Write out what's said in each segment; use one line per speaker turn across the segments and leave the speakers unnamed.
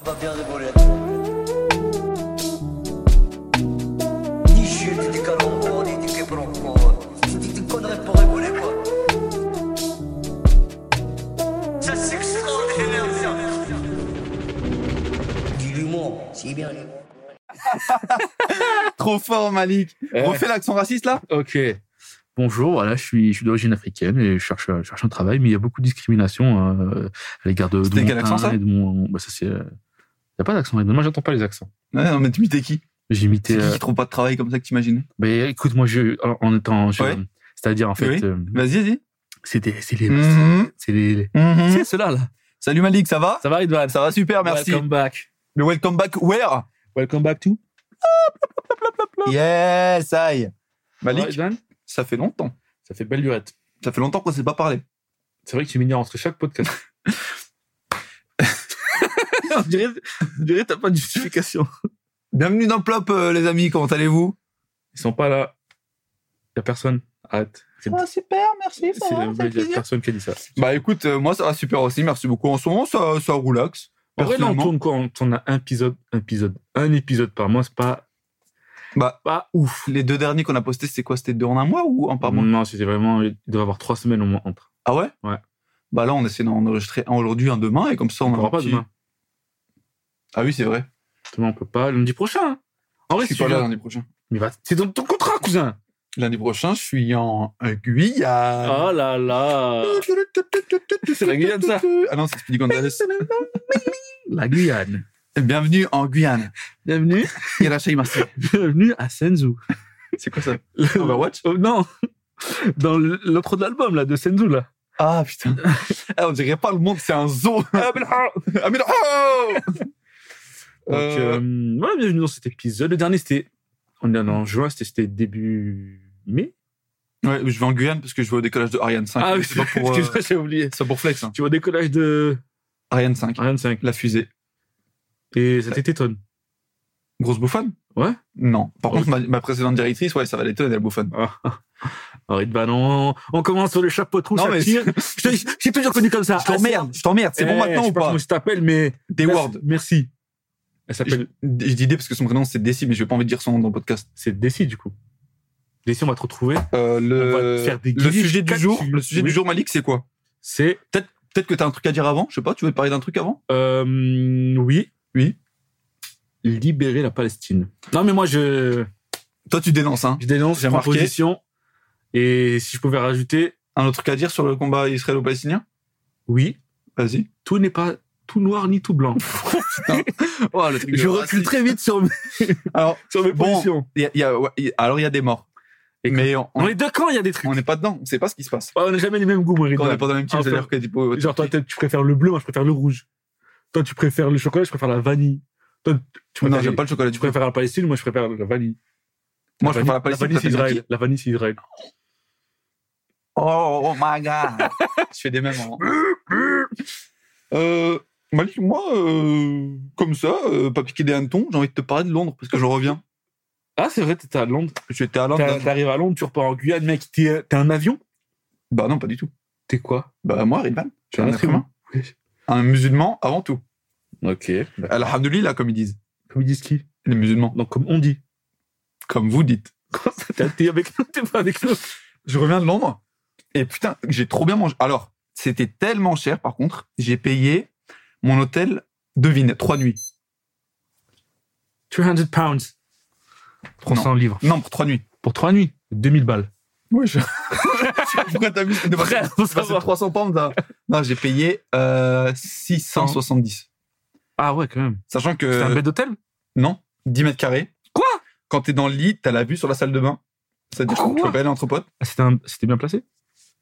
On va bien rigoler. Ni chute, ni calembour, ni ni quiproquo. C'est des- des conneries pour rigoler, quoi. Ça, c'est extraordinaire, ça. Du l'humour, c'est bien, l'humour.
Trop fort, Malik.
Eh.
Refais l'accent raciste, là
Ok. Bonjour, voilà, je suis, je suis d'origine africaine et je cherche, je cherche un travail, mais il y a beaucoup de discrimination euh, à l'égard de, de
C'était
mon
quel accent,
teint
ça
et de mon- bah, ça c'est. euh, y a pas d'accent. Moi, j'entends pas les accents.
Ouais, non, mais tu t'es qui C'est
J'imitais.
qui
euh,
qui trouve pas de travail comme ça que t'imagines
bah, écoute, moi, je, en, en étant. je-
Ouais.
C'est-à-dire, en fait,
Oui.
euh,
Vas-y, vas-y.
c'est des- c'est les.
Mhm,
C'est les. les-
mhm.
C'est ceux-là, là.
Salut Malik, ça va
Ça va, Edouard
Ça va super, merci.
Welcome back.
Le welcome back where
Welcome back to.
Yes, aïe.
Ça va,
Malik,
Edouard
ça fait longtemps.
Ça fait belle durette.
Ça fait longtemps qu'on s'est pas parlé.
C'est vrai que tu m'ignores entre chaque podcast. on dirait, on dirait que t'as pas de justification.
Bienvenue dans Plop, euh, les amis, comment allez-vous
Ils sont pas là. Y a personne. Arrête. C'est
super, merci,
Oh, c'est- il y a personne qui a dit ça.
Bah écoute, euh, moi ça va super aussi, merci beaucoup. En ce moment, ça, ça roulax.
En vrai, là, on
Personnellement,
tourne quoi On tourne à un épisode, un épisode, un épisode par mois. C'est pas,
bah,
pas ouf.
les deux derniers qu'on a postés, c'était quoi C'était deux en un mois ou un par mois
Non, c'était vraiment. Il doit y avoir trois semaines au moins entre.
Ah ouais
Ouais.
Bah là, on essaie d'en enregistrer un aujourd'hui, un demain, et comme ça, on,
On
a un
pourra pas
petit-
demain.
Ah oui, c'est vrai.
Demain, on peut pas. Lundi prochain. hein. En vrai,
je suis
si
pas
tu
là
viens-
lundi prochain.
Mais va, c'est dans ton contrat, cousin.
Lundi prochain, je suis en euh, Guyane.
Oh là là. c'est la Guyane, ça.
Ah non, c'est Speedy Gonzales.
La Guyane.
Bienvenue en Guyane.
Bienvenue,
Irashaimase.
bienvenue à Senzu.
C'est quoi ça
Overwatch Non. Dans l'autre de l'album, là, de Senzu, là.
Ah putain. Ah, on dirait pas le monde, c'est un zoo. Ah mais non. Oh
Donc,
Euh,
euh, voilà, bienvenue dans cet épisode. Le dernier, c'était. On est
Mm.
en juin, c'était- c'était début mai.
Ouais, je vais en Guyane parce que je vais au décollage de Ariane 5.
ah oui,
c'est pas pour. euh,
excuse-moi, j'ai oublié.
C'est pour flex. hein.
Tu vois, décollage de
Ariane 5,
Ariane 5.
la fusée.
Et
Euh.
ça t'étonne.
Grosse bouffonne
Ouais. Bah
Non. Par
Ok.
contre, ma, ma précédente directrice, ouais, ça va l'étonner, elle bouffonne.
Ah, ah. Arrête, bah non. On commence sur le chapeau de roue,
Non,
ça
mais-
tire. Je t'ai- je t'ai toujours connu comme ça. Eh,
Je t'emmerde, je t'emmerde, c'est bon maintenant
je sais
ou
pas
pas
comment je t'appelle, mais.
Des Ward.
Merci.
Je,
Elle s'appelle.
je dis des parce que son prénom c'est Dessy, mais j'ai pas envie de dire son nom dans le podcast.
C'est Dessy, du coup. Dessy, on va te retrouver.
Euh,
On va te
le,
faire des
le
guillis
sujet du
quatre
jour,
tu-
le sujet
oui.
du jour, Malik, c'est quoi
C'est.
Peut-être que t'as un truc à dire avant, je sais pas, tu veux parler d'un truc avant
Euh, oui.
Oui.
Libérer la Palestine. Non, mais moi, je,
Toi, tu dénonces, hein.
je dénonce,
J'ai
j'ai ma
remarqué.
position. Et si je pouvais rajouter,
Un autre truc à dire sur le combat israélo-palestinien
oui,
Vas-y.
tout n'est pas tout noir ni tout blanc.
Oh, le truc
je recule très vite sur mes,
Alors,
sur mes
Bon.
positions.
il y a- il y a- ouais, il y a- alors il y a des morts.
Et
mais on
Dans les deux camps, il y a des trucs.
on n'est pas dedans, on sait pas ce qui se passe.
Ouais, on n'a jamais les mêmes goûts, moi,
Quand on
Ridwan.
n'est pas dans le même team,
Ah,
c'est-à-dire
faut-
que tipo,
Genre, toi, peut-être, tu préfères le bleu, moi, je préfère le rouge. Toi, tu préfères le chocolat, je préfère la vanille. Toi, tu préfères,
non, j'aime pas le chocolat du
tu
coup.
préfères la Palestine, moi, je préfère la vanille.
Moi, je préfère la
vanille-
Palestine.
La vanille, c'est
je préfère
Israël. La vanille, c'est Israël.
Oh, oh my god. je fais des mêmes. en- Euh, Malik, moi, euh, comme ça, euh, pas piqué des hannetons, j'ai envie de te parler de Londres parce que je reviens.
Ah, c'est vrai, t'étais à Londres.
J'étais à Londres.
T'as- T'arrives à Londres, tu repars en Guyane, mec. T'es t'es un avion
Bah non, pas du tout.
T'es quoi
Bah moi, Ridvan,
T'es
un être humain. un musulman avant tout.
Ok.
Alhamdulillah, comme ils disent.
Comme ils disent qui
Les musulmans,
Donc, comme on dit.
comme vous dites.
Comment ça, T'es t'es avec nous, t'es pas avec nous.
Je reviens de Londres et putain, j'ai trop bien mangé. Alors, c'était tellement cher par contre, j'ai payé mon hôtel, devine, trois nuits.
300 pounds. 300 livres.
Non, pour trois nuits.
Pour trois nuits 2000 balles.
Ouais, je... Pourquoi t'as mis de
Frère, faut
passer de
savoir.
300 pounds à- Non, j'ai payé euh, 670.
Ah ouais, quand même.
Sachant que.
C'était un bed d'hôtel
Non, 10 mètres carrés.
Quoi
Quand t'es dans le lit, t'as la vue sur la salle de bain. C'est-à-dire que tu
Quoi
peux pas aller entre potes.
Ah, C'était un- c'était bien placé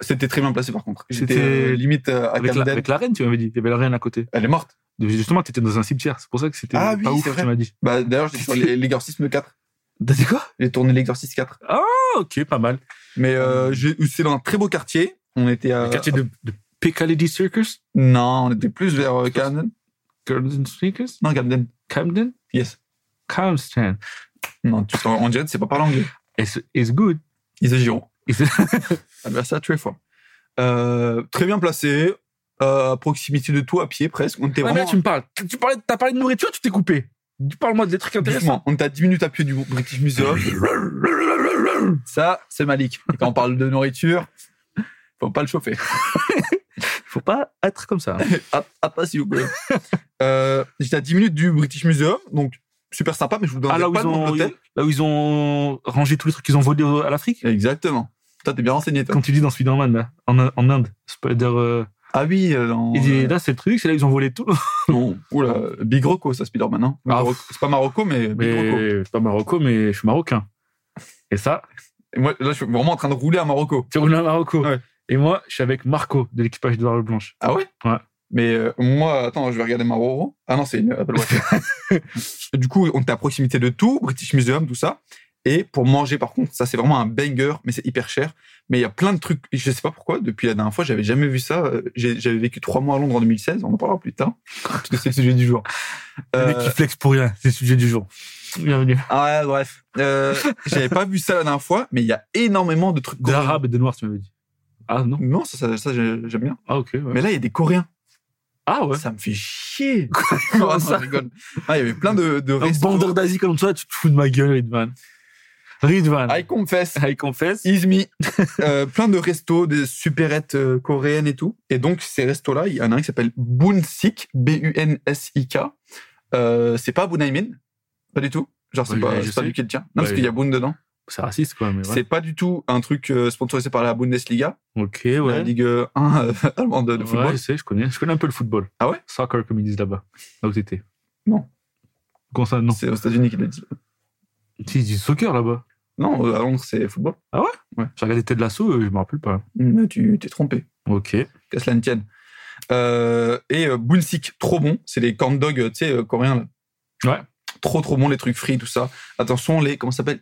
C'était très bien placé par contre. J'étais
C'était-
euh, limite euh, à
avec la,
Camden.
avec la reine, tu m'avais dit. Il y avait la reine à côté.
Elle est morte.
Justement, t'étais dans un cimetière. C'est pour ça que c'était
Ah oui,
pas ouf,
c'est vrai.
tu m'as dit.
Bah, D'ailleurs, j'ai tourné l'exorcisme 4.
T'as dit quoi
J'ai tourné l'exorcisme 4.
Ah, ok, pas mal.
Mais euh, j'ai- c'est dans un très beau quartier. On était à.
Hmm. Le quartier de, de Piccadilly Circus
Non, on était plus vers euh, Camden.
Camden Circus
Non, Camden.
Camden
Yes.
Camden.
Non, tu t'en- on dirait que c'est pas par l'anglais.
It's, it's good.
Ils agiront.
It's-
Ah ben ça, tu es fort. Euh, très bien placé. euh, à proximité de tout, à pied presque. On était
Ouais, mais là,
vraiment.
tu me parles. Tu parlais, t'as parlé de nourriture, tu t'es coupé. Parle-moi des trucs intéressants.
Doucement, on était à 10 minutes à pied du British Museum. Ça, c'est Malik. Et quand on parle de nourriture, faut pas le chauffer.
Faut pas être comme ça. hein.
Ah, ah, pas s'il vous plaît. Euh, J'étais à 10 minutes du British Museum, donc super sympa, mais je vous donne
Ah, là où,
pas
ils
le nom
ont,
de l'hôtel.
là où ils ont rangé tous les trucs qu'ils ont volés au- à l'Afrique.
Exactement. Toi, t'es bien renseigné, toi.
Comme tu dis dans Spider-Man, là, en, en Inde. Spider, euh,
Ah oui, euh, dans-
il dit, là, c'est le truc, c'est là où ils ont volé tout.
Non. Oula, Big Rocco, ça, Spider-Man. hein.
Ah.
Rocco. C'est pas Marocco, mais Big Rocco.
Mais je suis pas Marocco, mais je suis marocain. Et ça,
Et Moi, là, je suis vraiment en train de rouler à Marocco.
tu roules à Marocco.
Ouais.
Et moi, je suis avec Marco de l'équipage de Barbe Blanche.
Ah ouais
Ouais.
Mais euh, moi, attends, je vais regarder ma Roro. Ah non, c'est une Apple Watch. du coup, on était à proximité de tout, British Museum, tout ça. Et pour manger, par contre, ça, c'est vraiment un banger, mais c'est hyper cher. Mais il y a plein de trucs, je sais pas pourquoi, depuis la dernière fois, j'avais jamais vu ça. Euh, j'ai- J'avais vécu trois mois à Londres en 2016, on en parlera plus tard, parce que c'est le sujet du jour.
Le mec qui flex pour rien, c'est le sujet du jour. Bienvenue.
Ah ouais, bref. Euh, J'avais pas vu ça la dernière fois, mais il y a énormément de trucs. coréens.
D'arabe et de noir, tu m'avais dit. Ah non
Non, ça, ça, ça, j'ai- j'aime bien.
Ah ok. ouais.
Mais là, il y a des Coréens.
ah ouais.
Ça me fait chier.
Comment
Ah, non,
ça
je rigole. Ah, il y avait plein de, de
Un
restos.
bandeur d'Asie comme ça, tu te fous de ma gueule, Ridvan. Ridvan.
I confess.
I confess.
Izmi. Euh, plein de restos, des supérettes euh, coréennes et tout. Et donc, ces restos-là, il y en a un qui s'appelle Bunsik, B-U-N-S-I-K. Euh, c'est pas Bunaimin, pas du tout. Genre, c'est
Ouais,
pas,
je
c'est pas
sais.
lui qui le tient. Non,
Ouais,
parce qu'il y a Bun dedans.
C'est raciste, quoi, mais ouais.
C'est pas du tout un truc euh, sponsorisé par la Bundesliga,
Ok,
la
ouais.
Ligue 1 euh, allemande de
Ouais,
football.
je sais, je connais. Je connais un peu le football.
Ah ouais
Soccer, comme ils disent là-bas. Là où t'étais.
Non.
Comment ça, non
C'est aux États-Unis qu'ils le disent.
Si, ils disent soccer là-bas.
Non, euh, à Londres, c'est football.
J'ai regardé Ted Lasso, euh, je me rappelle pas.
Mais tu t'es trompé.
Ok.
qu'à cela ne tienne. Euh, et euh, Bunsik, trop bon. C'est les corn dogs, euh, tu sais, euh, coréens. Là.
Ouais.
Trop, trop bon, les trucs frits, tout ça. Attention, les, comment ça s'appelle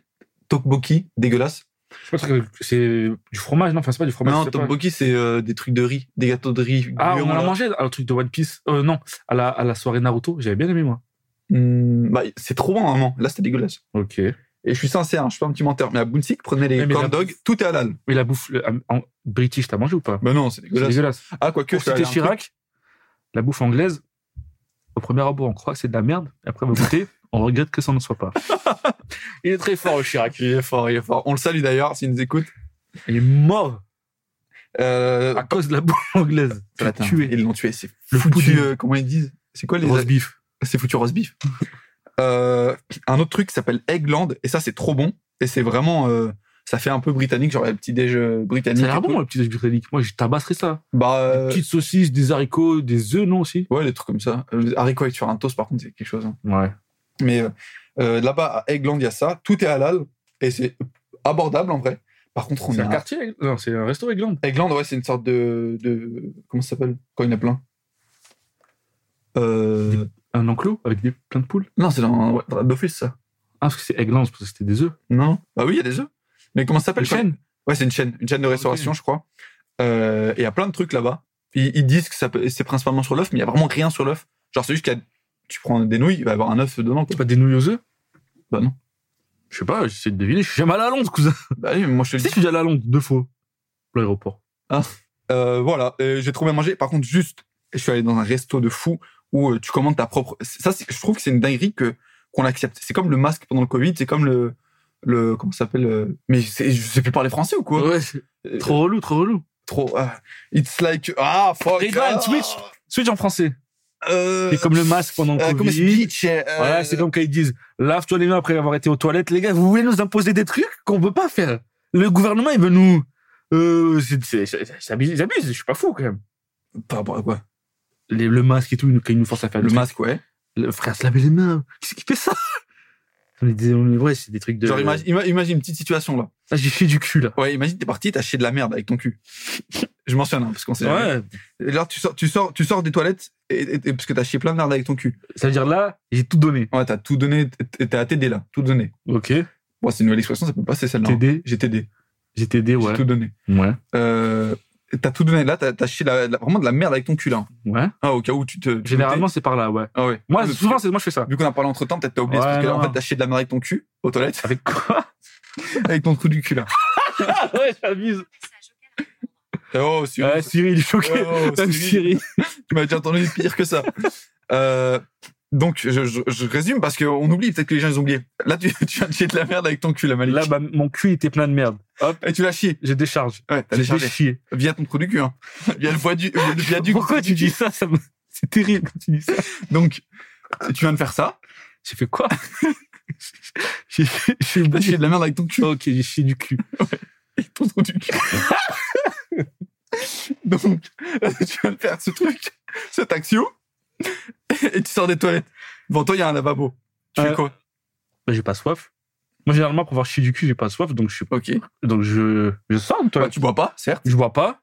Tokboki, dégueulasse.
Je sais pas, c'est du fromage, non Enfin, c'est pas du fromage.
non,
c'est pas-
tokboki, c'est euh, des trucs de riz, des gâteaux de riz.
Ah, on
gluants,
en a
là.
mangé un truc de One Piece. Euh, non, à la, à la soirée Naruto, j'avais bien aimé, moi.
Hmm, bah, c'est trop bon, vraiment. Là, c'était dégueulasse.
Ok. Et
Et je suis sincère, hein, je suis pas un petit menteur, mais à Bunsik, prenez les
Mais- mais
corn
la-
dogs, tout est halal.
la bouffe le- en british, t'as mangé ou pas
Ben non, c'est
C'est
dégueulasse.
dégueulasse.
Ah, quoique, je
Pour
suis
citer
allé à un truc-
Chirac, la bouffe anglaise, au premier abord, on croit que c'est de la merde. Après, on va goûter, on regrette que ça ne soit pas. il est très fort, le Chirac.
Il est fort, il est fort. On le salue d'ailleurs, s'il nous écoute.
Il est mort
Euh,
à cause de la bouffe anglaise. Ça l'a
putain,
Ah, tué.
Ils l'ont tué, c'est
Le
foutu.
poutine.
euh, comment ils disent C'est quoi les.
Roast beef.
C'est foutu roast beef. Euh, un autre truc qui s'appelle Eggland, et ça, c'est trop bon. Et c'est vraiment. euh, ça fait un peu britannique, genre le petit déj euh, britannique.
Ça a l'air
et
bon,
tout.
le petit déj britannique. Moi, je tabasserais ça.
Bah, euh,
Des petites saucisses, des haricots, des œufs, non aussi
ouais, les trucs comme ça. Euh, Haricots avec sur un toast, par contre, c'est quelque chose. hein.
Ouais.
Mais euh, euh, là-bas, à Eggland, il y a ça. Tout est halal, et c'est abordable en vrai. Par contre, on
C'est
est
un
à
quartier Non, c'est un resto avec glandes.
Eggland, ouais, c'est une sorte de. de comment ça s'appelle Quand il y en a plein euh,
Un enclos avec des, plein de poules.
Non, c'est dans ouais, dans l'office, ça.
Ah, parce que c'est Egglands, parce que c'était des œufs.
Non Bah oui, il y a des œufs. Mais comment ça
Le
s'appelle quand-
chêne.
Ouais, c'est une chaîne, une chaîne de restauration, je crois. Euh, et il y a plein de trucs là-bas. Ils, ils disent que ça peut- c'est principalement sur l'œuf, mais il y a vraiment rien sur l'œuf. Genre, c'est juste qu'il y a, tu prends des nouilles, il va y avoir un œuf dedans.
C'est
Quoi.
pas des nouilles aux œufs
Bah non.
Je sais pas, j'essaie de deviner. Je suis jamais allé à Londres, cousin.
Bah oui, mais moi je te
Tu
le
sais,
dis.
je suis déjà allé à Londres deux fois. L'aéroport.
Euh, voilà, euh, j'ai trop bien mangé. Par contre, juste, je suis allé dans un resto de fou où euh, tu commandes ta propre. Ça, c'est- je trouve que c'est une dinguerie que qu'on accepte. C'est comme le masque pendant le Covid, c'est comme le le comment ça s'appelle euh, Mais c'est- je sais plus parler français ou quoi
Ouais, c'est
Euh,
trop relou, trop relou.
trop. ah, it's like ah fuck.
Ridvan,
ah,
switch. Switch en français.
euh,
C'est comme le masque pendant le
euh, comment c'est
Covid.
beach, euh,
Voilà, c'est comme quand ils disent lave-toi les mains après avoir été aux toilettes. Les gars, vous voulez nous imposer des trucs qu'on peut pas faire. Le gouvernement, il veut nous. Euh, c'est- c'est- c'est- c'est abusé- ils abusent, je suis pas fou quand même.
Par rapport à quoi
Les- le masque et tout, ils nous- quand ils nous forcent à faire
Le
des
masque, ouais.
trucs. Le- frère, se laver les mains. Qu'est-ce qui fait ça On est des- on est- Ouais, c'est des trucs de.
Genre, imagine, ima- imagine une petite situation là.
Là, j'ai fait du cul là.
Ouais, imagine t'es parti, t'as chié de la merde avec ton cul. Je mentionne, hein, parce qu'on sait. jamais.
Ouais.
Et là, tu sors, tu sors, tu sors des toilettes et, et- et- parce que t'as chié plein de merde avec ton cul.
Ça veut dire là, j'ai tout donné.
Ouais, t'as tout donné, t- t'es à TD là, tout donné.
Ok.
Bon, c'est une nouvelle expression, ça peut passer celle-là. hein.
TD,
J'ai TD,
j'ai TD,
j'ai
ouais.
tout donné.
Ouais.
Euh, t'as tout donné là, t'as t'as chié la- la- vraiment de la merde avec ton cul là.
Ouais.
Ah, au cas où tu te. tu
Généralement, c'est par là, ouais.
doutais. Ah ouais.
Moi,
Vu
souvent,
que-
c'est moi, je fais ça.
Vu qu'on a parlé entre temps, peut-être t'as oublié
Ouais,
parce que là, en
non.
fait, t'as chié de la merde avec ton cul aux toilettes,
Avec quoi
avec ton trou du cul là.
Ouais, j'abuse.
Oh, si.
Ah, Siri, il est
Oh,
choqué.
Siri.
Même Siri.
Tu m'as déjà entendu pire que ça. Euh, donc, je, je- je résume parce qu'on oublie, peut-être que les gens, ils ont oublié. Là, tu, tu viens de chier de la merde avec ton cul, la Malik.
Là, bah, mon cul était plein de merde. Hop,
Et tu l'as chié.
j'ai décharge.
Ouais, t'as
J'ai
déchargé.
déchié.
Via ton trou du cul, hein. Via le bois du, le viaduc.
Pourquoi tu dis ça, ça me- C'est terrible quand tu dis ça.
Donc, tu viens de faire ça.
J'ai fait quoi J'ai fait- j'ai
T'as
oublié.
chié de la merde avec ton cul.
Ok, j'ai chié du cul.
ton trou du cul. Donc, tu viens de faire ce truc, cette action, et tu sors des toilettes. Devant toi, il y a un lavabo. Tu fais
Ouais.
quoi
Bah, j'ai pas soif. Moi, généralement, pour avoir chié du cul, j'ai pas soif, donc je, suis-
Ok.
donc je, je sors de
Bah,
toilette.
tu bois pas, certes.
Je bois pas.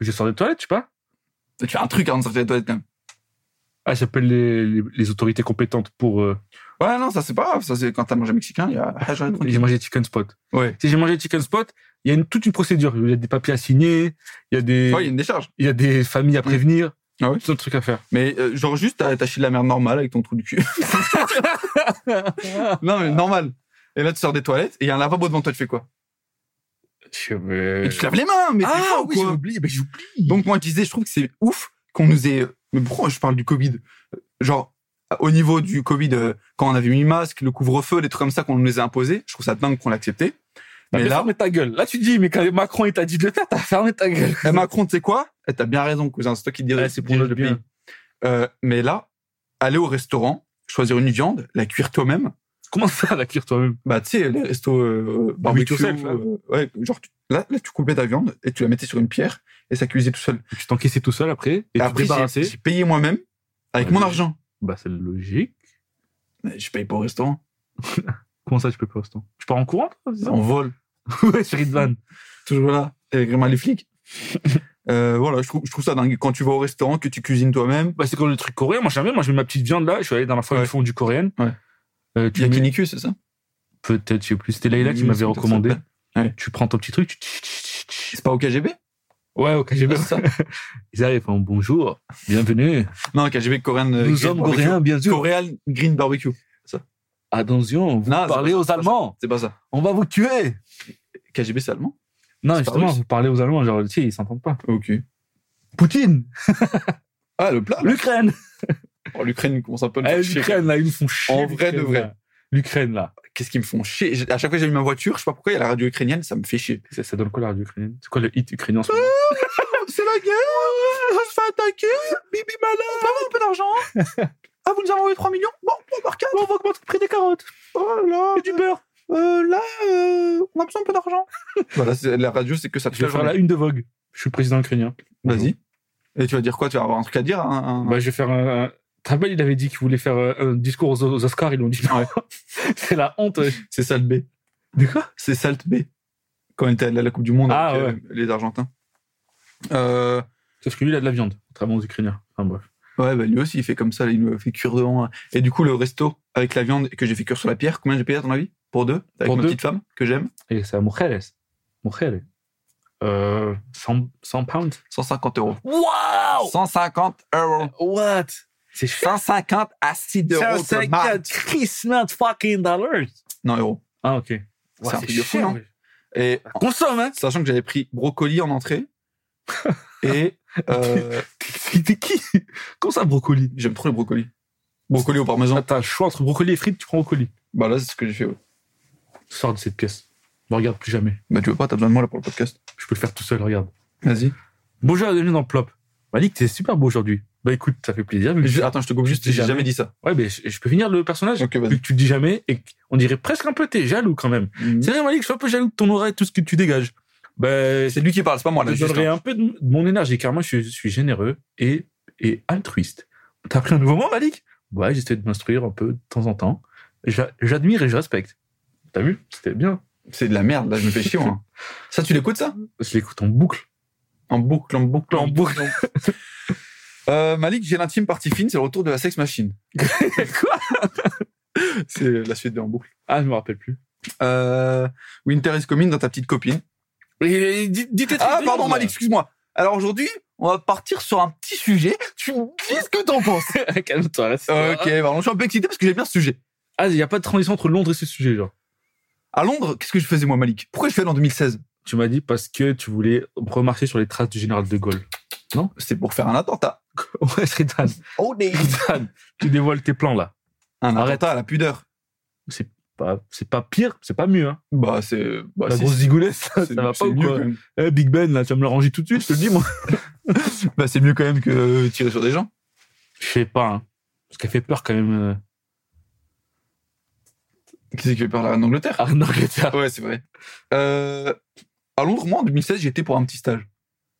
Je sors des toilettes, je sais pas.
Tu fais un truc avant de sortir des toilettes, quand même.
Ah, j'appelle les, les, les autorités compétentes pour. euh,
Ouais, non, ça, c'est pas grave. Ça, c'est quand t'as mangé mexicain, il y a. Ah, j'aurais trop-
j'ai mangé chicken spot.
Ouais.
Si j'ai mangé chicken spot, il y a une, toute une procédure. Il y a des papiers à signer, il y a des,
Ouais, il y a une décharge.
il y a des familles à prévenir,
Ah ouais
tout un truc à faire.
Mais euh, genre, juste, t'as t'as chié de la merde normale avec ton trou du cul. non, mais normal. Et là, tu sors des toilettes, et il y a un lavabo devant toi, tu fais quoi
Je euh,
Et tu te laves les mains, mais t'es
ah
fou,
oui,
quoi.
j'oublie, bah, j'oublie.
Donc moi je disais, je trouve que c'est ouf qu'on nous ait. Mais pourquoi je parle du Covid Euh, Genre au niveau du Covid, euh, quand on avait mis le masque, le couvre-feu, des trucs comme ça qu'on nous les a imposés, je trouve ça dingue qu'on l'acceptait.
T'as
Mais
bien
là,
fermé ta gueule. Là, tu dis, mais quand Macron, il t'a dit de le faire, t'as fermé ta gueule.
eh, Macron, tu sais quoi Eh, T'as bien raison, cousin, c'est toi qui dirige,
Ouais, c'est pour
dirige
notre bien.
Euh, mais là, aller au restaurant, choisir une viande, la cuire toi-même,
Comment ça, la cuire toi-même?
bah tu sais, les restos euh,
Do it
barbecue,
yourself, là.
euh, ouais, genre tu- là, là, tu coupais ta viande et tu la mettais sur une pierre et ça cuisait tout seul.
Tu t'encaissais tout seul après, et tu
après,
te
j'ai-
débarrassais.
j'ai payé moi-même avec
Ouais,
mon
mais-
argent.
Bah, c'est logique.
Mais Je paye pas au restaurant,
Comment ça, tu peux pas au restaurant Tu pars en courant, toi, c'est ça
en vol.
Ouais, chérie de vanne.
toujours là, et vraiment les flics. Euh, voilà, je trouve, je trouve ça dingue. Quand tu vas au restaurant, que tu cuisines toi-même,
Bah, c'est comme le truc coréen. Moi, j'aime bien. Moi, je mets ma petite viande là. Je suis allé dans la fois
Ouais.
du fond du coréenne.
Ouais.
Euh, tu mets-
yakiniku, c'est ça
Peut-être, je sais plus. C'était Leïla qui m'avait
Oui,
recommandé.
c'est ça. Ouais.
Tu prends ton petit truc, tu. tch, tch, tch, tch.
C'est pas au KGB
Ouais, au KGB.
C'est ça
Ils arrivent, hein, bonjour, bienvenue.
Non, KGB Korean. euh,
Nous
Green
sommes
Barbecue.
coréens, bien sûr.
Korean Green Barbecue.
Attention, vous
Non, c'est
parlez
pas-
aux
c'est pas-
Allemands.
C'est pas ça.
On va vous tuer.
KGB, c'est allemand
Non,
C'est pas
justement,
russe.
vous parlez aux Allemands. Genre, tu sais, ils s'entendent pas.
Ok.
Poutine,
Ah, le plat là.
l'Ukraine.
Oh, L'Ukraine commence un peu à me
Eh,
faire chier.
L'Ukraine, là, ils me font chier.
En vrai de
l'Ukraine,
vrai.
là. L'Ukraine, là.
Qu'est-ce qu'ils me font chier J'ai- À chaque fois que j'allume ma voiture, je sais pas pourquoi, il y a la radio ukrainienne, ça me fait chier.
Ça, ça donne quoi la radio ukrainienne C'est quoi le hit ukrainien en ce moment
C'est la guerre On se fait attaquer Bibi malade On peut avoir un peu d'argent Ah, vous nous avez envoyé 3 millions Bon, on part 4
Oh, On va augmenter le prix des carottes
Oh là
et du beurre.
Euh, là, euh, on a besoin un peu d'argent. voilà, c'est- la radio, c'est que ça te
Je
fait
vais faire la une de Vogue. Je suis le président ukrainien.
Vas-y. Et tu vas dire quoi Tu vas avoir un truc à dire hein, un- un-
Bah, je vais faire un. un- Tu te rappelles, il avait dit qu'il voulait faire euh, un discours aux, aux Oscars, ils l'ont dit non. C'est la honte. ouais.
C'est Salt B.
De quoi
C'est Salt B. Quand il était allé à la Coupe du Monde
Ah,
avec euh, les Argentins. Euh,
Sauf que lui, il a de la viande, contrairement aux Ukrainiens. Enfin bref.
ouais, bah lui aussi, il fait comme ça. là, il nous fait cuire devant. euh. Et du coup, le resto avec la viande que j'ai fait cuire sur la pierre, combien j'ai payé à ton avis Pour deux Avec
Pour
ma
deux.
petite femme que j'aime
Et c'est à mujeres. Mujeres. Euh, 100, 100 pounds.
150 euros.
Waouh
150 euros.
What C'est cher.
150 à 6 euros de marge.
Christmas fucking dollars.
Non, euros.
Ah, ok. Ouah,
C'est un truc de fou,
cher,
non
ouais.
Et
Consomme, hein
sachant que j'avais pris brocoli en entrée. et euh,
T'es qui Comment ça, brocoli
j'aime trop le brocoli. Brocoli au parmesan.
Ah, T'as le choix entre brocoli et frites, tu prends brocoli.
Bah là, c'est ce que j'ai fait. ouais.
Sors de cette pièce. Ne regarde plus jamais.
Bah tu veux pas, t'as besoin de moi là pour le podcast.
Je peux le faire tout seul, regarde.
Vas-y.
Bonjour et bienvenue dans Plop. Malik, t'es super beau aujourd'hui. Bah écoute, ça fait plaisir. vu que-
Je- Attends, je te coupe juste,
Je
j'ai
dis
jamais.
jamais
dit ça.
Ouais, mais je, je peux finir le personnage
Ok,
Vu
vas-y.
que tu le dis jamais et on dirait presque un peu t'es jaloux quand même. C'est vrai, Malik, je suis un peu jaloux de ton aura et tout ce que tu dégages. Ben, je
C'est lui qui parle, c'est pas moi là.
te
juste,
donnerai
hein.
un peu de, de mon énergie car moi je, suis- je suis généreux et, et altruiste. T'as pris un nouveau mot, Malik Ouais, j'essaie de m'instruire un peu de temps en temps. J'a- J'admire et je respecte. T'as vu C'était bien.
C'est de la merde, là, je me fais chier. moi. Ça, tu l'écoutes ça
Je l'écoute en boucle.
En boucle, en boucle, en
En
boucle.
boucle.
Euh, Malik, j'ai l'intime partie fine, c'est le retour de la sex machine.
Quoi
C'est la suite de en boucle.
Ah, je me rappelle plus.
Euh, Winter is coming dans ta petite copine.
Et- et- Dis, dis tes trucs
Ah,
de
pardon,
merde,
Malik,
là.
excuse-moi. Alors aujourd'hui, on va partir sur un petit sujet. Tu me dis ce que t'en penses.
Calme-toi, reste.
ok, pardon, je suis un peu excité parce que j'aime bien ce sujet.
Ah, il n'y a pas de transition entre Londres et ce sujet, genre.
À Londres, qu'est-ce que je faisais moi, Malik Pourquoi je suis allé en 2016
Tu m'as dit parce que tu voulais remarcher sur les traces du général de Gaulle.
C'est pour faire un attentat.
Ouais, Sritan,
Oh, des.
Sritan, tu dévoiles tes plans là.
Un
Arrête.
attentat à la pudeur.
C'est pas, c'est pas pire, c'est pas mieux. Hein.
Bah, c'est. Bah,
La
si,
grosse
c'est-
zigoulette, ça,
c'est-
ça va
c'est
pas ou
mieux
quoi
quand même.
Eh, Big Ben, là, tu vas me le ranger tout de suite, je te le dis, moi.
Bah, c'est mieux quand même que euh, tirer sur des gens.
Je sais pas, hein. Parce qu'elle fait peur quand même. euh.
Qui c'est qui fait peur la reine d'Angleterre
Ah, en Angleterre.
Ouais, c'est vrai. Euh, à Londres, moi, en 2016, j'étais pour un petit stage.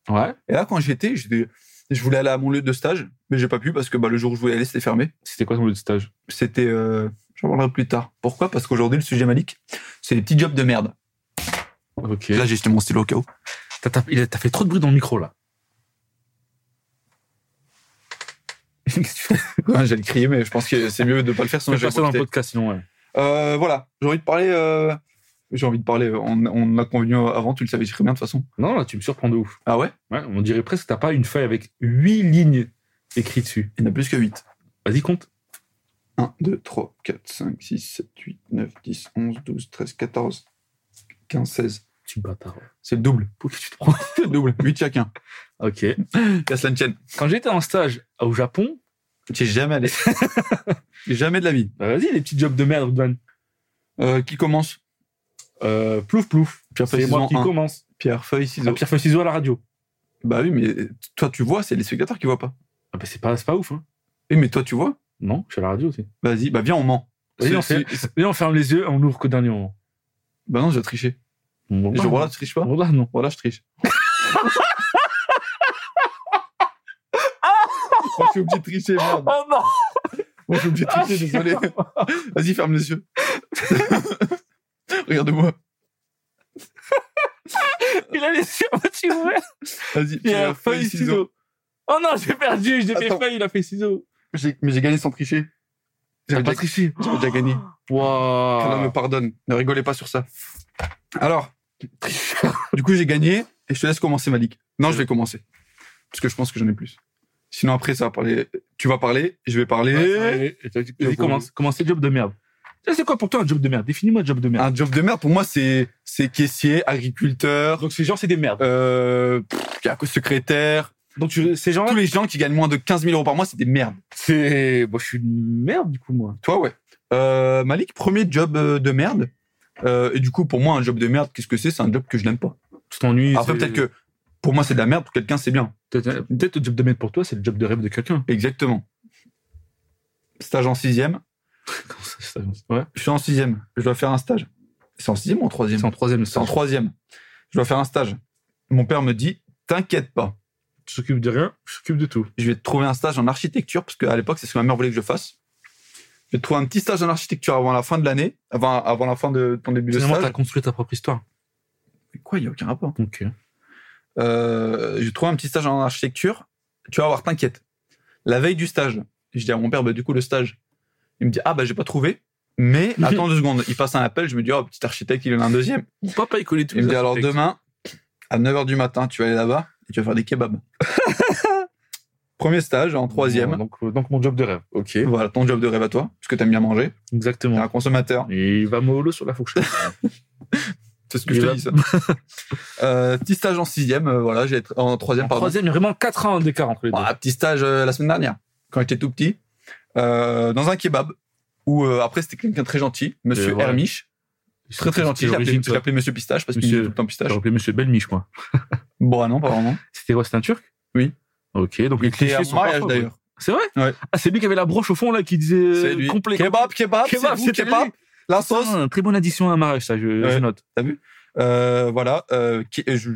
Ouais.
Et là, quand j'étais, j'étais, je voulais aller à mon lieu de stage, mais j'ai pas pu parce que bah, le jour où je voulais aller, c'était fermé.
C'était quoi ton lieu de stage
C'était, euh, j'en parlerai plus tard. Pourquoi Parce qu'aujourd'hui, le sujet Malik, c'est les petits jobs de merde.
Ok.
Là, j'ai jeté mon stylo au cas où.
T'as, tapé- il a- t'as fait trop de bruit dans le micro là.
Ouais, J'allais crier, mais je pense que c'est mieux de pas le faire sinon
Fais
je
pas
vais
ça dans le
profiter.
podcast sinon, ouais.
Euh, Voilà, j'ai envie de parler. euh, J'ai envie de parler. euh, On, on a convenu avant, tu le savais très bien de toute façon.
Non, là, tu me surprends de ouf.
Ah ouais
Ouais, on dirait presque que t'as pas une feuille avec huit lignes écrites dessus.
Il y en a plus que 8.
Vas-y, compte.
1, 2, 3, 4, 5, 6, 7, 8, 9, 10, 11, 12, 13, 14, 15, 16.
Tu bâtard.
C'est le double.
Pourquoi tu te prends
C'est le double. 8 chacun.
Ok.
Qu'à cela ne tienne.
Quand j'étais en stage au Japon,
J'ai jamais allé. jamais de la vie.
bah vas-y, les petits jobs de merde, Douane.
Euh, qui commence
Euh, plouf, plouf.
Pierre
C'est moi
Feuille-Ciseaux.
qui commence.
Pierre Feuille
Ah,
Ciseaux.
Pierre Feuille Ciseaux à la radio.
Bah oui, mais toi tu vois, c'est les spectateurs qui voient pas.
Ah, bah, c'est pas, c'est pas ouf, hein.
Oui, mais toi tu vois.
Non, je suis à la radio aussi.
Vas-y, bah viens, on ment.
Vas-y,
C'est-
on fait.
c'est- c'est-
Et on ferme les yeux et on ouvre qu'au dernier moment.
Bah non, je vais tricher.
Bon,
Je voilà, je triche pas.
Roland, non.
Voilà, je triche. Moi, je suis obligé de tricher, merde.
Oh non
Moi, je suis obligé de
Ah,
tricher, désolé. Vas-y, ferme les yeux. Regarde-moi.
Il a les yeux moitié ouverts.
Vas-y,
Il
Pierre,
a feuille, ciseaux. Oh non, j'ai perdu, j'ai fait
Attends.
feuille, il a fait ciseaux.
J'ai- Mais j'ai gagné sans tricher. J'avais déjà,
triché.
j'avais déjà gagné. Que l'homme me
Waouh.
pardonne. Ne rigolez pas sur ça. Alors, du coup, j'ai gagné et je te laisse commencer, Malik. Non, je vais commencer. Parce que je pense que j'en ai plus. Sinon, après, ça va parler. Tu vas parler, je vais parler.
Eh Et
Vas-y,
vas
commence.
commence, commence tes jobs de merde. Ça, C'est quoi pour toi un job de merde Définis-moi un job de merde.
Un job de merde, pour moi, c'est c'est caissier, agriculteur,
Ah. Donc ces gens, c'est des merdes.
euh, pff, y a quoi, secrétaire.
Donc tu, ces gens-là,
Tous les gens qui gagnent moins de 15 000 euros par mois, c'est des merdes.
c'est, bon, je suis une merde du coup moi.
Toi, ouais. Euh, Malik, premier job euh, de merde. Euh, et du coup, pour moi, un job de merde, qu'est-ce que c'est C'est un job que je n'aime pas.
Tu t'ennuies.
Après,
c'est-
peut-être que pour moi, c'est de la merde, pour quelqu'un, c'est bien.
peut-être peut-être le job de merde pour toi, c'est le job de rêve de quelqu'un.
Exactement. Stage en sixième.
Comment ça, ça, Ouais.
Je suis en sixième. Je dois faire un stage. C'est en sixième ou en troisième
C'est en troisième.
C'est en
stage.
troisième. Je dois faire un stage. Mon père me dit, t'inquiète pas,
Tu t'occupes de rien, je t'occupe de tout.
je vais te trouver un stage en architecture, parce qu'à l'époque, c'est ce que ma mère voulait que je fasse. Je vais te trouver un petit stage en architecture avant la fin de l'année, avant, avant la fin de ton début de
Finalement, t'as
stage.
construit ta propre histoire.
Quoi, il n'y a aucun rapport.
Donc, euh,
Euh, je trouve un petit stage en architecture. Tu vas voir, t'inquiète. La veille du stage, je dis à mon père, bah, du coup, le stage. Il me dit, ah, bah, j'ai pas trouvé. Mais attends deux secondes. Il passe un appel. Je me dis, oh, petit architecte, il en a un deuxième.
papa, il connaît tout.
Il me dit, Eh alors demain, à 9 h du matin, tu vas aller là-bas et tu vas faire des kebabs. Premier stage en troisième.
Donc, euh, donc mon job de rêve. Ok.
Voilà, ton job de rêve à toi, parce que t'aimes bien manger. T'es
Exactement.
un consommateur.
Et il va mollo sur la fourchette.
C'est ce que je te
Il
dis, ça. Euh, petit stage en sixième, euh, voilà, j'ai en troisième,
en
pardon.
troisième, il y a vraiment 4 ans d'écart entre les deux.
Bon, un petit stage euh, la semaine dernière, quand j'étais tout petit, euh, dans un kebab, où euh, après c'était quelqu'un de très gentil, monsieur
Et voilà.
Hermiche, très très gentil, je l'appelais- je l'appelais monsieur Pistache parce qu'il
Monsieur-
disait tout le temps
J'ai
Pistache.
appelé Monsieur Belmiche, moi.
Bon, ah non, pas vraiment.
C'était quoi C'était un Turc
Oui.
Ok, donc les
Il était
clichés
à
sont
mon mariage
parfois,
d'ailleurs.
ouais. C'est vrai
Ouais.
Ah, c'est lui qui avait la broche au fond, là, qui disait
C'est
euh,
lui.
complet.
Kebab, kebab, c'est
Kebab,
vous,
c'était
kebab,
lui.
la
Putain,
sauce.
très bonne addition à un mariage, ça, je, je
Ouais.
note.
Euh, voilà, euh, qui- euh, je-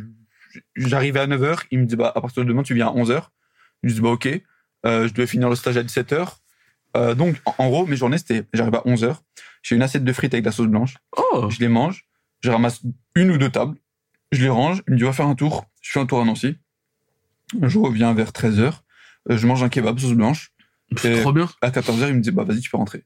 je- j'arrivais à 9h, il me dit bah, à partir de demain tu viens à 11h. Je dis bah ok, Euh, je devais finir le stage à 17h. Euh, donc en, en gros, mes journées c'était j'arrive à 11h, j'ai une assiette de frites avec de la sauce blanche.
Oh
je les mange, je ramasse une ou deux tables, je les range, il me dit va faire un tour, je fais un tour à Nancy, je reviens vers 13h, je mange un kebab sauce blanche,
C'est trop bien.
à 14h il me dit bah vas-y tu peux rentrer.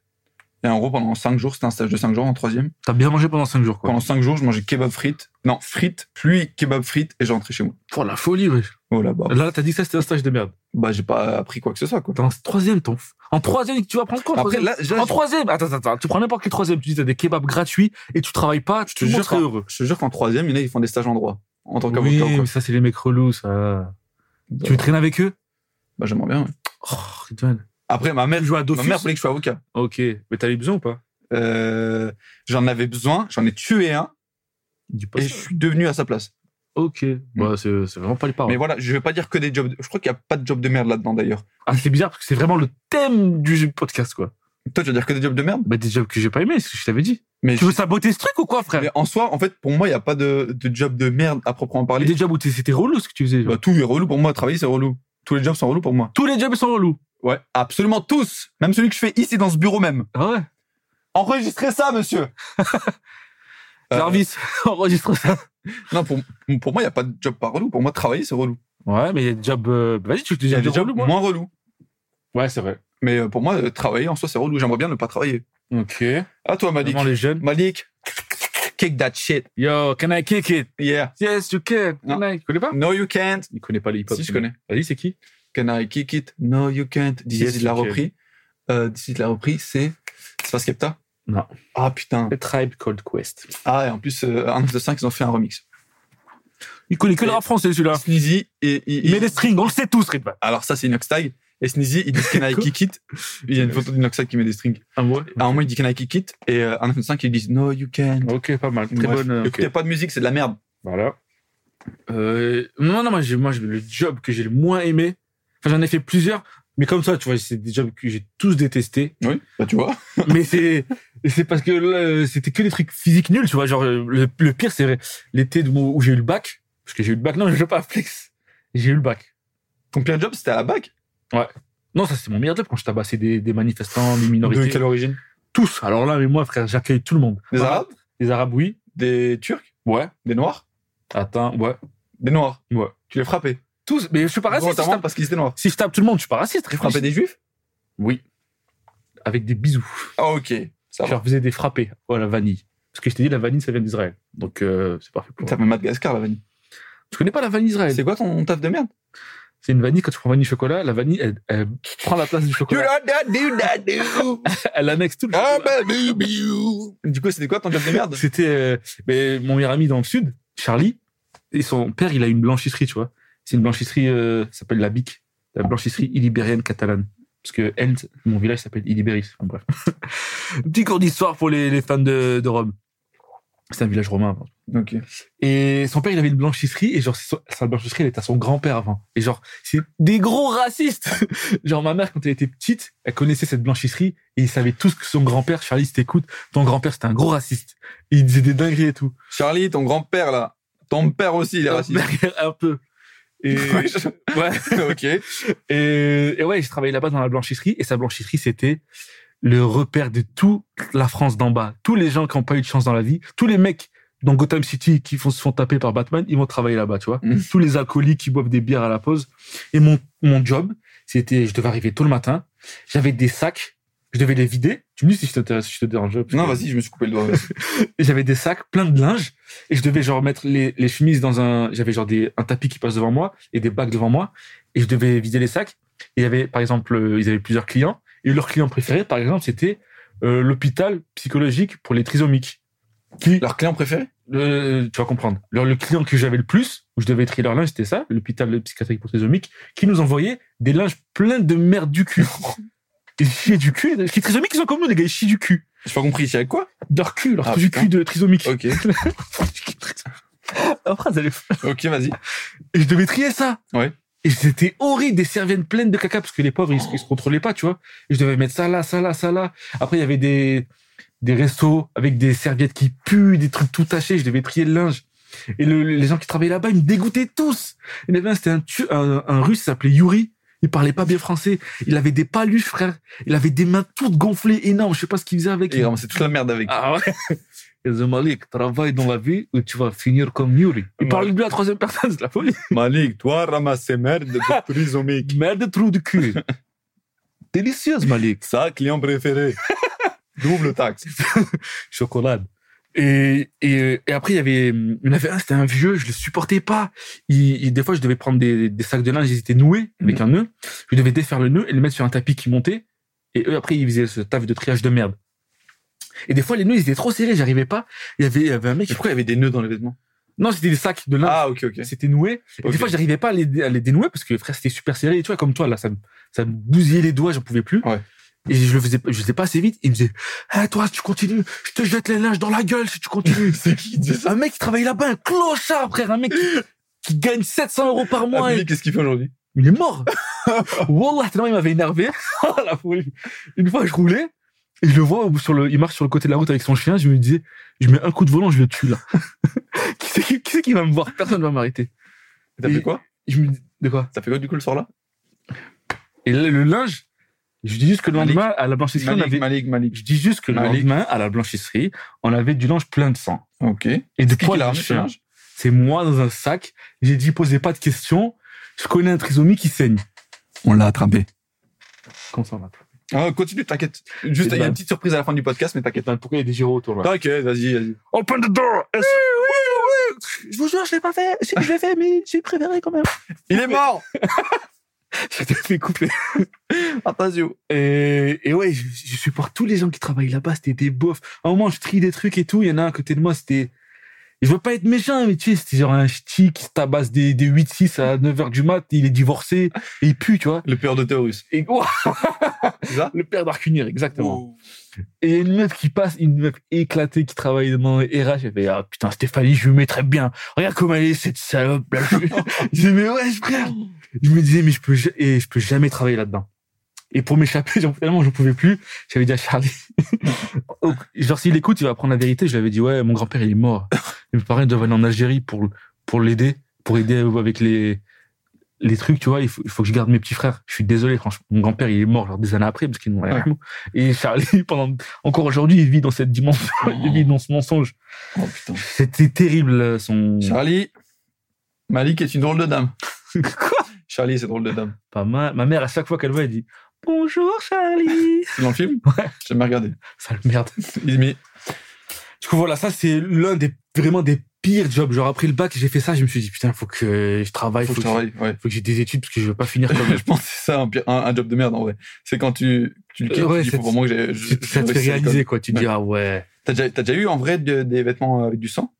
Et en gros, pendant 5 jours, c'était un stage de 5 jours en troisième.
T'as bien mangé pendant 5 jours, quoi.
Pendant 5 jours, je mangeais kebab frites. Non, frites, puis kebab frites, et je rentrais chez moi.
Pour la folie, wesh.
Oh là bas.
Là, t'as dit que ça, c'était un stage de merde.
Bah, j'ai pas appris quoi que ce soit, quoi.
T'es en troisième, ton. f- En troisième, tu vas prendre quoi en
Après,
troisième
là, là,
En troisième Attends, attends, attends. Tu prends n'importe quel troisième. Tu dis, t'as des kebabs gratuits et tu travailles pas.
je
Tu
te
te monde
jure
serait
qu'en-
heureux.
je te jure qu'en troisième, il y en a, ils font des stages en droit. En tant
oui,
qu'avocat ou quoi.
mais ça, c'est les mecs relous, ça. Tu veux traîner avec eux
Bah, j'aimerais bien. ouais.
Oh, Ridwan.
Après, ma mère,
Tu joues à
ma
Dofus
mère voulait que je sois avocat.
Ok. Mais t'avais besoin ou pas
Euh, j'en avais besoin, j'en ai tué un,
Dis pas
et
ça.
je suis devenu à sa place.
Ok. Bah, c'est c'est vraiment pas les paroles.
Mais voilà, je vais pas dire que des jobs. de- Je crois qu'il y a pas de job de merde là-dedans d'ailleurs.
Ah, c'est bizarre parce que c'est vraiment le thème du podcast, quoi.
Toi, tu vas dire que des jobs de merde.
Bah, des jobs que j'ai pas aimé, c'est ce que je t'avais dit.
Mais,
Tu veux saboter ce truc ou quoi, frère
mais en soi, en fait, pour moi, il y a pas de, de job de merde à proprement
Il y
parler.
a Des jobs où t'es- c'était relou ce que tu faisais. genre.
Bah, tout est relou pour moi. Travailler, c'est relou. Tous les jobs sont relous pour moi.
Tous les jobs ils sont relous.
Ouais. Absolument tous. Même celui que je fais ici dans ce bureau même.
Ah ouais.
Enregistrez ça, monsieur. Euh,
Jarvis, enregistre ça.
Non, pour, pour moi, il y a pas de job pas relou. Pour moi, travailler, c'est relou.
Ouais, mais il y a des jobs. euh, Vas-y, tu veux que
Il y
je
a
te
des
dise
jobs
relous, moi.
moins relous.
Ouais, c'est vrai.
Mais euh, pour moi, euh, travailler en soi, c'est relou. J'aimerais bien ne pas travailler.
Ok.
À toi, Malik.
Vraiment les jeunes.
Malik. Kick that shit.
Yo, can I kick it?
Yeah.
Yes, you can.
Non.
Can I- Tu connais pas?
No, you can't.
Il connaît pas les hip-hop.
Si, je connais.
Vas-y, c'est qui?
Can I kick it? No, you can't. D'ici,
Yes,
il l'a
you can.
repris. Euh, D'ici, il l'a repris, c'est. C'est pas Skepta?
Non.
Ah putain.
The Tribe Called Quest.
Ah, et en plus, euh, Arms de 5, ils ont fait un remix.
Il connaît que le rap français, celui-là.
Sneezy, et, il-
Il met
il-
des strings, on le sait tous, Ridvan.
alors ça, c'est Inox Tag. Et Sneezy, il dit Can I
Quoi
kick it? Il y a une photo d'Inox Tag qui met des strings.
Ah ouais?
À un moment, il dit Can I kick it? Et euh, Arms de 5, ils disent No, you can't.
Ok, pas mal. Très
Bref,
bonne. euh, ok.
Écoutez pas de musique, c'est de la merde.
Voilà. Euh, non, non, moi, j'ai, moi, j'ai- le job que j'ai le moins aimé, enfin, j'en ai fait plusieurs, mais comme ça, tu vois, c'est des jobs que j'ai tous détestés.
Oui, bah tu vois.
mais c'est, c'est parce que là, c'était que des trucs physiques nuls, tu vois. Genre, euh, le, le pire, c'est l'été de mon- où j'ai eu le bac, parce que j'ai eu le bac, non, je joue pas à Flex. J'ai eu le bac.
Ton pire job, c'était à la bac?
Non, ça, c'était mon meilleur job quand je tabassais des, des manifestants, des minorités.
origine?
Tous. Alors là, mais moi, frère, j'accueille tout le monde.
Des
Voilà.
Arabes?
Des Arabes, oui.
Des Turcs?
Ouais.
Des Noirs?
Attends, ouais.
Des Noirs.
Ouais.
Tu les frappais.
Tous. Mais je suis pas raciste. Si je
Notamment
tape,
parce qu'ils étaient Noirs.
si je tape tout le monde, je suis pas raciste.
Tu frappais des Juifs?
Oui. Avec des bisous.
Ah, ok. Ça
je
va.
leur faisais des frappés à la vanille. Parce que je t'ai dit, la vanille, ça vient d'Israël. Donc, euh, c'est parfait pour
Ça
moi.
fait Madagascar, la vanille.
Tu connais pas la vanille d'Israël
C'est quoi ton taf de merde
C'est une vanille, quand tu prends vanille chocolat, la vanille, elle, elle prend la place du chocolat. Elle annexe
Ah.
tout le chocolat.
bah, Du coup, c'était quoi ton job de merde
C'était euh, mais mon meilleur ami dans le sud, Charlie, et son père, il a une blanchisserie, tu vois. C'est une blanchisserie, euh, ça s'appelle la BIC, la blanchisserie illibérienne catalane. Parce que elle, mon village s'appelle Illibéris. Enfin, bref. Petit cours d'histoire pour les, les fans de, de Rome. C'est un village romain.
Ok.
Et son père, il avait une blanchisserie, et genre, c'est son- sa blanchisserie, elle était à son grand-père avant. Et genre, c'est des gros racistes! genre, ma mère, quand elle était petite, elle connaissait cette blanchisserie, et ils savaient tous que son grand-père, Charlie, si t'écoutes, ton grand-père, c'était un gros raciste. Et il disait des dingueries et tout.
Charlie, ton grand-père là. Ton père aussi, il est raciste.
un peu. Et, ouais.
ok.
Et, et ouais, j'ai travaillé là-bas dans la blanchisserie, et sa blanchisserie, c'était le repère de toute la France d'en bas. Tous les gens qui n'ont pas eu de chance dans la vie, tous les mecs dans Gotham City qui font, se font taper par Batman, ils vont travailler là-bas, tu vois.
Mm.
Tous les acolytes qui boivent des bières à la pause. Et mon, mon job, c'était, je devais arriver tôt le matin, j'avais des sacs, je devais les vider. Tu me dis si je te, si je te dérange. parce
Non,
que-
vas-y, je me suis coupé le doigt.
et j'avais des sacs pleins de linge et je devais genre mettre les, les chemises dans un j'avais genre des, un tapis qui passe devant moi et des bacs devant moi et je devais vider les sacs et il y avait par exemple euh, ils avaient plusieurs clients et leur client préféré par exemple c'était euh, l'hôpital psychologique pour les trisomiques qui
Leur client préféré
euh, tu vas comprendre leur, le client que j'avais le plus où je devais trier leur linge c'était ça l'hôpital psychiatrique pour trisomiques qui nous envoyait des linges pleins de merde du cul ils chiaient du cul les trisomiques ils sont comme nous les gars ils chient du cul
J'ai pas compris, c'est avec quoi
leur cul leur
Ah,
trou du
putain.
cul de trisomique
Ok.
Après, elle est
Ok, vas-y.
Et je devais trier ça.
Ouais.
Et c'était horrible, des serviettes pleines de caca, parce que les pauvres, ils, se- ils se contrôlaient pas, tu vois. Et je devais mettre ça là, ça là, ça là. Après, il y avait des, des restos avec des serviettes qui puent, des trucs tout tachés, je devais trier le linge. Et le- les gens qui travaillaient là-bas, ils me dégoûtaient tous. Il y en avait un, c'était un, tu- un, un russe, il s'appelait Yuri. Il parlait pas bien français. Il avait des paluches, frère. Il avait des mains toutes gonflées, énormes. Je sais pas ce qu'il faisait avec.
Et il ramassait toute la merde avec.
Ah ouais. Et The Malik, travaille dans la vie ou tu vas finir comme Yuri. Il
Ouais.
parlait de lui à la troisième personne, c'est la folie.
Malik, toi, ramasser merde de trisomique.
Merde de trou de cul. Délicieuse, Malik.
Ça, client préféré. Double taxe.
chocolade. Et, et, et après, il y avait, il y en avait un, c'était un vieux, je le supportais pas. Il, il- des fois, je devais prendre des, des sacs de linge, ils étaient noués avec un nœud. Je devais défaire le nœud et le mettre sur un tapis qui montait. Et eux, après, ils faisaient ce taf de triage de merde. Et des fois, les nœuds, ils étaient trop serrés, j'arrivais pas. Il y avait, il y avait un mec qui...
Pourquoi il y avait des nœuds dans les vêtements
Non, c'était des sacs de linge.
Ah, ok, ok.
C'était noué. Et
Ok.
des fois, j'arrivais pas à les, à les dénouer parce que frère, c'était super serré. Et tu vois, comme toi, là, ça me, ça me bousillait les doigts, j'en pouvais plus.
Ouais.
Et je le faisais, pas- je le faisais pas assez vite. Il me disait, Eh, toi, si tu continues, je te jette les linges dans la gueule si tu continues.
C'est qui qui disait ça
un mec qui travaille là-bas, un clochard, frère, un mec qui, qui gagne 700 euros par mois.
Ah,
et-
mais qu'est-ce qu'il fait aujourd'hui
il est mort. Wallah, tellement il m'avait énervé. Oh, la folie. Une fois, je roulais et je le vois sur le, il marche sur le côté de la route avec son chien. Je me disais, je mets un coup de volant, je le tue là. qui c'est qui, qui c'est qui va me voir Personne va m'arrêter.
T'as fait
Et-
quoi
Je me dis, de quoi
T'as fait quoi du coup le soir là
Et là, le linge, je dis juste que le
Malik.
lendemain, à la blanchisserie, on
Malik,
avait,
Malik, Malik.
je dis juste que le
Malik.
lendemain, à la blanchisserie, on avait du linge plein de sang.
Ok.
Et de
Qui
poils
l'a
de
ramené ce
chien.
linge
C'est moi dans un sac. J'ai dit, posez pas de questions. Je connais un trisomie qui saigne.
On l'a attrapé.
Comment ça va
Ah, continue, t'inquiète. Juste,
Et
il y a
ben-
une petite surprise à la fin du podcast, mais t'inquiète.
Pourquoi il y a des gyros autour là
T'inquiète, vas-y, vas-y.
Open the door Oui, oui, oui Je vous jure, je l'ai pas fait Je je l'ai fait, mais j'ai préféré quand même
Il est mort
Je t'ai fait couper
Attention
Et, et ouais, je, je supporte tous les gens qui travaillent là-bas, c'était des bofs. À un moment, je trie des trucs et tout, il y en a un à côté de moi, c'était... Je veux pas être méchant, mais tu sais, c'était genre un ch'ti qui se tabasse des, des 8-6 à 9h du mat, il est divorcé, et il pue, tu vois.
Le père de Théorus.
Et Ouah,
C'est ça
le père d'Arcunir, exactement.
Oh,
Et une meuf qui passe, une meuf éclatée qui travaille dans les RH, elle fait Ah putain, Stéphanie, je lui mets très bien. Regarde comment elle est, cette salope. Là. Je disais, mais ouais, frère. Je me disais, mais je peux, ja- et je peux jamais travailler là-dedans. Et pour m'échapper, j'en- finalement, j'en pouvais plus. J'avais dit à Charlie, Oh, genre, s'il écoute, il va apprendre la vérité. Je lui avais dit, ouais, mon grand-père, il est mort. Et mes parents, ils doivent aller en Algérie pour, pour l'aider, pour aider avec les, les trucs, tu vois. Il faut, il faut que je garde mes petits frères. Je suis désolé, franchement. Mon grand-père, il est mort, genre, des années après, parce qu'il nous
Ouais.
Et Charlie, pendant encore aujourd'hui, il vit dans cette dimension, il vit dans ce mensonge.
Oh putain.
C'était terrible euh, son.
Charlie, Malik est une drôle de dame.
Quoi
Charlie, c'est drôle de dame.
Pas mal. Ma mère, à chaque fois qu'elle voit, elle dit Bonjour Charlie.
C'est dans le film
Ouais.
J'ai jamais regardé.
Sale merde.
Il met-
Du coup, voilà, ça, c'est l'un des vraiment des pires jobs. Genre, après le bac, j'ai fait ça, je me suis dit Putain, faut que je travaille,
Ah, Faut que je travaille, ouais.
faut que j'ai des études parce que je veux pas finir comme.
Je pense que c'est ça un, pire- un- un job de merde en vrai. C'est quand tu, tu le
Euh,
quittes,
ouais,
tu dis
ça
faut
te-
vraiment que j'ai. je-
ça
je
te fait
réussisse à l'école.
réaliser, quoi. Tu te dis Ah ouais.
T'as déjà, t'as déjà eu en vrai de- des vêtements avec du sang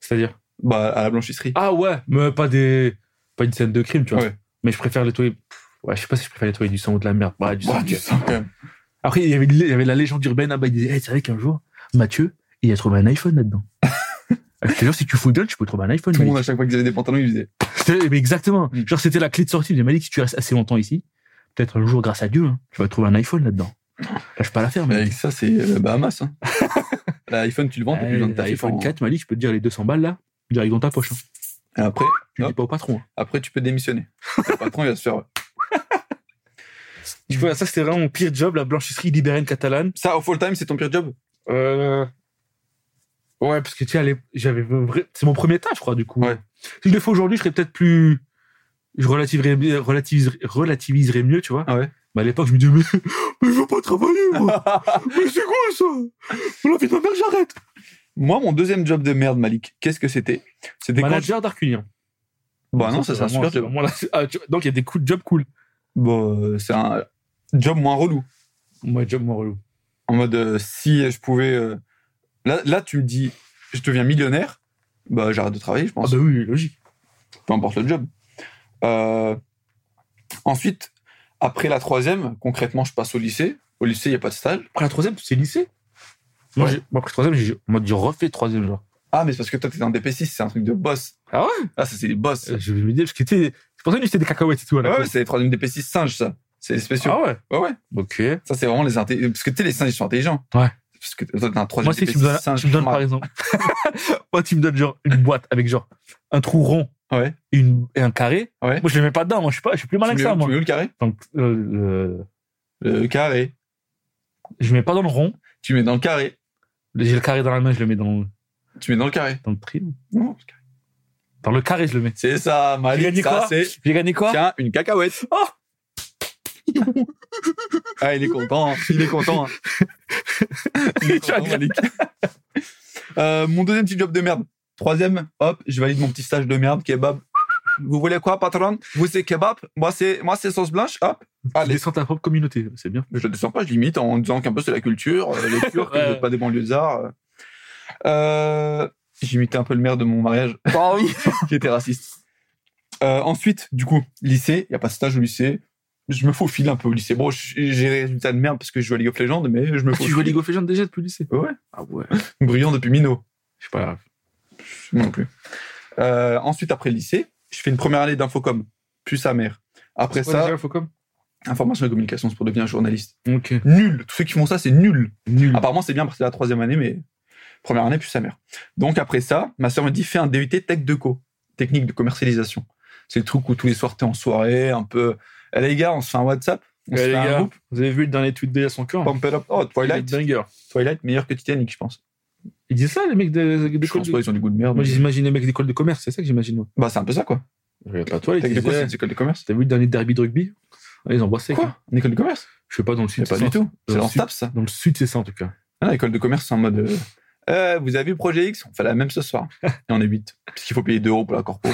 C'est-à-dire
Bah, à la blanchisserie.
Ah ouais, mais pas des. Pas une scène de crime, tu vois.
Ouais.
Mais je préfère nettoyer. Pff, Ouais, je sais pas si je préfère nettoyer du sang ou de la merde. Bah, du sang.
Bah, du sang quand même.
Après, il y avait, il y avait la légende urbaine là-bas. Il disait, hey, tu savais qu'un jour, Mathieu, il a trouvé un iPhone là-dedans. Ah, Je te jure, si tu fouilles bien, tu peux trouver un iPhone.
Tout le
mec.
monde, à chaque fois qu'ils avaient des pantalons, ils disaient
C'était- mais exactement.
Mm.
Genre, c'était la clé de sortie. Il m'a dit, si tu restes assez longtemps ici, peut-être un jour, grâce à Dieu, hein, tu vas trouver un iPhone là-dedans. Lâche pas l'affaire,
Mais
mec.
avec ça, c'est le Bahamas. Hein. L'iPhone, tu le vends, t'as plus besoin de
Euh,
ta
iPhone
iPhone.
4, m'a dit, je peux te dire les 200 balles là, direct dans ta poche. hein.
Et après,
Tu le
Hop.
dis pas au patron. hein.
après, tu peux démissionner. Le patron, il va se faire.
Du coup, voilà, ça, c'était vraiment mon pire job, la blanchisserie libérale catalane.
Ça, au full time, c'est ton pire job
Euh... Ouais, parce que tu sais, à l'ép- j'avais vrai- c'est mon premier tas, je crois, du coup.
Ouais.
Si je le fais aujourd'hui, je serais peut-être plus. Je relativiserais, mieux- relativiserais, relativiserais mieux, tu vois.
Ah ouais.
Mais à l'époque, je me disais, mais, mais je veux pas travailler, moi. mais c'est quoi ça La vie de ma mère, j'arrête.
Moi, mon deuxième job de merde, Malik, qu'est-ce que c'était C'était quand.
Manager d'Arculien.
Bah non, ça, c'est un
hein. vraiment-
super job.
vraiment la- Ah, tu- Donc, il y a des coups de job cool.
Bon, euh, c'est un job moins relou.
Moi, job, moi, relou.
En mode, euh, si je pouvais. euh, Là, là, tu me dis, je deviens millionnaire, bah j'arrête de travailler, je
Ah,
pense.
bah oui, logique.
Peu importe le job. Euh, Ensuite, après la troisième, concrètement, je passe au lycée. Au lycée, il n'y a pas de stage.
Après la troisième, c'est lycée. Moi,
Ouais.
j'ai- moi, après la troisième, j'ai moi, j'ai refait troisième, genre.
Ah, mais c'est parce que toi, t'es un DP6, c'est un truc de boss.
Ah ouais
Ah, ça, c'est les boss.
Euh, Je me disais, parce que tu sais, je pensais que c'était des cacahuètes et tout à la
ouais,
con.
ouais, c'est les troisième DP6 singes, ça. C'est les spéciaux.
Ah ouais
Ouais, ouais.
Ok.
Ça, c'est vraiment les intelligents. Parce que tu sais, les singes, ils sont intelligents.
Ouais.
Parce que toi, t'es un troisième
Moi, si
DP6
tu me donnes,
singe.
tu me donnes par exemple, moi, tu me donnes genre une boîte avec genre un trou rond
Ouais.
et, une, et un carré.
Ouais.
Moi, je les mets pas dedans. Moi, je suis pas, je suis plus malin
tu
que
mets
ça.
où- tu
Moi.
mets où le carré
Donc, euh, le-
Le carré.
je mets pas dans le rond.
Tu mets dans le carré.
J'ai le carré dans la main, je le mets dans,
Tu mets dans le carré.
dans le tri.
Non,
Dans le carré, je le mets.
C'est ça,
J'ai
Malik.
gagné
Ça,
quoi
c'est.
J'ai gagné quoi
Tiens, une cacahuète.
Oh
ah, il est content. hein. Il est content. hein.
Tu as bien-
Euh, mon deuxième petit job de merde. Troisième, hop, je valide mon petit stage de merde, kebab. Vous voulez quoi, patron Vous c'est kebab Moi c'est moi c'est sauce blanche, hop.
Tu
Allez.
descends ta propre communauté, c'est bien.
Je ne descends pas, je limite en disant qu'un peu c'est la culture, euh, les Turcs,
Ouais.
vous êtes pas des banlieusards. euh. Euh, J'imitais un peu le maire de mon mariage,
Bah
qui était raciste. Euh, ensuite, du coup, lycée, il n'y a pas de stage au lycée. Je me faufile un peu au lycée. Bon, j'ai j'ai des résultats de merde parce que je joue à League of Legends, mais je me faufile.
Ah, Tu joues à League of Legends déjà depuis le lycée
Ouais.
Ah ouais.
Brillant depuis Minot.
Je sais pas.
Non plus. Euh, ensuite, après le lycée, je fais une première année d'infocom, puis sa mère. Après ça,
faut comme.
information et communication, c'est pour devenir journaliste.
Ok.
Nul. Tous ceux qui font ça, c'est nul.
Nul.
Apparemment, c'est bien parce que c'est la troisième année, mais première année, puis sa mère. Donc après ça, ma sœur me dit fais un DUT tech de co, technique de commercialisation. C'est le truc où tous les soirs t'es en soirée, un peu. Eh les gars, on se fait un WhatsApp, on se
Ouais, Eh, les
fait un
gars,
groupe,
vous avez vu le dernier tweet d'Elias encore
pump it up. Oh, Twilight,
Banger.
Twilight, meilleur que Titanic, je pense.
Ils disent ça, les mecs de-
Je
d'école
pense
de,
pas, ils ont du goût de merde.
Moi,
mais-
j'imagine les mecs d'école de commerce, c'est ça que j'imagine. moi.
Bah, c'est un peu ça, quoi.
Regarde pas toi, les
Tech de co, c'est
disaient,
une école de commerce.
T'as vu le dernier derby de rugby Ah, Ils embrassaient.
Quoi Une école de commerce
Je sais pas, dans le
Mais
sud.
pas
c'est
du
ça.
tout. C'est
Dans
dans
le sud.
Staps, ça.
Dans le sud, c'est ça, en tout cas.
Ah, L'école de commerce, c'est en mode. euh, Euh, vous avez vu Projet X On fait la même ce soir. Et on est 8. Parce qu'il faut payer 2 euros pour la corpo.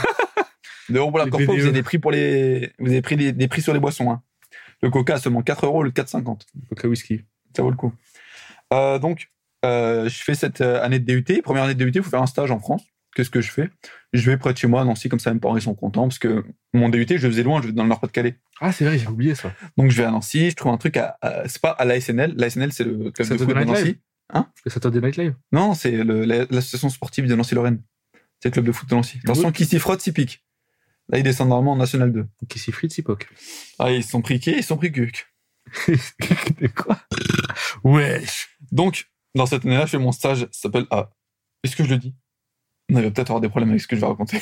2 euros pour la
Les
corpo,
BDE.
vous avez des prix, pour les... vous avez pris des, des prix sur les boissons. hein. Le coca à seulement 4 euros, le 4,50.
Coca whisky.
Ça vaut le coup. Euh, donc, euh, je fais cette euh, année de DUT. Première année de DUT, il faut faire un stage en France. Qu'est-ce que je fais Je vais près de chez moi à Nancy, comme ça mes parents ils sont contents. Parce que mon DUT, je le faisais loin, je vais dans le Nord-Pas-de-Calais.
Ah, c'est vrai, j'ai oublié ça.
Donc, je vais à Nancy, je trouve un truc à. à- c'est pas à l'ASNL. L'ASNL, c'est le club de
Saturday
foot de
Night Live.
Nancy.
Le Saturday Night Live.
Non, c'est le- la- l'association sportive de Nancy-Lorraine. C'est le club de foot de Nancy. Attention, qui s'y frotte, s'y pique. Là, ils descendent normalement en National 2.
Qui s'y frite, s'y poque.
Ah, ils se sont pris qui Ils se sont pris Guc.
De quoi Wesh.
Donc, dans cette année-là, je fais mon stage, ça s'appelle A. Est-ce que je le dis Non, il va peut-être avoir des problèmes avec ce que je vais raconter.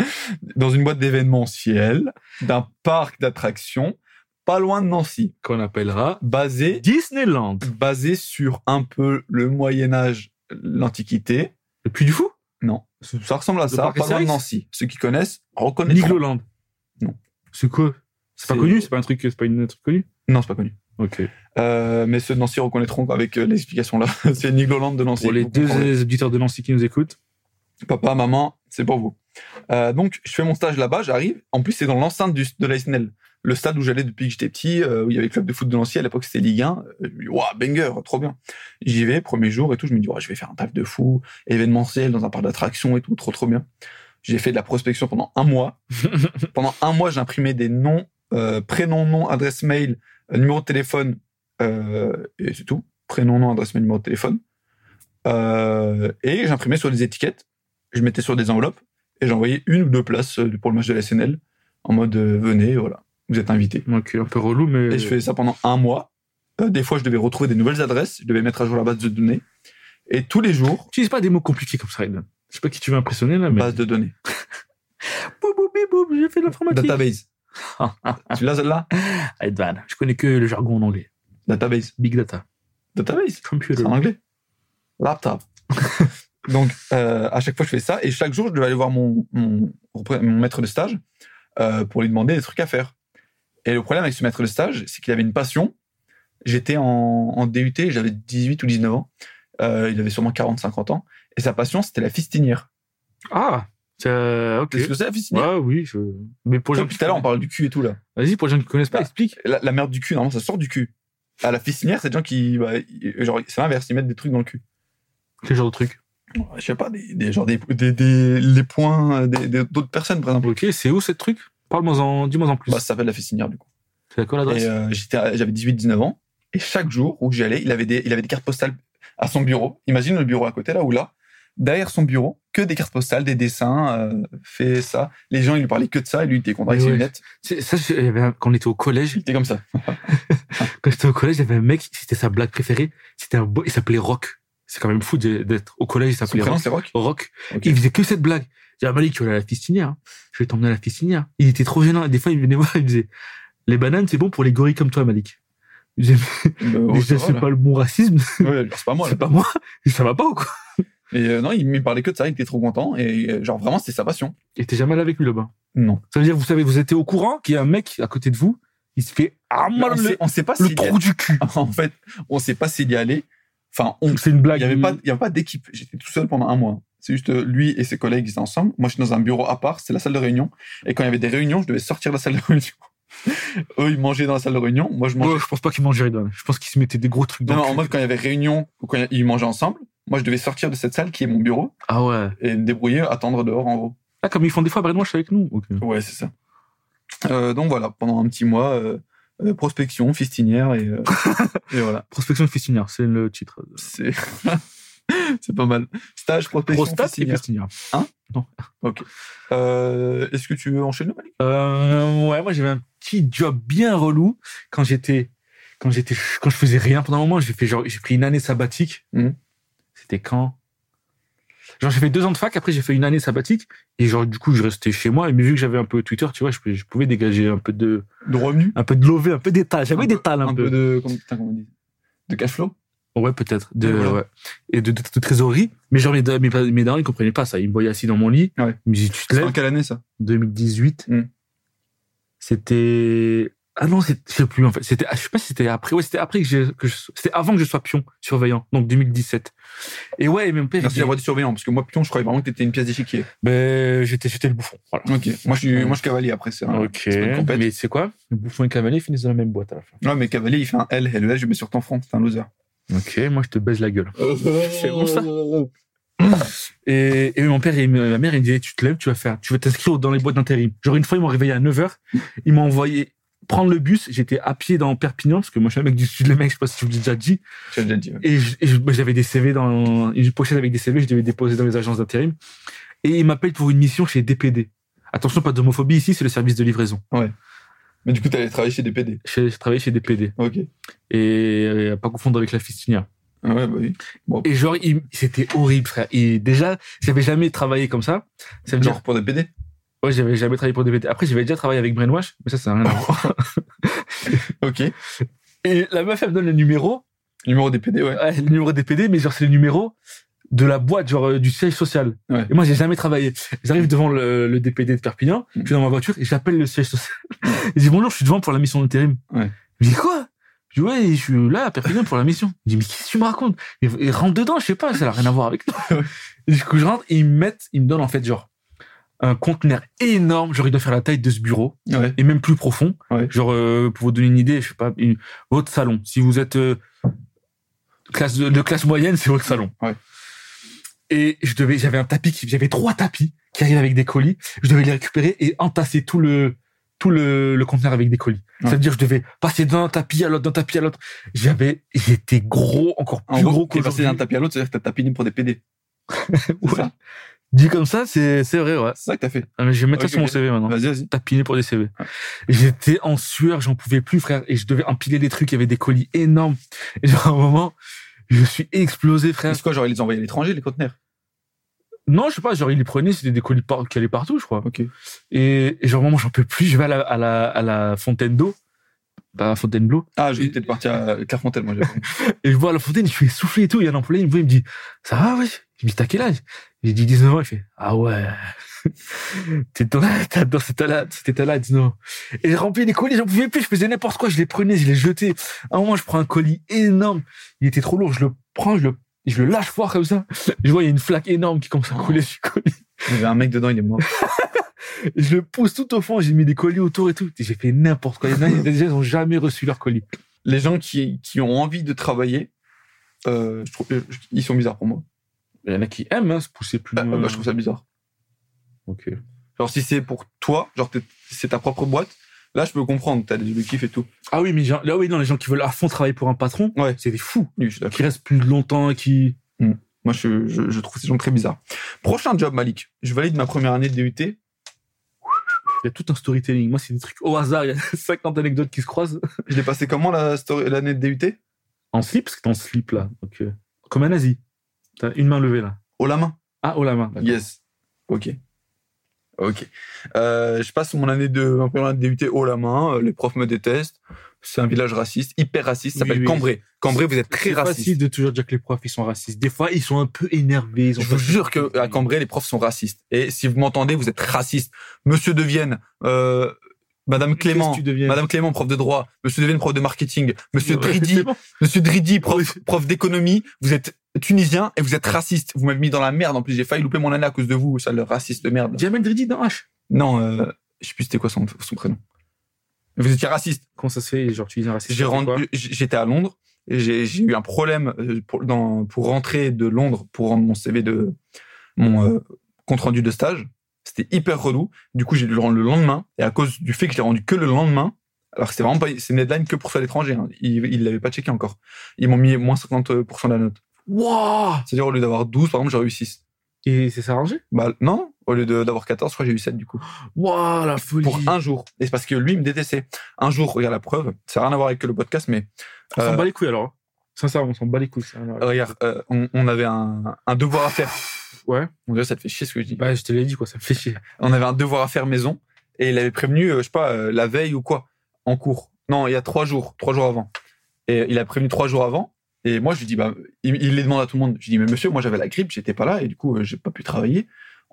dans une boîte d'événementiel, d'un parc d'attractions, pas loin de Nancy,
Qu'on appellera
basé,
Disneyland.
basé sur un peu le Moyen-Âge, l'Antiquité.
Et puis du fou
Non, ça ressemble à
Le
ça,
parc
pas
et
loin de
service
Nancy. Ceux qui connaissent reconnaissent.
Nigloland.
Non.
C'est quoi C'est pas
C'est-
connu C'est pas un truc, c'est pas une un truc connu
Non, c'est pas connu.
Ok.
Euh, mais ceux de Nancy reconnaîtront avec euh, l'explication là. c'est Nigloland de Nancy.
Pour les
Vous
deux
comprendrez.
auditeurs de Nancy qui nous écoutent,
Papa, maman, c'est pour vous. Euh, donc, je fais mon stage là-bas, j'arrive. En plus, c'est dans l'enceinte du- de la SNL. Le stade où j'allais depuis que j'étais petit, euh, où il y avait le club de foot de Nancy, à l'époque c'était Ligue 1. Euh, Ouah, banger, trop bien. J'y vais, premier jour et tout, je me dis, ouais, je vais faire un taf de fou, événementiel dans un parc d'attractions et tout, trop trop bien. J'ai fait de la prospection pendant un mois. pendant un mois, j'imprimais des noms, euh, prénom, nom, adresse mail, euh, numéro de téléphone, euh, et c'est tout. Prénom, nom, adresse mail, numéro de téléphone. Euh, et j'imprimais sur des étiquettes, je mettais sur des enveloppes et j'envoyais une ou deux places euh, pour le match de la SNL en mode euh, venez, voilà, vous êtes invités.
donc un peu relou, mais.
Et je faisais ça pendant un mois. Euh, des fois, je devais retrouver des nouvelles adresses, je devais mettre à jour la base de données. Et tous les jours,
Utilise pas des mots compliqués comme ça, Aiden. Je sais pas qui tu veux impressionner là, mais.
base de données.
boum, boum, boum, boum, j'ai fait de l'informatique.
Database. tu l'as celle-là
Edvan. Je connais que le jargon en anglais.
Database.
Big data.
Database. C'est
Computer.
en anglais. Laptop. Donc, euh, à chaque fois, je fais ça. Et chaque jour, je devais aller voir mon, mon, repré- mon maître de stage euh, pour lui demander des trucs à faire. Et le problème avec ce maître de stage, c'est qu'il avait une passion. J'étais en, en DUT, j'avais 18 ou 19 ans. Euh, il avait sûrement 40-50 ans. Et sa passion, c'était la fistinière.
Ah, ça- ok.
Tu sais ce que c'est la fistinière
Ouais, oui. Je... Mais pour les gens
Comme
qui
Tout à l'heure, on parle du cul et tout, là.
Vas-y, pour les gens qui connaissent pas,
Bah.
explique.
La, la merde du cul, normalement, ça sort du cul. À la fistinière, c'est des gens qui. bah, ils- genre, c'est l'inverse, ils mettent des trucs dans le cul.
Quel genre de truc
je sais pas, des, des, genre des, des, des- les points euh, des- des- d'autres personnes, par exemple.
Ok, c'est où ce truc Parle-moi en, dis-moi en plus.
Bah, ça s'appelle la fessinière, du coup.
c'est quoi l'adresse
Et euh, j'étais à- j'avais 18-19 ans, et chaque jour où j'y allais, il avait, des, il avait des cartes postales à son bureau. Imagine le bureau à côté, là ou là. Derrière son bureau, que des cartes postales, des dessins, euh, fait ça. Les gens, ils lui parlaient que de ça, et lui, il était content avec
Mais
ses
ouais.
lunettes.
C'est- Ça, je- il y avait un- quand on était au collège,
Il était comme ça.
quand j'étais au collège, il y avait un mec, c'était sa blague préférée. C'était un, bo- il s'appelait Rock. C'est quand même fou de- d'être au collège, il
Son
s'appelait
prénom,
Rock.
c'est Rock.
Rock.
Ok.
Il faisait que cette blague. J'ai dit, ah, Malik, tu vas aller à la fistinière. hein. Je vais t'emmener à la fistinière. Il était trop gênant. Des fois, il venait voir, il me disait, les bananes, c'est bon pour les gorilles comme toi, Malik. Je disais,
Euh,
mais déjà,
Rock,
c'est
voilà.
pas le bon racisme.
Ouais, c'est pas moi. là.
C'est pas moi. Ça va pas ou quoi?
Et euh, non, il me parlait que de ça, il était trop content. Et euh, genre, vraiment, c'était sa passion.
Et t'es jamais allé avec lui là-bas.
Non.
Ça veut dire, vous savez, vous étiez au courant qu'il y a un mec à côté de vous, il se fait, ah,
on,
mal
sait,
le,
on sait pas
le
s'il y a-
trou du cul.
en fait, on sait pas s'il y allait Enfin, on.
C'est une
Il
blague.
n'y avait pas, il y avait pas d'équipe. J'étais tout seul pendant un mois. C'est juste euh, lui et ses collègues, ils étaient ensemble. Moi, je suis dans un bureau à part, c'est la salle de réunion. Et quand il y avait des réunions, je devais sortir de la salle de réunion. Eux, ils mangeaient dans la salle de réunion. Moi, je mangeais.
Ouais, je pense pas qu'il mangeait Ridwan. Je pense qu'il se mettait des gros trucs dans
non, non, en
le cul.
mode, quand il y avait réunion ou quand ils mangeaient ensemble, moi, je devais sortir de cette salle qui est mon bureau
Ah ouais.
et me débrouiller, attendre dehors, en gros.
Ah, comme ils font des fois à Brainwash avec nous. Ok.
Ouais, c'est ça. Euh, donc voilà, pendant un petit mois, euh, euh, prospection, fistinière et, euh, et voilà.
Prospection fistinière, c'est le titre.
C'est. C'est pas mal. Stage, prospection,
Prostate et
fistinière.
fistinière.
Euh, Est-ce que tu veux enchaîner, Malik
Euh, ouais, moi j'avais un petit job bien relou quand j'étais quand j'étais quand je faisais rien pendant un moment, j'ai fait genre j'ai pris une année sabbatique.
Mhm.
C'était quand Genre j'ai fait deux ans de fac, après j'ai fait une année sabbatique et genre du coup je restais chez moi et mais vu que j'avais un peu Twitter, tu vois, je, pouvais- je pouvais dégager un peu de
De revenus
un peu de lové, un peu d'étal, j'avais d'étal un,
un
peu.
peu de comment, putain, comment on dit de cash flow
Ouais, peut-être. De,
Ouais, voilà.
ouais. Et de, de- de trésorerie. Mais genre, mes, da- mes, pa- mes darons, ils comprenaient pas ça. Ils me voyaient assis dans mon lit.
Ouais.
Ils me disaient, tu te
c'est en
lèves.
quelle année ça
2018.
Mm.
C'était. Ah non, c'est- je sais plus, en fait. C'était, ah, je sais pas si c'était après. Ouais, c'était après que j'ai, que je- c'était avant que je sois pion, surveillant. Donc 2017. Et ouais, mais mon père, il
merci
dit,
d'avoir dit surveillant parce que moi pion je croyais vraiment que t'étais une pièce d'échiquier
ben, j'étais, j'étais le bouffon. Voilà.
ok moi je suis
Ouais. Ah,
moi je suis cavalier après c'est un...
Ok.
pas une compète.
Mais c'est quoi? Le bouffon et le cavalier finissent dans la même boîte à la fin.
ouais mais cavalier il fait un L et le L je mets sur ton front c'est un loser
Ok, moi, je te baise la gueule.
c'est
bon, ça Et, et mon père et ma mère, ils me disaient, tu te lèves, tu vas faire, tu vas t'inscrire dans les boîtes d'intérim. Genre, une fois, ils m'ont réveillé à 9h, ils m'ont envoyé prendre le bus, j'étais à pied dans Perpignan, parce que moi, je suis un mec du sud, les mecs, je sais pas si je vous l'ai déjà dit,
tu as déjà dit ouais.
et je- et je- moi, j'avais des CV dans, une pochette avec des CV, je devais déposer dans les agences d'intérim, et ils m'appellent pour une mission chez DPD. Attention, pas d'homophobie ici, c'est le service de livraison.
mais du coup t'allais travailler chez des PD
Je, je travaillais chez DPD,
ok
et euh, à pas confondre avec la fistinière.
Ah ouais bah oui
Et genre, il- c'était horrible, frère. Et déjà, j'avais jamais travaillé comme ça. Ça veut dire
genre pour des PD
Ouais, j'avais jamais travaillé pour DPT. Après, j'avais déjà travaillé avec Brainwash, mais ça, ça n'a rien à voir.
ok
Et la meuf, elle me donne le numéro,
numéro des PD ouais
ouais, le numéro DPD, mais genre, c'est le numéro de la boîte, genre, euh, du siège social.
Ouais.
Et moi, j'ai jamais travaillé. J'arrive devant le, le DPD de Perpignan,
Mm.
je suis dans ma voiture et j'appelle le siège social. Il dit, bonjour, je suis devant pour la mission d'intérim.
Ouais.
Je dis, quoi? Je dis, ouais, je suis là à Perpignan pour la mission. Il dit, mais qu'est-ce que tu me racontes? Et, et rentre dedans, je sais pas, ça n'a rien à voir avec nous. Et du coup, je rentre et ils me mettent, ils me donnent, en fait, genre, un conteneur énorme, genre, il doit faire la taille de ce bureau.
ouais
et même plus profond.
Ouais.
Genre, euh, pour vous donner une idée, je sais pas, une- votre salon. Si vous êtes euh, classe de, de classe moyenne, c'est votre salon.
Ouais.
Et je devais, j'avais un tapis, qui- j'avais trois tapis qui arrivaient avec des colis. Je devais les récupérer et entasser tout le tout le, le conteneur avec des colis.
Ouais.
Ça veut dire que je devais passer d'un tapis à l'autre, d'un tapis à l'autre. J'avais, j'étais gros, encore
en
plus
gros
gros
t'es passé
qu'aujourd'hui.
d'un tapis à l'autre c'est à dire que t'as tapiné pour des PD c'est
Ouais.
ça
Dit comme ça, c'est c'est vrai, ouais.
c'est ça que t'as fait
Ah, mais Je vais mettre
Ok,
ça sur mon
ok.
CV maintenant.
vas-y vas-y
tapiné pour des CV. J'étais en sueur, j'en pouvais plus, frère, et je devais empiler des trucs, il y avait des colis énormes. Et genre, à un moment, je suis explosé, frère.
c'est quoi genre ils les envoyaient à l'étranger les conteneurs
Non, je sais pas, genre, ils les prenaient, c'était des colis par- qui allaient partout, je crois.
ok
Et, et genre, à un moment, j'en peux plus, je vais à la, à la, à la fontaine d'eau. Bah, à Fontainebleau.
ah je vais peut-être partir à Clairefontaine moi j'ai pas compris.
Et je vois à la fontaine, je suis essoufflé et tout. Il y a un employé, il me voit, il me dit, ça va, ouais? Je me dis, t'as quel âge? J'ai dit 19 ans, il fait, ah ouais. T'es dans, t'as- dans cet état-là, cet état-là, à 19 ans. Et j'ai rempli les colis, j'en pouvais plus, je faisais n'importe quoi, je les prenais, je les jetais. À un moment, je prends un colis énorme. Il était trop lourd, je le prends, je le, je le lâche fort comme ça. Je vois, il y a une flaque énorme qui commence à couler sur le colis.
il y avait un mec dedans il est mort
Et je le pousse tout au fond, j'ai mis des colis autour et tout. Et J'ai fait n'importe quoi. Il y en a, il y en a déjà, ils ont jamais reçu leur colis.
les gens qui, qui ont envie de travailler, euh, je trouve, euh, je- ils sont bizarres pour moi.
Il y en a qui aiment, hein, se pousser plus
Bah,
loin.
bah, je trouve ça bizarre.
Ok.
Genre, si c'est pour toi, genre, t'es- c'est ta propre boîte, là, je peux comprendre, t'as des objectifs et tout.
Ah oui, mais genre- là, oui, non, les gens qui veulent à fond travailler pour un patron,
Ouais.
c'est des fous.
Oui, je suis d'accord.
Qui restent plus longtemps, et qui.
Moi, je, je, je trouve ces gens très bizarres. Prochain job, Malik. Je valide ma première année de DUT.
Il y a tout un storytelling. Moi, c'est des trucs au hasard. Il y a 50 anecdotes qui se croisent.
Je l'ai passé comment la story- l'année de DUT
En slip, parce que t'es en slip, là. Donc, euh, comme un nazi. T'as une main levée, là.
Au la main.
Ah, oh la main. d'accord.
Yes. Ok. Ok. Euh, je passe mon année de ma première année de DUT haut la main. Euh, Les profs me détestent. C'est un village raciste, hyper raciste. Ça
Oui,
s'appelle
oui.
Cambrai. Cambrai, vous êtes très
C'est
raciste.
facile de toujours dire que les profs, ils sont racistes. Des fois, ils sont un peu énervés. Ils ont
Je vous
pas-
jure que à Cambrai, les profs sont racistes. Et si vous m'entendez, vous êtes raciste. Monsieur Devienne, euh, Madame
Qu'est-ce que
Clément,
tu deviens
Madame Clément, prof de droit, Monsieur Devienne, prof de marketing, Monsieur Dridi,
C'est bon.
Monsieur Dridi, prof, prof d'économie, vous êtes tunisien et vous êtes raciste. Vous m'avez mis dans la merde. En plus, j'ai failli louper mon année à cause de vous, sale raciste de merde.
Jamel Dridi dans H.
Non, euh, je sais plus c'était quoi son, son prénom. Vous étiez raciste.
Comment ça se fait Genre, tu dis un raciste
J'ai
ça fait
rendu-
quoi
j- j'étais à Londres. et J'ai j'ai eu un problème euh, pour, dans- pour rentrer de Londres pour rendre mon CV de mon euh, compte rendu de stage. C'était hyper relou. Du coup, j'ai dû le rendre le lendemain. Et à cause du fait que je l'ai rendu que le lendemain, alors que c'est vraiment pas, c'est une deadline que pour ceux à l'étranger. hein. Ils, ils l'avaient pas checké encore. Ils m'ont mis moins 50% de la note.
Wouah
C'est-à-dire, au lieu d'avoir 12, par exemple, j'aurais eu 6.
Et c'est arrangé
Bah, non. Au lieu de- d'avoir 14, je crois que j'ai eu 7 du coup.
Wouah, la folie
Pour un jour. Et c'est parce que lui, il me détestait. Un jour, regarde la preuve. Ça n'a rien à voir avec le podcast, mais.
On
euh,
s'en bat les couilles alors. hein. Sincèrement, on s'en bat les couilles. ça, alors.
Regarde, euh, on, on avait un, un devoir à faire.
Ouais.
Mon dieu, ça te fait chier ce que je dis.
Bah, je te l'ai dit, quoi, ça me fait chier.
On avait un devoir à faire maison et il avait prévenu, euh, je sais pas, euh, la veille ou quoi, en cours. Non, il y a trois jours, trois jours avant. Et il a prévenu trois jours avant. Et moi, je lui dis, bah, il, il les demande à tout le monde. Je lui dis, mais monsieur, moi j'avais la grippe, j'étais pas là et du coup, euh, j'ai pas pu travailler.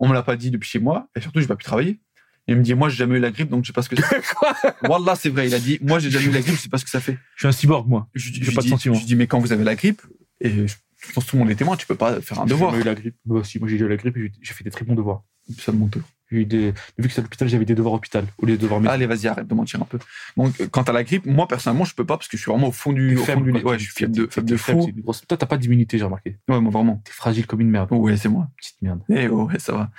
On me l'a pas dit depuis chez moi et surtout, j'ai pas pu travailler. Il me dit, moi j'ai jamais eu la grippe, donc je sais pas ce que c'est. Wallah, c'est vrai, il a dit, moi j'ai jamais eu la grippe, je sais pas ce que ça fait.
Je suis un cyborg, moi.
Je, lui dis-
J'ai
je lui
pas de
dis-
sentiment.
Je lui dis, mais quand vous avez la grippe, et je pense que tout le monde est témoin, tu peux pas faire un devoir.
J'ai jamais eu la grippe. Bah, si, moi, j'ai eu la grippe et j'ai- j'ai fait des très bons devoirs.
Ça me menteur.
J'ai eu des... Vu que c'est à l'hôpital, j'avais des devoirs hôpital au lieu de devoirs médecins.
Allez, vas-y, arrête de mentir un peu. Donc, euh, quant à la grippe, moi, personnellement, je peux pas parce que je suis vraiment au fond du.
T'es
au fond du
quoi.
ouais, je suis faible de,
T'es-
faible
t'es
de fou.
c'est une grosse- Toi, t'as pas d'immunité, j'ai remarqué.
Ouais, moi, vraiment.
T'es fragile comme une merde.
Ouais, c'est moi.
Petite merde.
Eh, oh, ouais, ça va.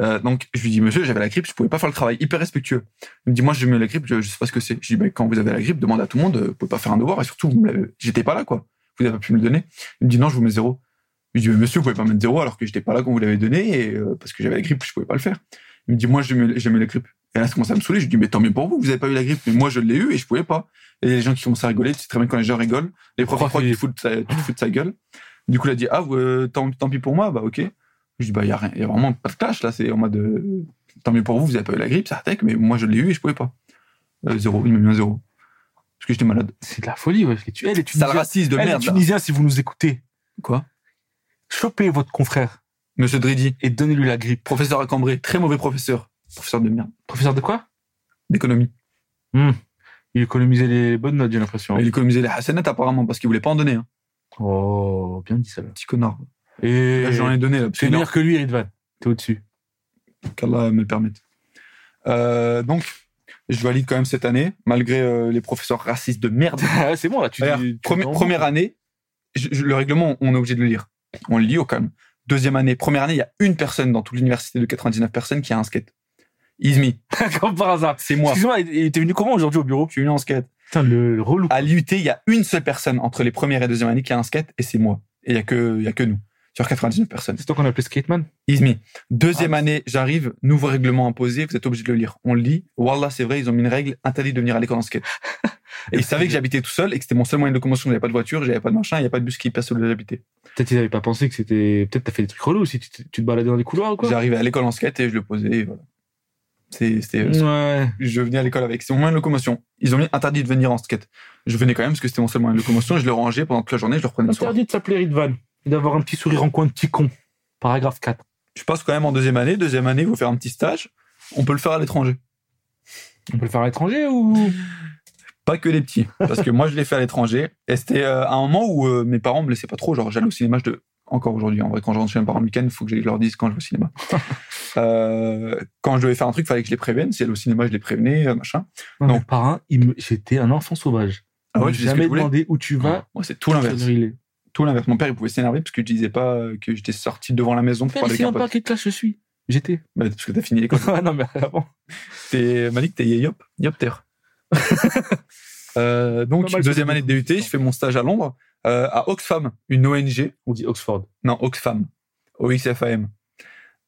Euh, donc, je lui dis, monsieur, j'avais la grippe, je pouvais pas faire le travail. Hyper respectueux. Il me dit, moi, j'ai eu la grippe, je, je sais pas ce que c'est. Je lui dis, bah, quand vous avez la grippe, demandez à tout le monde, euh, vous pouvez pas faire un devoir et surtout, vous me l'avez- j'étais pas là, quoi. Vous avez pas pu me le donner. Il me dit, non, je vous mets zéro. Je lui dis, mais monsieur, vous pouvez pas mettre zéro alors que j'étais pas là quand vous l'avez donné et, euh, parce que j'avais la grippe, je pouvais pas le faire. Il me dit, moi, j'ai eu j'ai eu la grippe. Et là, ça commence à me saouler. Je lui dis, mais tant mieux pour vous, vous avez pas eu la grippe, mais moi, je l'ai eu et je pouvais pas. Et les gens qui commencent à rigoler, tu sais très bien quand les gens rigolent, les profs ils
Prof,
croient que
il-
tu te fous de sa- tu te fous de sa gueule. Du coup, il a dit, ah, vous, euh, tant, tant pis pour moi, bah, ok. Je dis, bah, il y a rien, y a vraiment pas de clash, là. C'est en mode, euh, tant mieux pour vous, vous avez pas eu la grippe, ça attaque, mais moi, je l'ai eu et je pouvais pas. Euh, zéro, il m'a mis un zéro. Parce que j'étais malade.
C'est de la folie, ouais. Les tu- Eh, les
Sale
Tunisiens,
raciste de
Eh, les
merde, là.
Tunisiens, si vous nous écoutez,
Quoi?
chopez votre confrère
Monsieur Dridi,
et donnez-lui la grippe.
professeur à Cambrai, très mauvais professeur. Professeur de merde.
Professeur de quoi
D'économie.
Il économisait les bonnes notes, j'ai l'impression.
Il économisait les Hassanat, apparemment, parce qu'il voulait pas en donner, hein.
Oh, bien dit ça. Là.
Petit connard.
Et
Là, j'en ai donné, là. parce
t'es
qu'il a-
meilleur que lui, Ridvan. T'es au-dessus.
qu'Allah me le permette. Euh, donc, je valide quand même cette année, malgré euh, les professeurs racistes de merde.
Ah, c'est bon, là, tu
Regarde,
dis. tu
premi-
dis-
première année, je- je- le règlement, on est obligé de le lire. On le lit au calme. Deuxième année, première année, il y a une personne dans toute l'université de 99 personnes qui a un skate. Izmi,
Comme par hasard.
c'est moi.
Excuse-moi, il était venu comment aujourd'hui au bureau
Je suis venu en skate.
Putain, le relou.
À l'IUT, il y a une seule personne entre les premières et deuxième années qui a un skate, et c'est moi. Et il y a que, il y a que nous. Sur 99 personnes.
C'est toi qu'on appelait Skateman
Izmi. Deuxième
Ah.
année, j'arrive, nouveau règlement imposé, vous êtes obligé de le lire. On le lit. Wallah, c'est vrai, ils ont mis une règle, interdit de venir à l'école en skate. et ils savaient que j'habitais tout seul et que c'était mon seul moyen de locomotion. J'avais pas de voiture, j'avais pas de machin, il y a pas de bus qui passe sur le j'habitais.
Peut-être ils n'avaient pas pensé que c'était. Peut-être t'as fait des trucs relous aussi. Tu, te- tu te baladais dans les couloirs ou quoi
J'arrivais à l'école en skate et je le posais, et voilà. C'est- C'était,
Mm. Ouais.
je venais à l'école avec. C'est mon moyen de locomotion. Ils ont mis interdit de venir en skate. Je venais quand même parce que c'était mon seul moyen de locomotion et je le rangeais pendant toute la journée, je le reprenais le soir.
Interdit de s'appeler Ridvan. et D'avoir un petit sourire en coin de petit con. Paragraphe 4.
Je passe quand même en deuxième année. Deuxième année, il faut faire un petit stage. On peut le faire à l'étranger.
On peut le faire à l'étranger ou.
pas que les petits, parce que moi je l'ai fait à l'étranger. Et c'était euh, à un moment où euh, mes parents me laissaient pas trop. Genre, j'allais au cinéma, je de... encore aujourd'hui. En vrai, quand je rentre chez mes parents le week-end, faut que je leur dise quand je vais au cinéma. Euh, quand je devais faire un truc, fallait que je les prévienne. Si j'allais au cinéma, je les prévenais, euh, machin.
Non,
Non.
mon parrain, il me- j'étais un enfant sauvage.
Ah ouais,
Il
tu sais ce
m'a
que
jamais
tu voulais.
demandé où tu vas.
Moi, c'est tout l'inverse.
Il est.
Tout l'inverse. Mon père, il pouvait s'énerver parce que je disais pas euh, que j'étais sorti devant la maison pour
Père, il
parler
sait
avec un
même pas
pote.
à quelle classe je suis. J'étais.
Bah, parce que t'as fini l'école.
Ah non, mais avant.
T'es Malik, t'es Yop, Yopter. euh, donc,
Pas mal,
deuxième
ça.
année de DUT, je fais mon stage à Londres, euh, à Oxfam, une ONG.
On dit Oxford.
Non, Oxfam. OXFAM.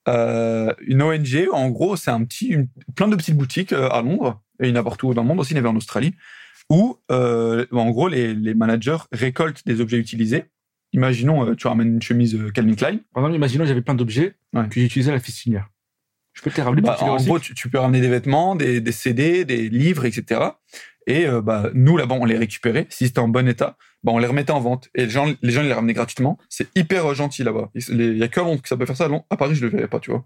Euh, une ONG, en gros, c'est un petit, une- plein de petites boutiques euh, à Londres, et il y en a partout dans le monde, aussi il y en avait en Australie, où, euh, en gros, les, les managers récoltent des objets utilisés. Imaginons, euh, tu ramènes une chemise euh, Calvin Klein.
Par exemple, imaginons, j'avais plein d'objets
Ouais.
que j'utilisais à la fistinière. Je peux te les rappeler
Bah,
pour que tu les
en
recycles
gros, tu, tu peux ramener des vêtements, des, des CD, des livres, etc. Et euh, bah, nous, là-bas, on les récupérait. Si c'était en bon état, bah, on les remettait en vente. Et les gens, les gens ils les ramenaient gratuitement. C'est hyper euh, gentil là-bas. Il s- les- y a que à Londres que ça peut faire ça. À Londres- à Paris, je le verrais pas, tu vois.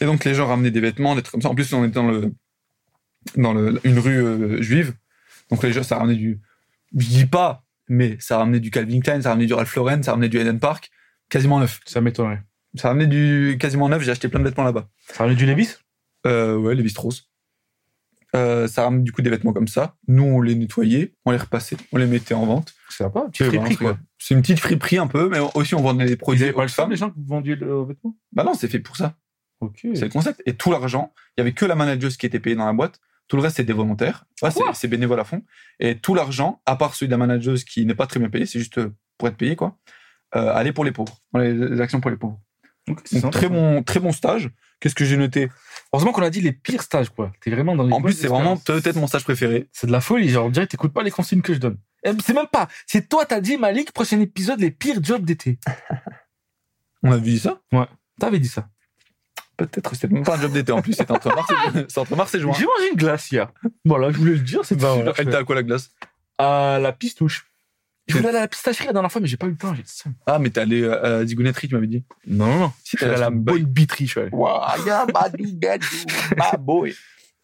Et donc, les gens ramenaient des vêtements, des trucs comme ça. En plus, on était dans le, dans le- une rue euh, juive. Donc les gens, ça a ramené du. Je dis pas, mais ça a ramené du Calvin Klein, ça a ramené du Ralph Lauren, ça a ramené du Eden Park, quasiment neuf.
Ça m'étonnerait.
Ça a ramené du quasiment neuf, j'ai acheté plein de vêtements là-bas.
Ça revient du Levis
Euh, ouais, les strauss Euh, ça ramène du coup des vêtements comme ça. Nous, on les nettoyait, on les repassait, on les mettait en vente.
C'est sympa,
C'est
friperie,
vraiment- C'est une petite friperie un peu, mais aussi on vendait des produits
Vous pas
aux
le seul,
femmes.
les gens que vous vendiez le- aux vêtements
Bah non, c'est fait pour ça.
Ok.
C'est le concept. Et tout l'argent, il y avait que la manageuse qui était payée dans la boîte. Tout le reste, c'est des volontaires. Ouais, c'est
Quoi
c'est bénévole à fond. Et tout l'argent, à part celui de la manageuse qui n'est pas très bien payée, c'est juste euh, pour être payé, quoi, euh, allait pour les pauvres, dans les, les actions pour les pauvres.
Ok, c'est
Donc,
sympa.
très, bon, très bon stage. Qu'est-ce que j'ai noté
Heureusement qu'on a dit les pires stages, quoi. T'es vraiment dans les
En
bonnes
plus, c'est vraiment
expériences.
peut-être mon stage préféré.
C'est de la folie, genre, on dirait que t'écoutes pas les consignes que je donne. Eh, C'est même pas. C'est toi, t'as dit, Malik, prochain épisode, les pires jobs d'été.
On a vu ça
T'avais dit ça.
Peut-être, c'était même pas un job d'été en plus, c'était entre mars et, c'est entre mars et juin.
J'ai mangé une glace hier. Voilà, je voulais le dire, c'est
Bah, Elle était à quoi la glace
À la pistouche. Je
C'est-
voulais aller à la pistacherie la dernière fois, mais j'ai pas eu le temps, j'ai dit ça.
Ah, mais t'es allé euh, à la Digounetterie, tu m'avais dit. Ah,
Non, non, non.
Si,
Je suis allé à la bonne biterie, je suis allé.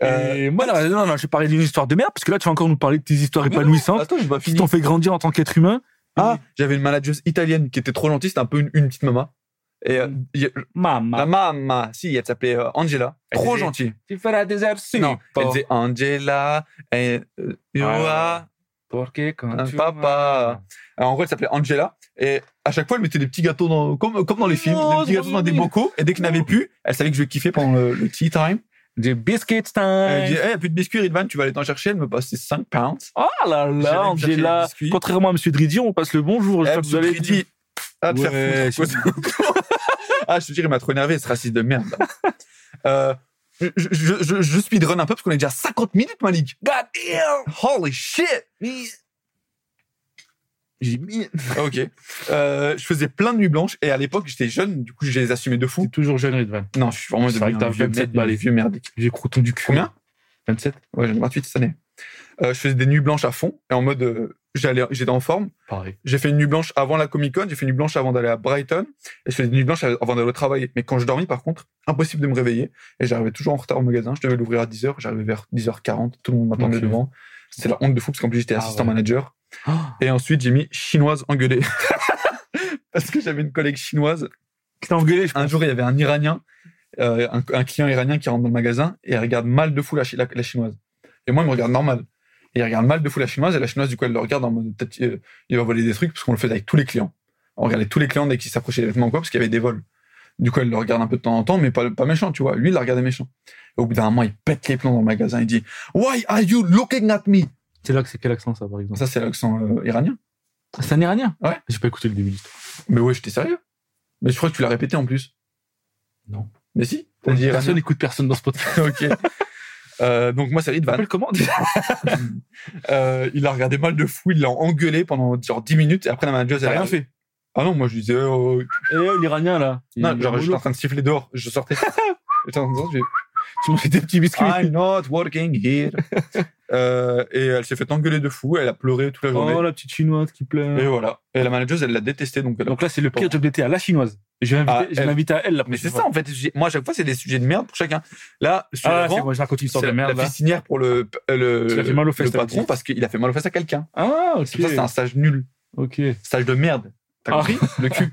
Euh,
Et moi, non, non, non, je vais parler d'une histoire de merde, parce que là, tu vas encore nous parler de tes histoires
Mais non,
épanouissantes
Attends, je vais
qui
finir.
t'ont fait grandir en tant qu'être humain.
Ah, j'avais une manageuse italienne qui était trop gentille, c'était un peu une, une petite maman. Et euh, il y a- la
Maman,
maman, si, elle s'appelait euh, Angela.
Elle
trop
disait-
gentille.
tu feras des absents.
non, elle disait Angela, et, euh, Noah,
Ah, Porque quand
un
tu
papa. Alors, en gros, elle s'appelait Angela. Et à chaque fois, elle mettait des petits gâteaux dans, comme, comme dans les films,
Oh,
des petits
c'est
gâteaux dans des
mignon.
bocaux. Et dès qu'il n'avait plus, elle savait que je kiffais pendant le, le tea time.
Du biscuit
Elle me
time.
disait, hey, y a plus de biscuits, Ridvan, tu vas aller t'en chercher. Elle me passait 5 pounds.
Oh là là,
J'allais me chercher les
Angela.
biscuits. Eh,
Contrairement à Monsieur Dridi, on passe le bonjour.
Elle
j'espère que vous allez
me dit, ah, te faire
Ouais,
foutre. ah, je te jure, il m'a trop énervé, ce raciste de merde. là. euh, je, je, je, je speedrun un peu parce qu'on est déjà à 50 minutes, Malik.
God damn.
Holy shit! J'ai mis. Ok. Euh, je faisais plein de nuits blanches et à l'époque j'étais jeune, du coup je les assumais de
T'es
fou.
toujours jeune, Ridvan.
Non, je suis vraiment
C'est vrai
devenu
que
un
t'as
vieux
27
merde,
balais.
vieux merdique.
J'ai croûton du cul.
Combien
27.
Ouais, j'ai 28 cette année. Euh, je faisais des nuits blanches à fond et en mode euh, j'allais, j'étais en forme.
Pareil.
J'ai fait une nuit blanche avant la Comic Con, j'ai fait une nuit blanche avant d'aller à Brighton et je faisais des nuits blanches avant d'aller au travail. Mais quand je dormis par contre, impossible de me réveiller et j'arrivais toujours en retard au magasin. Je devais l'ouvrir à 10h, j'arrivais vers 10h40, tout le monde m'attendait
Ok.
devant. C'était la honte de fou parce qu'en plus j'étais
Ah
assistant
ouais.
manager. Et ensuite, j'ai mis chinoise engueulée. Parce que j'avais une collègue chinoise.
T'es engueulé, je
Un jour, il y avait un Iranien, euh, un, un client iranien qui rentre dans le magasin et elle regarde mal de fou la, chi- la- la chinoise. Et moi, il me regarde normal. Et il regarde mal de fou la chinoise et la chinoise, du coup, elle le regarde en mode peut-être euh, il va voler des trucs parce qu'on le faisait avec tous les clients. On regardait tous les clients dès qu'ils s'approchaient des vêtements ou quoi parce qu'il y avait des vols. Du coup, elle le regarde un peu de temps en temps, mais pas, pas méchant, tu vois. Lui, il la regardait méchant. Et au bout d'un moment, il pète les plombs dans le magasin. Il dit Why are you looking at me
C'est là que c'est quel accent, ça, par exemple
Ça, c'est l'accent euh, iranien.
C'est un iranien
Ouais.
J'ai pas écouté le début de l'histoire.
Mais ouais, j'étais sérieux. Mais je crois que tu l'as répété en plus.
Non.
Mais si. T'as dit
Personne n'écoute personne dans ce podcast.
Iranien. ok. Euh, donc moi, c'est
Tu
Ridvan.
t'appelles comment
Euh, il a regardé mal de fou, il l'a engueulé pendant genre 10 minutes et après la manager, elle
T'as
a
rien fait.
Ah non, moi je lui disais. euh,
Et l'Iranien, là il-
Non, genre
il-
j'étais en train de siffler dehors, je sortais. j'étais en train de sortir,
Tu mangeais des petits biscuits.
je fais, I'm not working here. Euh, et elle s'est fait engueuler de fou, elle a pleuré toute la journée.
Oh, la petite chinoise qui pleure.
Et voilà. Et la manageuse, elle l'a détestée. Donc, elle a-
Donc là, c'est le pire job d'été à la chinoise. Je vais
Ah,
l'inviter- je vais
elle.
l'inviter à elle, la
Mais c'est
prochaine
ça, en fait. j'ai- Moi, à chaque fois, c'est des sujets de merde pour chacun. Là, sur
fois. Ah,
le
c'est
rang,
bon, je raconte une histoire
C'est
de
la,
merde,
la
là.
fistinière pour le, euh, le,
Il a fait mal aux fesses,
le
t'as
patron
dit.
parce qu'il a fait mal aux fesses à quelqu'un.
Ah,
C'est pour ça que c'est un
ok.
stage nul,
Ok.
stage de merde. T'as
Ah.
compris Le cul.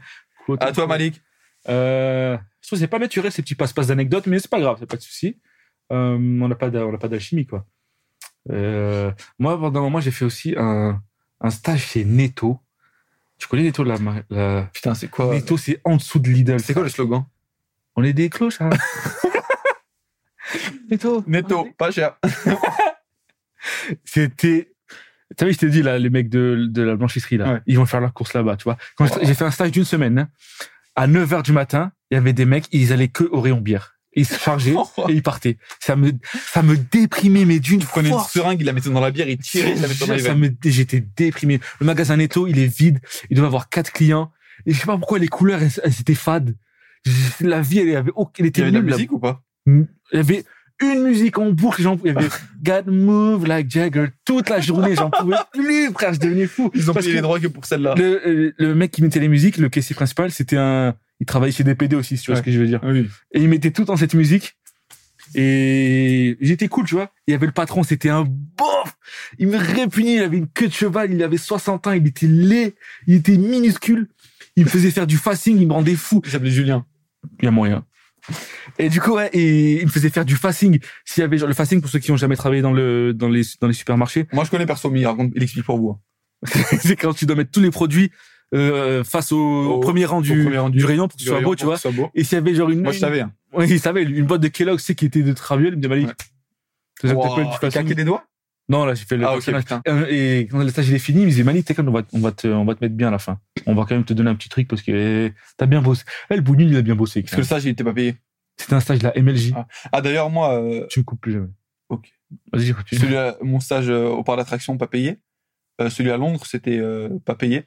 à toi, Malik.
Euh, je trouve que c'est pas naturel ces petits passe-passe d'anecdotes, mais c'est pas grave, c'est pas de souci. Euh, on n'a pas d'a- on n'a pas d'alchimie, quoi. Euh, moi, pendant un moment, j'ai fait aussi un, un stage chez Netto. Tu connais Netto, la, mar- la...
Putain, c'est quoi
Netto, c'est en dessous de Lidl.
C'est quoi le slogan
On est des cloches, hein. Netto.
Netto, pas cher.
C'était. Tu savais, je t'ai dit, là, les mecs de, de la blanchisserie, là,
Ouais.
ils vont faire leur course là-bas, tu vois. Quand je-
Oh.
J'ai fait un stage d'une semaine. hein. À 9 h du matin, il y avait des mecs, ils allaient que au rayon bière. Ils se chargeaient
Oh.
et ils partaient. Ça me, ça me déprimait, mais d'une
Tu prenais une
force.
seringue, il la mettait dans la bière, il tirait, il la mettait dans les
Ça
veines.
me, j'étais déprimé. Le magasin Netto, il est vide. Il doit avoir quatre clients. Et je sais pas pourquoi les couleurs, elles, elles étaient fades. La vie, elle avait, aucun- elle
Il y
était
avait de la
nulle, là.
musique ou pas
Il y avait une musique en boucle, j'en il y avait God Move Like Jagger toute la journée, j'en pouvais plus, frère, je devenais fou.
Ils ont
Parce
pris les
que
droits que pour celle-là.
le, euh, le mec qui mettait les musiques, le caissier principal, c'était un, il travaillait chez DPD aussi, si tu vois
Ouais.
ce que je veux dire.
Oui.
Et il mettait tout dans cette musique. Et j'étais cool, tu vois. Il y avait le patron, c'était un bof. Il me répugnait, il avait une queue de cheval, il avait 60 ans, il était laid, il était minuscule. Il me faisait faire du fasting, il me rendait fou. Il s'appelait Julien. Il y a moyen. Et du coup, ouais, et il me faisait faire du fasting. S'il y avait genre le fasting, pour ceux qui ont jamais travaillé dans le, dans les, dans les supermarchés,
Moi, je connais perso, mais il, raconte- il explique pour vous. hein.
c'est quand tu dois mettre tous les produits, euh, face au, au
Au-
premier rang du,
premier rang
du,
du-
rayon pour que ce soit beau, tu vois.
Soit beau.
Et s'il y avait genre une,
Moi, je
une-
savais. Hein.
Ouais, il savait, une boîte de Kellogg, c'est qui était de Traviol, il me dit,
Ouais.
ça s'appelle
Wow,
du
il
fasting.
claquait des doigts
Non, là, j'ai fait le
Ah, ok,
personnage.
putain.
Euh, Et quand le stage il est fini, il me disait, Malik, t'es comme, on va, on, va te, on va te mettre bien à la fin. On va quand même te donner un petit truc parce que eh, t'as bien bossé. Eh, le Bounine, il a bien bossé.
Parce que ça, j'ai été pas payé.
C'était un stage, la MLJ.
Ah. Ah, d'ailleurs, moi, euh,
Tu me coupes plus jamais.
Ok.
Vas-y, continue.
celui-là, mon stage euh, au parc d'attraction, pas payé. Euh, celui à Londres, c'était euh, pas payé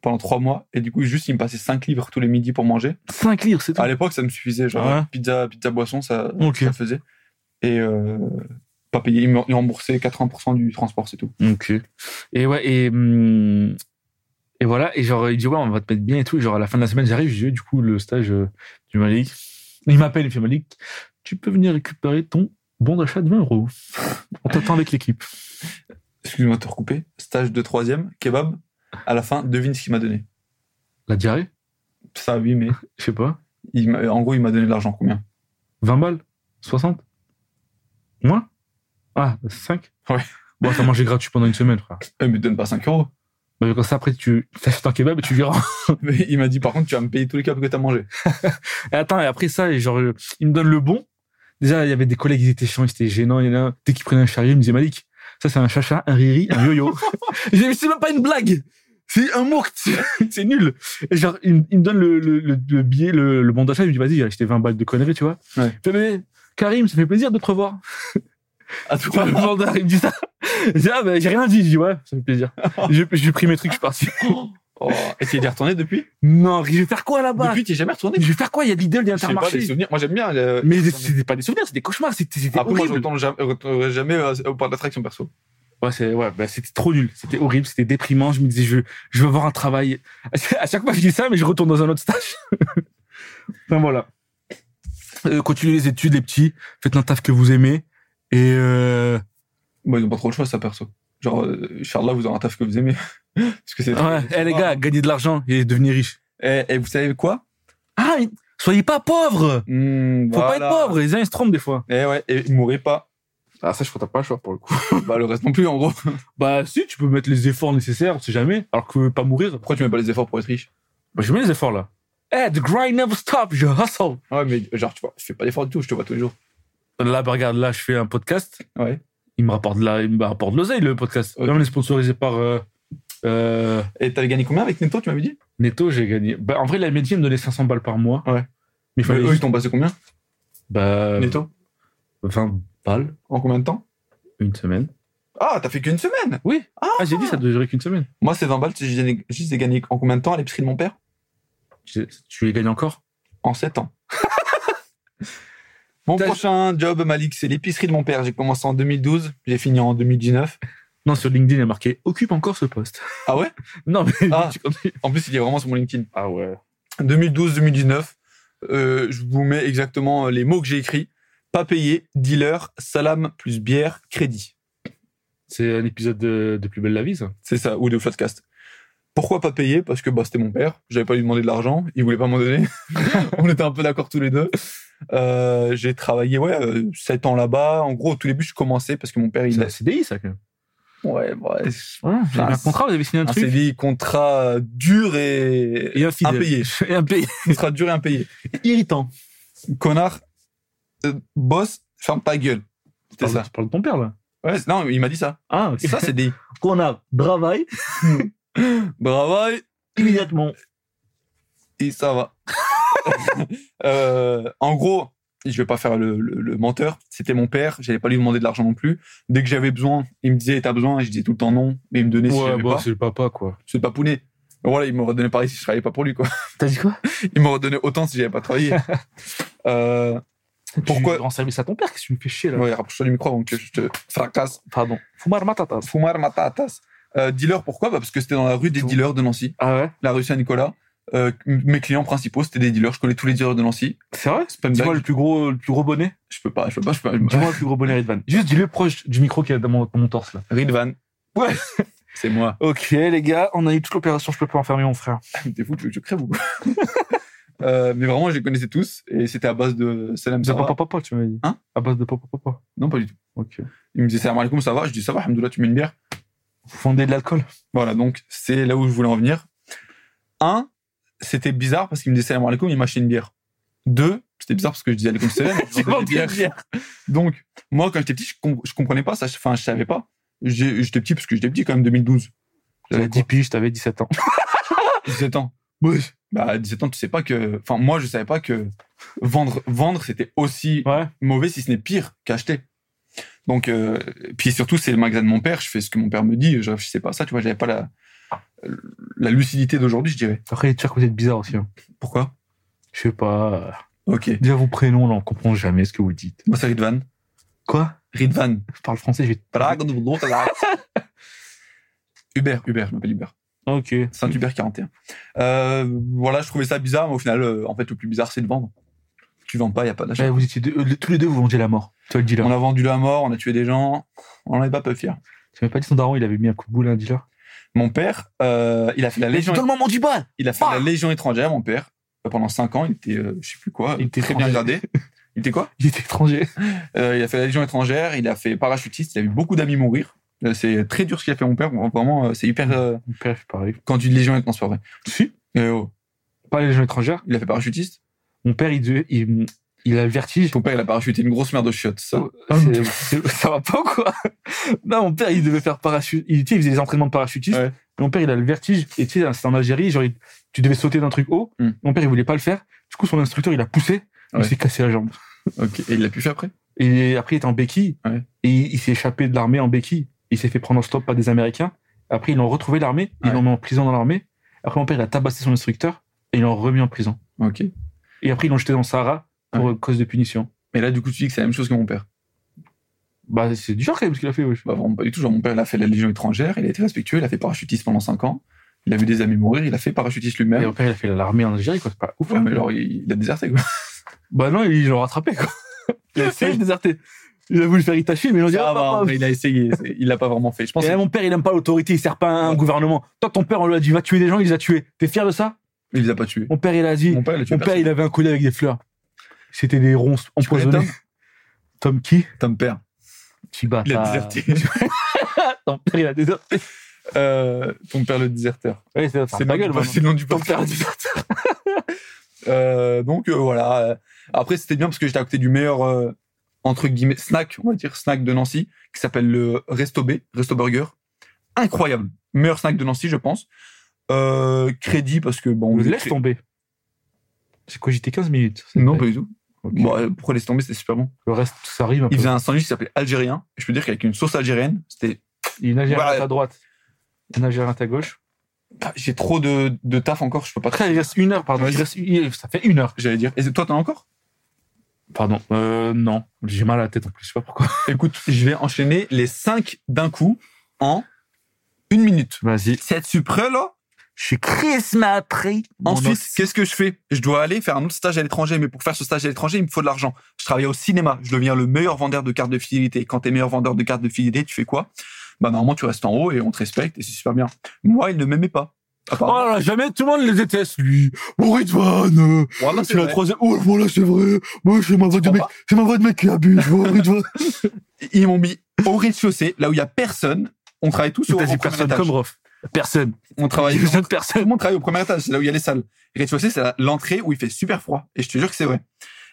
pendant trois mois. Et du coup, juste, il me passait 5 livres tous les midis pour manger.
5 livres, c'est tout.
À l'époque, ça me suffisait. Genre,
Ah ouais
pizza, pizza, boisson, ça,
Ok.
ça le faisait. Et euh, pas payé. Il me il remboursait 80% du transport, c'est tout.
Ok. Et ouais, et. hum, et voilà, et genre, il dit, ouais, on va te mettre bien et tout. Et genre, à la fin de la semaine, j'arrive, je dis, du coup, le stage euh, du Malik. Il m'appelle, il fait, Malik, tu peux venir récupérer ton bon d'achat de 20 euros. On t'attend avec l'équipe.
Excuse-moi de te recouper. Stage de troisième, kebab. À la fin, devine ce qu'il m'a donné.
La diarrhée
Ça, oui, mais
Je sais pas.
il m'a- en gros, il m'a donné de l'argent. Combien
20 balles 60 Moins Ah, 5
Ouais.
Bon, t'as mangé gratuit pendant une semaine, frère.
Euh, Il me donne pas 5 euros.
Bah, comme ça, après, tu t'achètes un kebab et tu verras.
Mais il m'a dit, par contre, tu vas me payer tous les kebabs que t'as mangé.
Et attends, et après ça, et genre, euh, il me donne le bon. Déjà, il y avait des collègues, ils étaient chiants, ils étaient gênants. Il y en a un, dès qu'ils prenaient un chariot, ils me disaient Malik, ça, c'est un chacha, un riri, un yo-yo. J'ai dit, Mais c'est même pas une blague C'est un mot, c'est nul. Et genre, il, me- il me donne le, le, le- le billet, le, le bon d'achat, il me dit, vas-y, j'ai acheté 20 balles de conneries, tu vois.
Ouais.
Je dis, mais Karim, ça fait plaisir de te revoir.
À tout
Enfin, le vendeur, il me dit ça. Je dis, ah, ben, j'ai rien dit. Je dis, ouais, ça fait plaisir. J'ai j'ai pris mes trucs, je suis parti.
Oh, et tu y es retourné depuis
Non, je vais faire quoi là-bas
Depuis, tu jamais retourné
Je vais faire quoi Il y a de l'idole, il y a
Je sais pas, des
Intermarché.
souvenirs. Moi, j'aime bien. les-
Mais c'était pas des souvenirs, c'était des cauchemars, c'était c'était
Après, moi, je
horrible.
retourne jamais, euh, retournerai jamais euh, au parc d'attraction perso.
Ouais, c'est, ouais, bah, c'était trop nul. C'était horrible, c'était déprimant. Je me disais, je, je veux avoir un travail. À chaque fois, je dis ça, mais je retourne dans un autre stage. enfin, voilà. Euh, continuez les études, les petits. Faites un taf que vous aimez. Et, euh,
Moi, ils ont pas trop le choix, ça, perso. Genre, euh, Charles, vous aurez un taf que vous aimez. Parce que c'est.
ouais, eh, les gars, gagnez de l'argent et devenez riches.
Et, vous savez quoi
Ah, mais soyez pas pauvres!
Hmm,
Faut pas
voilà.
être pauvre, les uns ils se trompent des fois.
Eh ouais, et mourrez pas.
Ah, ça, je crois que t'as pas le choix pour le coup.
bah, le reste non plus, en gros.
Bah, si, tu peux mettre les efforts nécessaires, on sait jamais. Alors que pas mourir.
Pourquoi tu mets pas les efforts pour être riche
Bah, je mets les efforts là. Eh, the grind never stop, je hustle.
Ah Ouais, mais genre, tu vois, je fais pas d'efforts du tout, je te vois tous les jours.
Là, bah, regarde, là, je fais un podcast.
Ouais.
Il me rapporte de la, il me rapporte de l'oseille, le podcast.
Ok.
Comme il est sponsorisé par, euh, euh,
Et t'avais gagné combien avec Neto, tu m'avais dit
Netto, j'ai gagné. Bah, en vrai, la métier me donnait 500 balles par mois.
Ouais.
Mais il fallait
Mais Euh, Eux, ils
juste,
t'ont passé combien
bah,
Neto
20 balles,
En combien de temps
une semaine.
Ah, t'as fait qu'une semaine
Oui.
Ah.
Ah, j'ai dit, ça devait durer qu'une semaine.
Moi, c'est 20 balles, je les ai- je les ai gagné en combien de temps à l'épicerie de mon père
J'ai- Tu les gagnes encore?
en 7 ans. mon
T'as-
prochain job, Malik, c'est l'épicerie de mon père. J'ai commencé en 2012, j'ai fini en 2019.
Non, sur LinkedIn, il y a marqué occupe encore ce poste.
Ah ouais
Non, mais
Ah.
tu continues.
En plus, il est vraiment sur mon LinkedIn.
Ah ouais.
2012-2019, euh, je vous mets exactement euh, les mots que j'ai écrits. Pas payé, dealer, salam plus bière, crédit.
C'est un épisode de, de Plus belle la vie, ça.
C'est ça, ou de Floodcast. Pourquoi pas payé Parce que bah, c'était mon père. J'avais pas lui demandé de l'argent. Il voulait pas m'en donner. On était un peu d'accord tous les deux. Euh, j'ai travaillé ouais, 7 ans là-bas. En gros, au tout début, je commençais parce que mon père, il
C'est
a.
un CDI, ça, quand même.
Ouais, ouais,
Ouais, vous avez
Ah,
un contrat, vous avez signé un,
un
truc.
CDI contrat dur et,
Et infidèle.
impayé.
Et un pays.
Contrat dur et impayé.
Irritant.
Connard, euh, boss, ferme ta gueule. C'était ça.
Tu parles de ton père, là.
Ouais, c'est- non, il m'a dit ça.
Ah,
C'est ça, CDI.
Qu'on a travail
Bravo,
immédiatement.
et ça va. Euh, en gros, je vais pas faire le, le- le menteur. C'était mon père. J'allais pas lui demander de l'argent non plus. Dès que j'avais besoin, il me disait t'as besoin. Et je disais tout le temps non. Mais il me donnait si
Ouais,
j'avais
bah,
pas.
c'est le papa, quoi.
C'est pas pouné. Voilà, il me redonnait pareil si je travaillais pas pour lui quoi.
T'as dit quoi
Il me redonnait autant si j'avais pas travaillé. euh, Pourquoi-
Tu rends service à ton père, qu'est-ce que tu me fais chier, là
Ouais, rapproche-toi du micro avant que je te fracasse.
Pardon. Fumar matata.
Fumar matatas. Euh, dealer, pourquoi bah Parce que c'était dans la rue des
Tout.
dealers de Nancy,
Ah ouais
la rue Saint-Nicolas. Euh, mes clients principaux, c'était des dealers. Je connais tous les dealers de Nancy.
C'est vrai
C'est pas une
Dis-moi
blague.
le plus gros, le plus gros bonnet.
Je peux pas, je peux pas, je peux pas.
Dis-moi le plus gros bonnet Ridvan. Bah. Juste dis-le proche du micro qui est dans mon, dans mon torse là.
Ridvan.
Ouais.
C'est moi.
Ok les gars, on a eu toute l'opération. Je peux pas enfermer mon frère.
T'es fou, tu veux que je crève ou quoi Euh, mais vraiment, je les connaissais tous et c'était à base de salam
De
ça va.
papa papa, tu m'as dit.
Hein
À base de papa papa.
Non, pas du tout.
Ok.
Ils me disaient salam alaikum, ça va Je dis ça va, alhamdoulilah, tu mets une bière
Vous vendez de l'alcool
Voilà, donc c'est là où je voulais en venir. Un, c'était bizarre parce qu'il me disait salam alaikum, il m'achetait une bière. Deux, c'était bizarre parce que je disais alaikum salam. je vendais des bières. Donc, moi, quand j'étais petit, je, com- je comprenais pas ça. Enfin, je savais pas. J'ai- J'étais petit parce que j'étais petit quand même, 2012.
J'avais
J'avais
10 piges, t'avais 17 ans.
17 ans. Bah, à 17 ans, tu sais pas que. Enfin, moi, je savais pas que vendre, vendre c'était aussi
Ouais.
mauvais, si ce n'est pire, qu'acheter. Donc, euh, puis surtout, c'est le magasin de mon père. Je fais ce que mon père me dit. Je réfléchissais pas à ça. Tu vois, j'avais pas la, la lucidité d'aujourd'hui, je dirais.
Après, les Turcs, vous êtes bizarres aussi. hein.
Pourquoi
Je sais pas. euh,
Ok.
Déjà, vos prénoms, là, on comprend jamais ce que vous dites.
Moi, c'est Ridvan.
Quoi
Ridvan.
Je parle français, je vais te
Hubert, Hubert, je m'appelle Hubert.
Ok.
Saint-Hubert 41. Euh, voilà, je trouvais ça bizarre, mais au final, euh, en fait, le plus bizarre, c'est de vendre. Tu vends pas, il a pas d'achat.
Ouais, vous étiez deux- euh, tous les deux, vous vendiez la mort. Tu vois le dealer.
On a vendu la mort, on a tué des gens. On n'en est pas peu fiers.
Tu m'as pas dit son daron, il avait mis un coup de boule à un dealer.
Mon père, euh, il a fait la légion,
le moment du bal
il a fait
Ah
la légion étrangère. Mon père, Euh, pendant 5 ans, il était, euh, je sais plus quoi,
Il était
très bien
étranger.
gradé. Il était quoi
Il était étranger.
Euh, Il a fait la légion étrangère. Il a fait parachutiste. Il a vu beaucoup d'amis mourir. Euh, C'est très dur ce qu'il a fait mon père. Vraiment, euh, c'est hyper. euh,
Mon père, c'est pareil.
quand tu dis légion étrangère, c'est pas vrai.
Si
Eh oh,
Pas les gens étrangers.
il a fait parachutiste.
Mon père, il, devait- il, il a le vertige.
Ton père, il a parachuté une grosse merde de chiottes.
Oh.
Ça.
C'est- c'est- ça va pas ou quoi Non, mon père, il devait faire parachute. Il, tu sais, il faisait des entraînements de parachutiste.
Ouais.
Mon père, il a le vertige. Et tu sais, c'était en Algérie. Genre, il- tu devais sauter d'un truc haut.
Hmm.
Mon père, il voulait pas le faire. Du coup, son instructeur, il a poussé.
Ouais.
Il s'est cassé la jambe.
Ok. Et il l'a pu faire après.
Et après, il était en béquille.
Ouais.
Et il, il s'est échappé de l'armée en béquille. Il s'est fait prendre en stop par des Américains. Après, ils l'ont retrouvé l'armée. Ils
Ouais.
l'ont mis en prison dans l'armée. Après, mon père, il a tabassé son instructeur. Et ils l'ont remis en prison.
Ok.
Et après, ils l'ont jeté dans le Sahara pour euh, cause de punition.
Mais là, du coup, tu dis que c'est la même chose que mon père.
Bah, c'est dur quand même ce qu'il a fait, wesh.
Bah, vraiment pas du tout. Genre, mon père, il a fait la Légion étrangère, il a été respectueux, il a fait parachutiste pendant 5 ans, il a vu des amis mourir, il a fait parachutiste
Et
lui-même.
mon père, il a fait l'armée en Algérie, quoi. C'est pas ouf.
Ouais,
hein.
mais genre, il, il a déserté, quoi.
Bah non, ils l'ont rattrapé, quoi. Il a essayé de déserter. Il a voulu faire Itachi, mais ils ont dit ah, bah, bah.
mais il a essayé, c'est- il l'a pas vraiment fait. Je pense
Et là, mon père, il aime pas l'autorité, il sert pas un
Ouais.
gouvernement. Toi, ton père, on lui a dit va tuer des gens, il les a tués. T'es fier de ça
qu'il les a pas tués.
Mon père, il a dit
Mon père, il a tué
mon père,
personne.
il avait un collier avec des fleurs. C'était des ronces
Tu connais
empoisonnées. Tom qui
Tom Père. Ah.
Petit bâtard.
Il a déserté.
Ton père, il a déserté.
Euh, ton père, le déserteur.
Ouais, c'est
le
c'est
nom
ma
du-
gueule, moi.
c'est le nom du
Ton
podcast.
père a déserté.
Euh, donc euh, voilà. euh, Après, c'était bien parce que j'étais à côté du meilleur euh, entre guillemets snack, on va dire snack de Nancy, qui s'appelle le Resto B, Resto Burger. Incroyable, meilleur snack de Nancy, je pense. Euh, crédit parce que bon, on faisait
Laisse
cré-
tomber. C'est quoi, j'étais 15 minutes.
Non, pas du tout.
Ok.
Bon, euh, pourquoi laisser tomber C'était super bon.
Le reste, ça arrive un peu.
Il faisait un sandwich qui s'appelait Algérien. Je peux dire qu'avec une sauce algérienne, c'était.
Il y a une Algérienne
Voilà.
à ta droite, une Algérienne à ta gauche.
Ah, J'ai trop de, de taf encore, je peux pas.
Après, il reste une heure, pardon. Il reste une- Ça fait une heure.
J'allais dire. Et toi, t'en as encore
Pardon. Euh, non. J'ai mal à la tête en plus, je sais pas pourquoi.
Écoute, je vais enchaîner les 5 d'un coup en une minute.
Vas-y.
Cette suprême là,
Je suis Chris
Ensuite, qu'est-ce que je fais Je dois aller faire un autre stage à l'étranger, mais pour faire ce stage à l'étranger, il me faut de l'argent. Je travaille au cinéma, je deviens le meilleur vendeur de cartes de fidélité. Quand t'es meilleur vendeur de cartes de fidélité, tu fais quoi Bah normalement, tu restes en haut et on te respecte et c'est super bien. Moi, il ne m'aimait pas.
Oh
Apparemment.
là là, jamais tout le monde les déteste, lui. Bon, Ridvan, euh,
Voilà,
c'est la
vrai.
troisième. Oh, voilà, c'est vrai. Moi, c'est ma voix de
comprends
mec. C'est ma voix de mec qui abuse. Bon, Ridvan.
Ils m'ont mis au rez-de-chaussée, là où il y a personne. On travaille tous au, au
T'as dit
premier
personne
étage.
comme Rof. Personne.
On travaille.
Personne,
Tout le
personne.
monde travaille au premier étage, c'est là où il y a les salles. Rez-de-chaussée, c'est la- l'entrée où il fait super froid. Et je te jure que c'est vrai.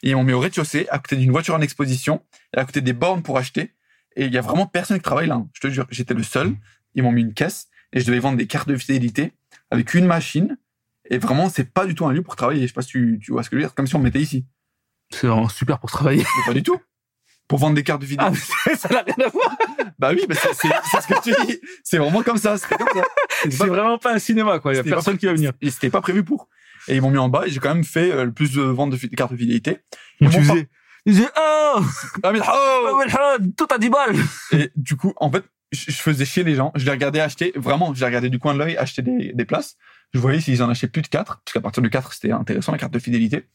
Et on met au rez-de-chaussée, à côté d'une voiture en exposition, et à côté des bornes pour acheter. Et il y a vraiment personne qui travaille là. hein. Je te jure, j'étais le seul. Ils m'ont mis une caisse et je devais vendre des cartes de fidélité avec une machine. Et vraiment, c'est pas du tout un lieu pour travailler. Je sais pas si tu, tu vois ce que je veux dire. Comme si on me mettait ici.
C'est vraiment super pour travailler.
Mais pas du tout. Pour vendre des cartes de fidélité.
Ah, mais ça n'a rien à voir.
bah oui, bah c'est c'est- c'est ce que tu dis. C'est vraiment comme ça. C'était comme ça. C'était
C'est
pas-
vraiment pas un cinéma, quoi. Il y a
C'était pas
personne qui va venir.
Et c'était pas prévu pour. Et ils m'ont mis en bas et j'ai quand même fait euh, le plus de ventes de fi- de cartes de fidélité.
Tu
Ils m'ont
faisais. Il disait, oh,
Ah, mais- oh
tout à 10 balles.
Et du coup, en fait, je je faisais chier les gens. Je les regardais acheter, vraiment, je les regardais du coin de l'œil acheter des, des places. Je voyais s'ils en achetaient plus de 4, parce qu'à partir de 4, c'était intéressant, la carte de fidélité.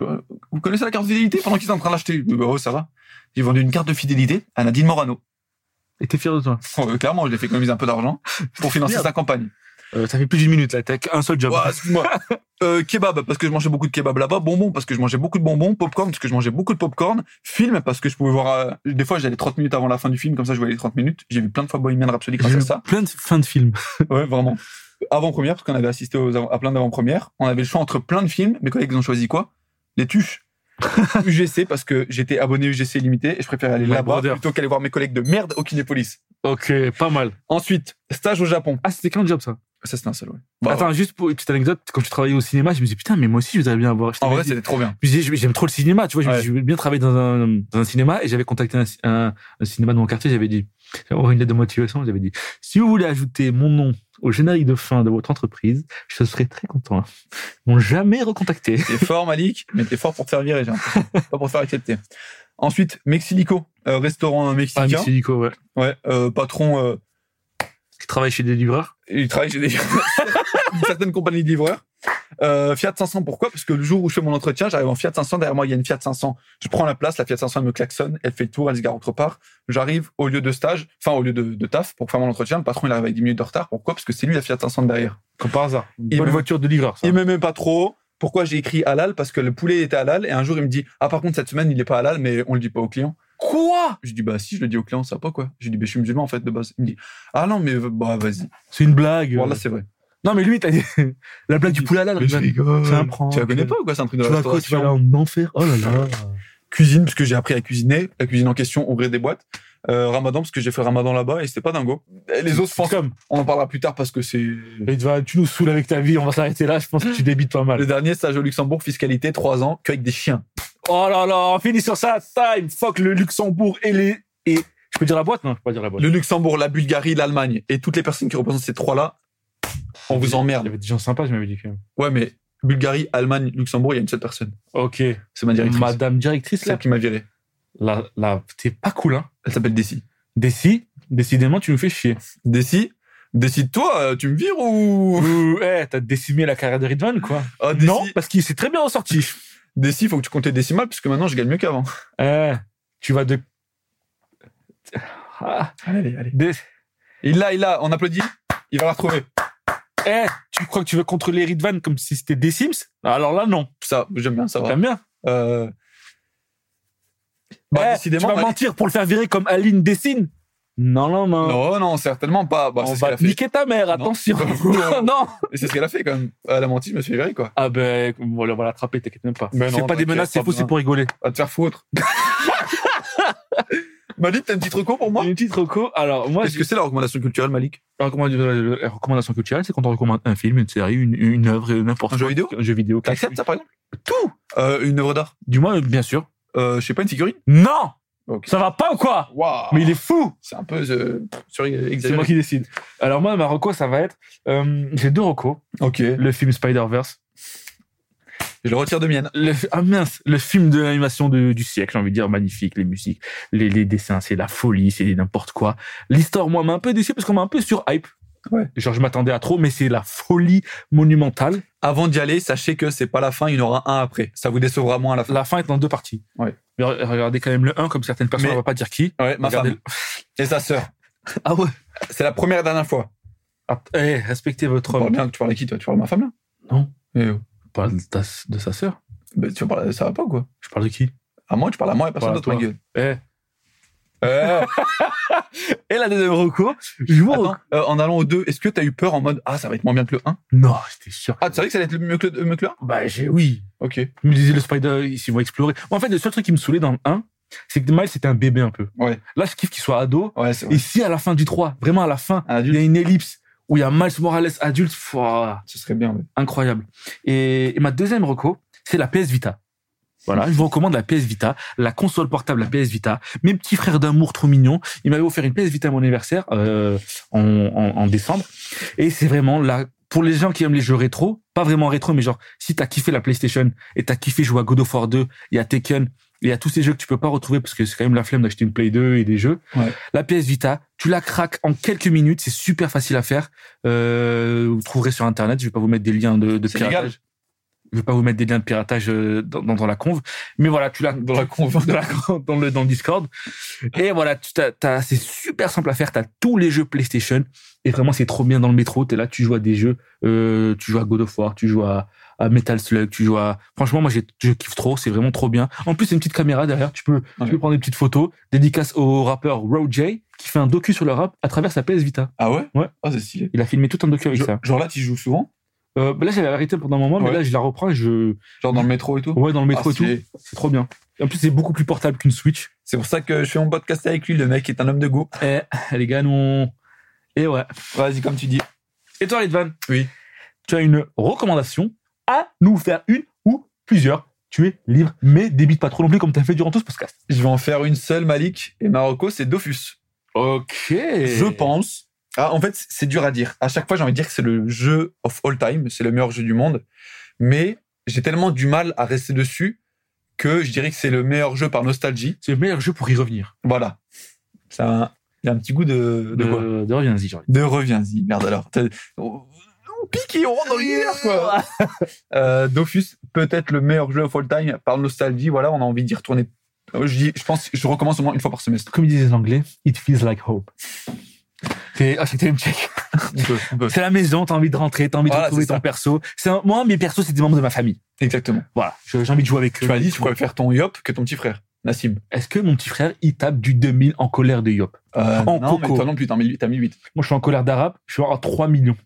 Je vois, Vous connaissez la carte de fidélité pendant qu'ils étaient en train de l'acheter Je dis, bah, Oh, ça va. J'ai vendu une carte de fidélité à Nadine Morano.
Et t'es fier de toi.
Oh, euh, clairement, je l'ai fait économiser un peu d'argent pour financer
Merde.
sa campagne.
Euh, ça fait plus d'une minute là, t'as qu'un seul job.
Ouais, excuse-moi. Bah, Euh, kebab, parce que je mangeais beaucoup de kebab là-bas. Bonbons, parce que je mangeais beaucoup de bonbons. Popcorn, parce que je mangeais beaucoup de popcorn. Film, parce que je pouvais voir. euh, des fois, j'allais 30 minutes avant la fin du film, comme ça, je voyais les 30 minutes. J'ai vu plein de fois Bohemian Rhapsody grâce
J'ai
à
vu
ça.
plein de fins de films.
Ouais, vraiment. Avant-première, parce qu'on avait assisté aux avant- à plein d'avant-premières. On avait le choix entre plein de films. Mes collègues ils ont choisi quoi Les tuches. UGC, parce que j'étais abonné UGC limité et je préférais aller
Ouais,
là-bas
border.
plutôt qu'aller voir mes collègues de merde au Kinépolis.
Ok, pas mal.
Ensuite, stage au Japon.
Ah, c'était qu'un job ça.
Ça, c'était un seul, ouais. Bah,
Attends, juste pour une petite anecdote, quand je travaillais au cinéma, je me disais putain, mais moi aussi je voudrais bien avoir. Je
En
t'avais
vrai,
dit.
c'était trop bien.
Je me disais, j'aime trop le cinéma, tu vois,
Ouais.
j'ai j'ai bien travaillé dans un, dans un cinéma et j'avais contacté un, un- un cinéma de mon quartier, j'avais dit, j'avais envoyé une lettre de motivation, j'avais dit, si vous voulez ajouter mon nom au générique de fin de votre entreprise, je serais très content. Ils m'ont jamais recontacté.
T'es fort, Malik, mais t'es fort pour te faire virer, j'ai l'impression. Pas pour te faire accepter. Ensuite, Mexico, euh, restaurant mexicain.
Ah, Mexico, ouais.
ouais, euh, patron, euh,
Qui travaille chez des livreurs.
il travaille chez des... une certaine compagnie de livreurs. Euh, Fiat 500, pourquoi Parce que le jour où je fais mon entretien, j'arrive en Fiat 500, derrière moi, il y a une Fiat 500. Je prends la place, la Fiat 500, elle me klaxonne, elle fait le tour, elle se gare autre part. J'arrive au lieu de stage, enfin, au lieu de, de taf, pour faire mon entretien. Le patron, il arrive avec 10 minutes de retard. Pourquoi Parce que c'est lui la Fiat 500 de derrière.
Comme par hasard.
Et
Bonne
même-
voiture de livreur, ça.
Il m'aimait pas trop. Pourquoi j'ai écrit halal Parce que le poulet était halal. Et un jour, il me dit Ah, par contre, cette semaine, il est pas halal, mais on le dit pas au client. Quoi Je dis Bah, si, je le dis au client, ça va pas quoi. Je dis Bah, je suis musulman en fait de base. Il me dit Ah non, mais euh, bah, vas-y.
C'est une blague.
Bon, là, c'est vrai.
Non, mais lui, t'as dit, la blague du poulet à la
rigole.
C'est un prank.
Tu la connais pas ou quoi C'est un truc de
Tu vas quoi, tu vas aller
restauration.
en enfer? Oh là là.
Cuisine, parce que j'ai appris à cuisiner. La cuisine en question, ouvrir des boîtes. Euh, ramadan, parce que j'ai fait ramadan là-bas et c'était pas dingo. Et les autres, je pense,
comme.
on en parlera plus tard parce que c'est.
Et tu, vas, tu nous saoules avec ta vie, on va s'arrêter là, je pense que tu débites pas mal.
Le dernier stage au Luxembourg, fiscalité, 3 ans, que avec des chiens.
Oh là là, on finit sur ça. Time, fuck le Luxembourg et les. Et je peux dire la boîte Non, je peux pas dire la boîte.
Le Luxembourg, la Bulgarie, l'Allemagne et toutes les personnes qui représentent ces trois-là, on vous
Il y
emmerde.
avait des gens sympas, je m'avais dit quand même.
Ouais, mais Bulgarie, Allemagne, Luxembourg, il y a une seule personne.
Ok.
C'est ma directrice.
Madame directrice,
Celle
là.
qui m'a viré.
Là, là t'es pas cool, hein.
Elle s'appelle Dessy.
Décis, décidément, tu nous fais chier.
Dessy Décide-toi, euh, tu me vires ou.
Ouh, eh, t'as décimé la carrière de Ridvan, quoi.
Ah, Dessy,
Non, parce qu'il s'est très bien ressorti.
Dessy, faut que tu comptes les décimales, parce que maintenant je gagne mieux qu'avant.
Eh, tu vas de. Ah,
Allez, allez.
des-
Il l'a, il l'a, on applaudit. Il va la retrouver.
Eh, tu crois que tu veux contrôler Ridvan comme si c'était des Sims Alors là, non.
Ça, j'aime bien, ça va.
T'aimes bien
Euh... Bah,
Eh,
décidément.
tu vas
allez.
mentir pour le faire virer comme Aline dessine Non, non, non.
Non, non, certainement pas. Bah,
On
c'est ce
va
qu'elle
te
a fait.
niquer ta mère,
Non.
attention. non, non.
Et C'est ce qu'elle a fait quand même. Elle a menti, je me suis fait virer, quoi.
Ah ben, voilà, on va l'attraper, t'inquiète même pas.
Mais
C'est
non,
pas des
t'inquiète,
menaces, c'est
pas
faux, c'est
besoin.
pour rigoler.
À te faire foutre. Malik, t'as un petit recours pour moi
Une petite reco. Alors, moi,
Qu'est-ce que c'est la recommandation culturelle, Malik
la recommandation- la recommandation culturelle, c'est quand on recommande un film, une série, une, une œuvre, euh, n'importe
Un jeu
quoi.
vidéo
Un jeu vidéo.
T'acceptes ça, par exemple
tout
Euh, Une œuvre d'art
Du moins, euh, bien sûr.
euh, Je sais pas, une figurine
Non
Ok.
Ça va pas ou quoi
Waouh
Mais il est fou
C'est un peu euh, sur
C'est moi
exagéré.
qui décide. Alors moi, ma reco, ça va être... euh, J'ai deux recos.
Ok.
Le film Spider-Verse.
Je le retire de mienne.
Le, ah mince, le film de l'animation de- du siècle, j'ai envie de dire, magnifique, les musiques, les, les dessins, c'est la folie, c'est n'importe quoi. L'histoire, moi, m'a un peu déçu parce qu'on m'a un peu sur hype.
Ouais.
Genre, je m'attendais à trop, mais c'est la folie monumentale.
Avant d'y aller, sachez que c'est pas la fin, il y en aura un après. Ça vous décevra moins à la fin.
La fin est en deux parties.
Ouais.
Mais re- regardez quand même le 1, comme certaines personnes,
Mais-
on va pas dire qui.
Ouais, ma
Regardez
femme et sa sœur.
le- Ah ouais
C'est la première et dernière fois.
Eh, respectez votre
Tu parles
homme.
bien, tu parles à qui toi Tu parles à ma femme là
Non.
Eh, oh.
Je parle de, ta- de sa sœur.
Bah, tu parles, ça va pas ou quoi
Je parle de qui
À moi, tu parles à moi et à personne
Parle à
d'autre, ma
toi.
gueule.
Eh.
Euh,
Et la deuxième recours, je vous
attends,
rec-
euh, en allant au 2, est-ce que t'as eu peur en mode Ah, ça va être moins bien que le 1
Non, j'étais sûr.
Ah, tu savais que ça allait être mieux que le, mieux que le 1
Bah, j'ai, oui.
Ok.
Je me disais, le Spider, ils vont explorer. Moi, en fait, le seul truc qui me saoulait dans le 1, c'est que Miles, c'était un bébé un peu.
Ouais.
Là, je kiffe qu'il soit ado.
Ouais, c'est
Et si à la fin du 3, vraiment à la fin,
Un
il y
adulte,
a une ellipse où il y a Miles Morales adulte, pouah,
ce serait bien. ouais.
incroyable. Et, et ma deuxième reco, c'est la PS Vita. Voilà, je vous recommande la PS Vita, la console portable, la PS Vita. Mes petits frères d'amour trop mignons, ils m'avaient offert une PS Vita à mon anniversaire euh, en, en- en décembre. Et c'est vraiment là, pour les gens qui aiment les jeux rétro, pas vraiment rétro, mais genre, si t'as kiffé la PlayStation et t'as kiffé jouer à God of War 2, il y a Tekken, Il y a tous ces jeux que tu peux pas retrouver parce que c'est quand même la flemme d'acheter une Play 2 et des jeux.
Ouais.
La PS Vita, tu la craques en quelques minutes, c'est super facile à faire. Euh, vous trouverez sur internet, je vais pas vous mettre des liens de, de
C'est
piratage.
légal.
Je vais pas vous mettre des liens de piratage euh, dans, dans, dans la conve, mais voilà, tu la
Dans la conve.
dans, la- dans le dans le Discord. Et voilà, tu t'as- t'as- c'est super simple à faire. T'as tous les jeux PlayStation et vraiment c'est trop bien dans le métro. T'es là, tu joues à des jeux, euh, tu joues à God of War, tu joues à, à Metal Slug, tu joues à. Franchement, moi j'ai- je kiffe trop. C'est vraiment trop bien. En plus, c'est une petite caméra derrière. Tu peux,
Ouais.
tu peux prendre des petites photos. Dédicace au rappeur Road J qui fait un docu sur le rap à travers sa PS Vita.
Ah ouais
Ouais.
Ah, c'est stylé.
Il a filmé tout un docu avec
Genre,
ça.
genre là, tu joues souvent
Euh, bah là, j'avais arrêté pendant un moment, mais
Ouais.
là je la reprends et je.
Genre dans le métro et tout
Ouais, dans le
Ah,
métro et tout.
stylé.
C'est trop bien. En plus, c'est beaucoup plus portable qu'une Switch.
C'est pour ça que je fais mon podcast avec lui. Le mec est un homme de goût.
Eh, les gars, nous. on- Et ouais.
Vas-y, comme tu dis.
Et toi, Redvan
Oui.
Tu as une recommandation à nous faire une ou plusieurs. Tu es libre, mais débite pas trop non plus comme tu as fait durant tout ce podcast.
Je vais en faire une seule, Malik. Et Marocco, c'est Dofus.
Ok.
Je pense. Ah, en fait, c'est dur à dire. À chaque fois, j'ai envie de dire que c'est le jeu of all time. C'est le meilleur jeu du monde. Mais j'ai tellement du mal à rester dessus que je dirais que c'est le meilleur jeu par nostalgie.
C'est le meilleur jeu pour y revenir.
Voilà. Ça a un- il y a un petit goût de, de quoi
Euh, De, de reviens-y, Jordi.
De reviens-y. Merde alors. T'as- On on pique et on rentre dans l'univers, quoi. Euh, Dofus, peut-être le meilleur jeu of all time par nostalgie. Voilà, on a envie d'y retourner. Euh, Je, dis- je pense, je recommence au moins une fois par semestre.
Comme ils disent les Anglais, it feels like hope. C'est ah, c'était une check. C'est la maison, t'as envie de rentrer, t'as envie de
Voilà,
retrouver
c'est
ton
ça.
perso. C'est un- Moi, mes persos, c'est des membres de ma famille.
Exactement.
Voilà, Je- j'ai envie de jouer avec
Tu
eux.
m'as dit, tu préfères ton Yop que ton petit frère, Nassim.
Est-ce que mon petit frère, il tape du 2000 en colère de Yop
Euh, non,
En coco.
mais toi non plus, t'as mis, t'as mis 8.
Moi, je suis en colère d'arabe, je suis en 3 millions.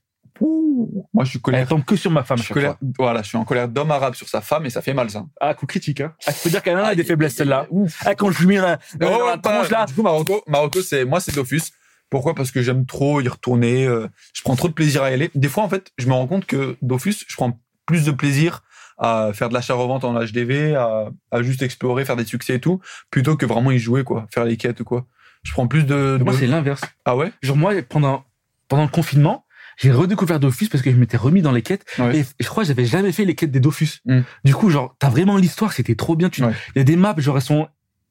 Moi, je suis colère.
Elle tombe que sur ma femme.
Eh, je suis
à chaque
colère-
fois.
voilà, je suis en colère d'homme arabe sur sa femme et ça fait mal, ça.
Ah, coup critique, hein. Ah, je peux dire qu'elle en a des faiblesses, celle-là.
Ouf.
Ah, quand je lui mets la,
Oh,
dans la
pas-
tronche, là.
Du coup, Marocco, Marocco c'est, moi, c'est Dofus. Pourquoi Parce que j'aime trop y retourner. euh, je prends trop de plaisir à y aller. Des fois, en fait, je me rends compte que Dofus, je prends plus de plaisir à faire de l'achat-revente en HDV, à, à juste explorer, faire des succès et tout, plutôt que vraiment y jouer, quoi, faire les quêtes ou quoi. Je prends plus de. de-
Moi, c'est l'inverse.
ah ouais
Genre, moi, pendant, pendant le confinement, j'ai redécouvert Dofus parce que je m'étais remis dans les quêtes.
Ouais.
Et f- je crois que j'avais jamais fait les quêtes des Dofus.
Mm.
Du coup, genre, t'as vraiment l'histoire, c'était trop bien. Tu- Il
Ouais.
y a des maps, genre, elles sont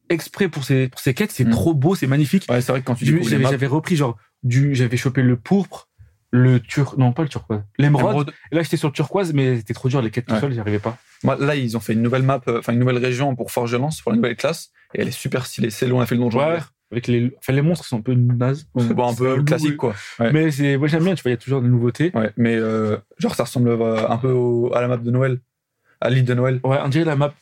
exprès pour ces, pour ces quêtes, c'est
Mm.
trop beau, c'est magnifique.
Ouais, c'est vrai que quand tu
J'ai-
découvres les
J'avais
maps,
j'avais repris, genre, du, j'avais chopé le pourpre, le tur, non, pas le turquoise, l'émeraude.
Emerald,
Et là, j'étais sur le turquoise, mais c'était trop dur, les quêtes tout
Ouais.
seul, j'y arrivais pas.
Moi, là, ils ont fait une nouvelle map, euh, enfin une nouvelle région pour Forge de Lance, pour la nouvelle classe, et elle est super stylée. C'est long, on a fait le donjon.
Ouais.
ouvert.
Avec les, enfin, les monstres, ils sont un peu nazes.
C'est bon, un peu
loup,
classique,
oui.
quoi. Ouais.
Mais c'est, moi j'aime bien, tu vois, il y a toujours des nouveautés.
Ouais, mais euh, genre, ça ressemble euh, un peu au- à la map de Noël, à l'île de Noël.
Ouais, on dirait la map,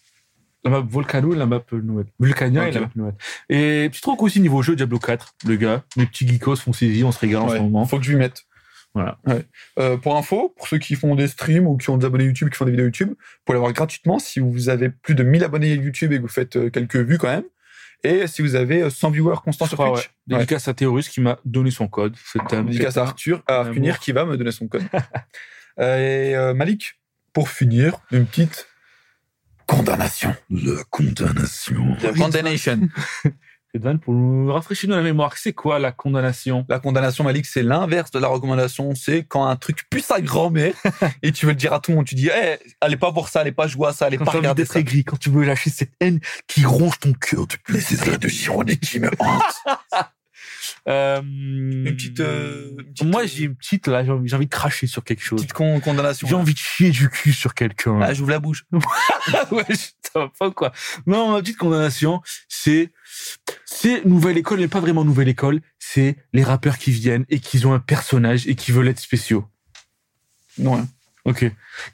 la map Volcano et la map euh, Noël. Vulcania et
Ok.
la map Noël. Et petit truc aussi niveau jeu, Diablo 4, le gars, les petits geekos font saisie, on se régale en
Ouais,
ce moment.
Faut que je lui mette.
Voilà.
Ouais. Euh, pour info, pour ceux qui font des streams ou qui ont des abonnés YouTube, qui font des vidéos YouTube, vous pouvez l'avoir gratuitement si vous avez plus de 1000 abonnés YouTube et que vous faites euh, quelques vues quand même. Et si vous avez euh, 100 viewers constants sur
Ah ouais.
Twitch. Ouais.
Dédicace à Théorus qui m'a donné son code. C'est un
Dédicace à Arthur, à
Un
Arcunir
amour.
qui va me donner son code. Euh, et euh, Malik, pour finir, une petite condamnation.
La condamnation.
condamnation.
Dan, pour nous rafraîchir dans la mémoire, c'est quoi la condamnation
La condamnation, Malik, c'est l'inverse de la recommandation. C'est quand un truc pue sa grand-mère et tu veux le dire à tout le monde. Tu dis, Eh, allez pas voir ça, allez pas jouer à ça, allez
Quand
pas
t'as envie
regarder
d'être
ça.
aigri, quand tu veux lâcher cette haine qui ronge ton cœur depuis
Les étoiles de Chironé qui me hantent.
Euh,
petite, euh, une petite,
Moi,
euh,
j'ai une petite, là, j'ai envie, j'ai envie de cracher sur quelque chose.
Petite con- condamnation.
J'ai envie de chier du cul sur quelqu'un.
Ah, j'ouvre la bouche.
ouais, je- ça va pas, quoi. Non, ma petite condamnation, c'est, c'est nouvelle école, mais pas vraiment nouvelle école. C'est les rappeurs qui viennent et qui ont un personnage et qui veulent être spéciaux.
Non, hein.
Ok.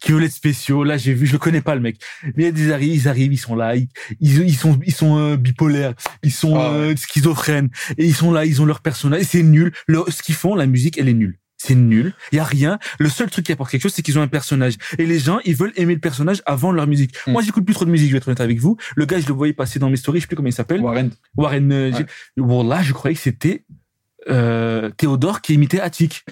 Qui veulent être spéciaux. Là, j'ai vu, je le connais pas, le mec. Mais il y a des arrivent, ils arrivent, ils sont là, ils, ils, ils sont, ils sont euh, bipolaires, ils sont
Ah ouais.
euh, schizophrènes et ils sont là, ils ont leur personnage. et C'est nul. Leur- ce qu'ils font, la musique, elle est nulle. C'est nul. Il y a rien. Le seul truc qui apporte quelque chose, c'est qu'ils ont un personnage. Et les gens, ils veulent aimer le personnage avant leur musique.
Hmm.
Moi, j'écoute plus trop de musique. Je vais être honnête avec vous. Le gars, je le voyais passer dans mes stories. Je sais plus comment il s'appelle.
Warren.
Warren. euh,
Ouais.
G- Wallah, je croyais que c'était euh, Théodore qui imitait Attic.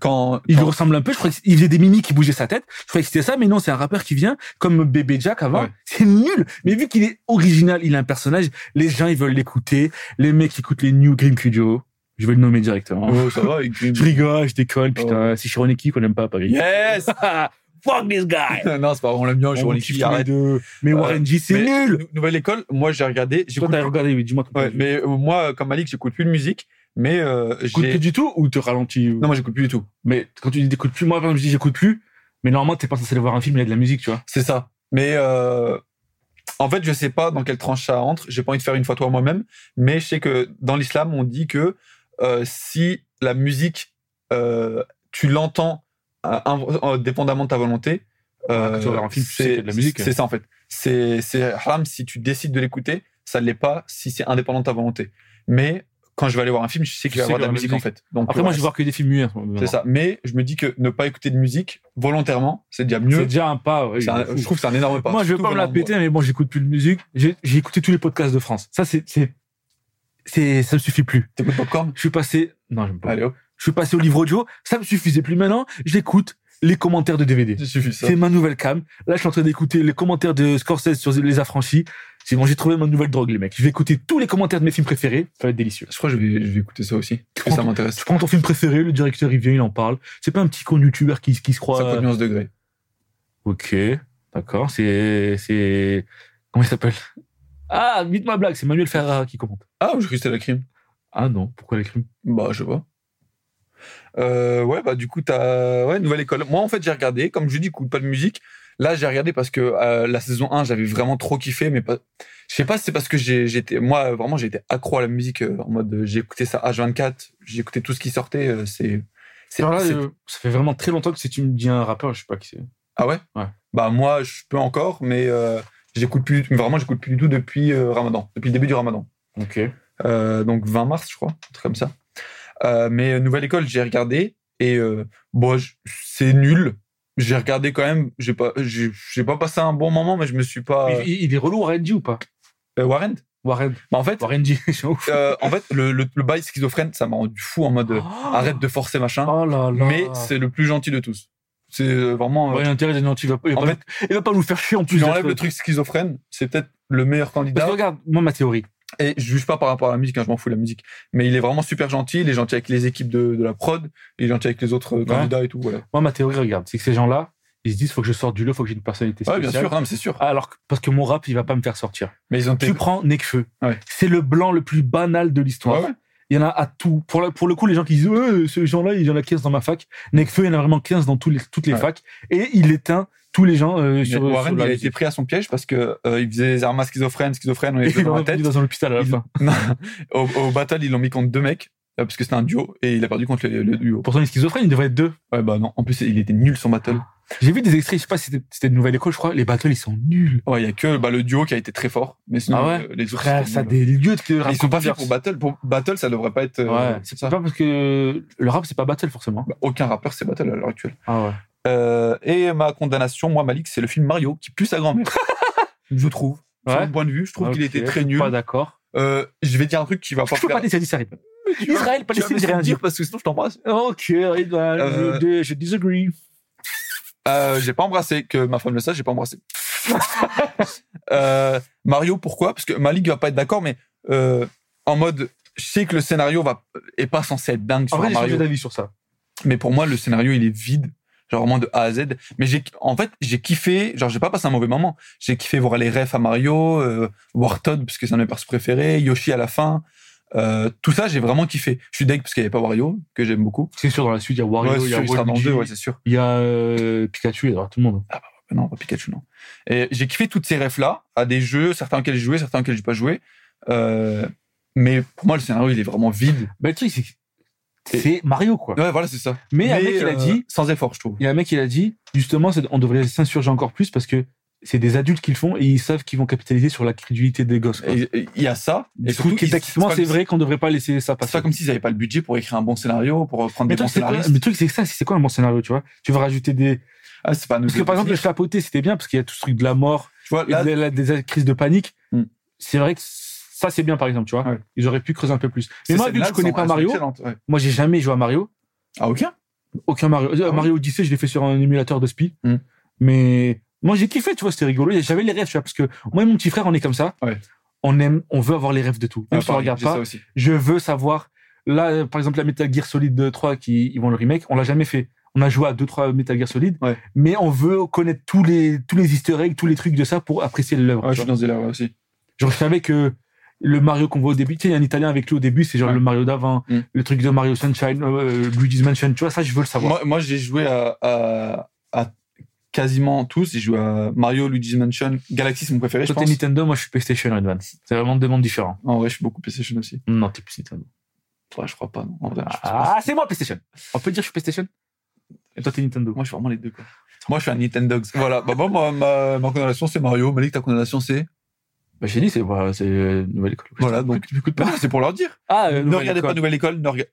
Quand,
Il lui
quand-
ressemble un peu. Je crois qu'il faisait des mimiques, qui bougeait sa tête. Je croyais que c'était ça, mais non, c'est un rappeur qui vient comme Bébé Jack avant.
Ouais.
C'est nul. Mais vu qu'il est original, il a un personnage. Les gens, ils veulent l'écouter. Les mecs qui écoutent les New Green Cudio. Je vais le nommer directement.
Oh, ça va, avec
Je rigole, je déconne. Putain, c'est Chironeki qu'on aime pas à Paris.
Yes!
Fuck this guy.
non, c'est pas vrai, on l'aime bien, je suis
On
en
kiffe
équipe,
tous les
arrête.
deux. Mais
Euh,
Warren G, c'est
mais-
nul.
Nou- Nouvelle école, moi j'ai regardé.
Toi,
j'écoute
t'as
plus-
regardé, oui, dis-moi.
Ouais, mais euh, moi, comme Malik, j'écoute plus de musique, mais euh,
Écoute
j'ai.
plus du tout ou te ralentis ou-
Non, moi j'écoute plus du tout.
Mais quand tu dis t'écoutes plus, moi, par exemple, je dis j'écoute plus. Mais normalement, t'es pas censé aller voir un film, il y a de la musique, tu vois.
C'est ça. Mais euh, en fait, je sais pas dans quelle tranche ça entre. J'ai pas envie de faire une fatwa moi-même, mais je sais que dans l'islam, on dit que euh, si la musique, euh, tu l'entends euh, inv- euh, dépendamment de ta volonté, euh,
Ouais, Ah, quand tu vas voir un film, tu sais qu'il y a de la musique.
C'est ça en fait. C'est c'est haram si tu décides de l'écouter. Ça ne l'est pas si c'est indépendant de ta volonté. Mais quand je vais aller voir un film, je sais qu'il
Tu
va y
sais
avoir de
qu'il
la musique,
y
en
aura
fait. Donc,
Après,
euh,
moi, je vais voir que des films muets. en ce moment.
C'est ça. Mais je me dis que ne pas écouter de musique volontairement, c'est déjà mieux.
C'est déjà un pas. ouais,
C'est un-
fou.
je trouve que c'est un énorme pas.
Moi, je vais
Surtout
pas me la
venant de moi.
péter, mais bon, j'écoute plus de musique. J'ai j'ai écouté tous les podcasts de France. Ça, c'est, c'est, c'est, ça me suffit plus.
T'écoutes Popcorn
Je suis passé, non, j'aime pas.
Allez hop,
Je suis passé au livre audio. Ça me suffisait plus maintenant. J'écoute les commentaires de DVD.
ça suffit ça.
C'est ma nouvelle cam. Là, je suis en train d'écouter les commentaires de Scorsese sur Les Affranchis. C'est bon, j'ai trouvé ma nouvelle drogue, les mecs. Je vais écouter tous les commentaires de mes films préférés. Ça va être délicieux.
Je crois que je vais, je vais écouter ça aussi. parce que
prends
ça
ton-
m'intéresse.
Tu prends ton film préféré, le directeur, il vient, il en parle. C'est pas un petit con youtubeur qui, qui se croit. euh,
Ça coûte nuance degré.
Ok, d'accord. C'est, c'est, comment il s'appelle Ah, vite ma blague, c'est Manuel Ferrara qui commente.
Ah, je croyais que c'était la crime.
Ah non, pourquoi les crimes
Bah, je vois. Euh, ouais, bah, du coup, t'as. Ouais, nouvelle école. Moi, en fait, j'ai regardé. Comme je dis, écoute pas de musique. Là, j'ai regardé parce que euh, la saison 1, j'avais vraiment trop kiffé, mais pas. Je sais pas si c'est parce que j'ai- j'étais. Moi, vraiment, j'étais accro à la musique euh, en mode. euh, J'ai écouté ça H24, j'ai écouté tout ce qui sortait. euh, c'est. c'est-
Alors là,
c'est-
euh, ça fait vraiment très longtemps que si tu me dis un rappeur, je sais pas qui c'est.
Ah ouais
Ouais.
Bah moi, je peux encore, mais euh, j'écoute plus, vraiment, j'écoute plus du tout depuis euh, Ramadan, depuis le début du Ramadan.
Ok.
Euh, donc 20 mars, je crois, un truc comme ça. Euh, mais euh, Nouvelle École, j'ai regardé et euh, bon, je- c'est nul. J'ai regardé quand même, j'ai pas, j'ai j'ai pas passé un bon moment, mais je me suis pas.
Il, il est relou Warren G ou pas
Euh, Warren
Warren.
Bah, En fait,
Warren G, je suis un ouf.
euh, en fait, le, le, le bail schizophrène, ça m'a rendu fou en mode euh, arrête de forcer machin.
Ah. Oh là là.
mais c'est le plus gentil de tous. C'est euh, vraiment. euh,
Ouais, il a intérêt d'être gentil, il va pas, il va
En
pas nous- il va pas nous faire chier en plus.
tu
d'être-
enlèves le truc schizophrène, c'est peut-être le meilleur
Parce
candidat.
que regarde, moi, ma théorie.
Et je juge pas par rapport à la musique, hein, je m'en fous de la musique. Mais il est vraiment super gentil, il est gentil avec les équipes de, de la prod, il est gentil avec les autres euh, candidats et tout. Voilà.
Moi, ma théorie, regarde, c'est que ces gens-là, ils se disent, faut que je sorte du lot, faut que j'ai une personnalité
Ouais,
spéciale. Ah,
bien sûr, non, mais c'est sûr.
Alors, que- parce que mon rap, il va pas me faire sortir.
Mais ils ont été.
Tu prends Nekfeu.
Ouais.
C'est le blanc le plus banal de l'histoire.
Ouais, ouais.
Il y en a à tout. Pour, le- pour le coup, les gens qui disent, euh, ce gens-là, il y en a 15 dans ma fac. Nekfeu, il y en a vraiment 15 dans tous les, toutes les
Ouais.
facs. Et il éteint tous les gens euh, sur,
Mais Warren,
sur la
il a
musique.
été pris à son piège parce que euh, il faisait des armas schizophrènes, schizophrènes, on
Et
les
il
faisait dans
va
la tête.
dans un hôpital à la
Il-
fin.
Non, au, au battle, ils l'ont mis contre deux mecs, euh, parce que c'était un duo, et il a perdu contre le, le duo.
Pourtant, il est schizophrène, il devrait être deux.
Ouais, bah non, en plus, il était nul son battle.
J'ai vu des extraits, je sais pas si c'était- c'était de Nouvelle École, je crois. Les battles, ils sont nuls.
Ouais, il y a que bah, le duo qui a été très fort, mais sinon,
Ah ouais
euh, les autres.
Frère,
c'était
ça a
nul.
des lieux de
Ils sont pas faits pour battle, pour battle, ça devrait pas être. euh,
Ouais, c'est
ça.
pas parce que le rap, c'est pas battle, forcément.
Bah, aucun rappeur, c'est battle à l'heure actuelle.
Ah ouais.
Euh, et ma condamnation, moi, Malik, c'est le film Mario qui pue sa grand-mère. je trouve. Sur
Ouais. Ah,
mon point de vue, je trouve qu'il
Ok,
était très
je suis
nul.
Pas d'accord.
Euh, je vais dire un truc qui va pas
Je peux pas
faire.
dire ça, dis ça, arrête.
Tu vas-
Israël,
tu vas
Palestine,
me
j'ai rien dit.
dire parce que sinon je t'embrasse.
Ok, eh ben,
Euh,
je, je disagree.
Euh, j'ai pas embrassé que ma femme le sache, j'ai pas embrassé. Euh, Mario, pourquoi Parce que Malik va pas être d'accord, mais euh, en mode, je sais que le scénario va est pas censé être dingue
En
sur
vrai, j'ai
Mario.
changé d'avis sur ça.
mais pour moi le scénario il est vide genre vraiment de A à Z mais j'ai en fait j'ai kiffé genre j'ai pas passé un mauvais moment j'ai kiffé voir les refs à Mario euh, voir Todd parce que c'est un de mes persos préférés Yoshi à la fin Euh, tout ça j'ai vraiment kiffé je suis deg parce qu'il y avait pas Wario que j'aime beaucoup
C'est sûr, dans la suite, il y a Wario,
Ouais, c'est
il y a
sûr, il sera dans le
Waluigi,
deux, ouais, c'est sûr Ah,
il y a euh, Pikachu, il y aura tout le monde.
Mais non pas Pikachu non et j'ai kiffé toutes ces refs là à des jeux certains auxquels j'ai joué certains auxquels j'ai pas joué Euh, mais pour moi le scénario il est vraiment vide
Bah, le truc, c'est que c'est Mario, quoi.
ouais voilà c'est ça
Mais, il y a un mec, il a
euh,
dit,
sans effort je trouve
il y a un mec, il a dit, justement, c'est- on devrait s'insurger encore plus parce que c'est des adultes qui le font et ils savent qu'ils vont capitaliser sur la crédulité des gosses. quoi.
Et- et il y a ça
Du coup,
surtout, il-
techniquement,
pas
c'est
le-
vrai qu'on devrait pas laisser ça
C'est pas
passer.
comme s'ils n'avaient pas le budget pour écrire un bon scénario, pour euh, prendre
Mais
des
le truc,
bons
c'est quoi- mais
scénaristes.
le truc, c'est que ça, c'est quoi un bon scénario, tu vois Tu vas rajouter des.
Ah, c'est pas nous.
Parce que par exemple, le chapeauté, c'était bien parce qu'il y a tout ce truc de la mort,
tu vois,
Et
là,
de la- des, crises de panique,
Hmm.
c'est vrai que ça c'est bien par exemple, tu vois.
Ouais.
Ils auraient pu creuser un peu plus.
ces
Mais moi, vu
scènes-là,
que je connais
elles
pas
sont
Mario,
excellentes, ouais.
moi j'ai jamais joué à Mario,
Ah, aucun
aucun Mario. Euh,
ouais.
Mario Odyssey, je l'ai fait sur un émulateur de SPI.
Hmm.
Mais moi j'ai kiffé, tu vois, c'était rigolo. Et J'avais les rêves, tu vois, parce que moi et mon petit frère, on est comme ça.
Ouais.
On aime, on veut avoir les rêves de tout.
Ah,
Même si on
pareil,
regarde
j'ai
pas,
ça aussi.
euh, je veux savoir. Là, euh, par exemple, la Metal Gear Solid 3 qui ils vont le remake, on l'a jamais fait. On on a joué à 2-3 Metal Gear Solid,
Ouais.
mais on veut connaître tous les, tous les easter eggs, tous les trucs de ça pour apprécier l'œuvre.
Ouais,
tu
je suis
vois.
dans ce délire ouais, aussi.
Genre, je savais que le Mario qu'on voit au début, tu sais, il y a un Italien avec lui au début, c'est genre
Ouais.
le Mario d'avant,
Mm.
le truc de Mario Sunshine, euh, Luigi's Mansion, tu vois, ça, je veux le savoir.
Moi, moi, j'ai joué à, à- à quasiment tous. J'ai joué à Mario, Luigi's Mansion, Galaxy, c'est mon préféré, je
Toi, t'es
pense.
Nintendo, moi, je suis PlayStation Advance. C'est vraiment deux mondes différents.
En vrai, je suis beaucoup Mm. PlayStation aussi.
Non, t'es plus Nintendo.
Ouais, je crois pas. non. En vrai, je pense pas.
Ah, c'est moi, PlayStation. On peut dire que je suis PlayStation Et toi, t'es Nintendo.
Moi, je suis vraiment les deux. Quoi. Moi, je suis un Nintendogs. Voilà. Bah, bon, moi, ma, ma condamnation, c'est Mario. Malik, ta condamnation, c'est.
Bah, j'ai dit, c'est bah, c'est, euh, Nouvelle École.
Voilà, donc.
Tu m'écoutes
Bah,
pas
c'est pour leur dire.
Ah, euh,
ne
Nouvelle
regardez
École.
pas Nouvelle École, ne, rega-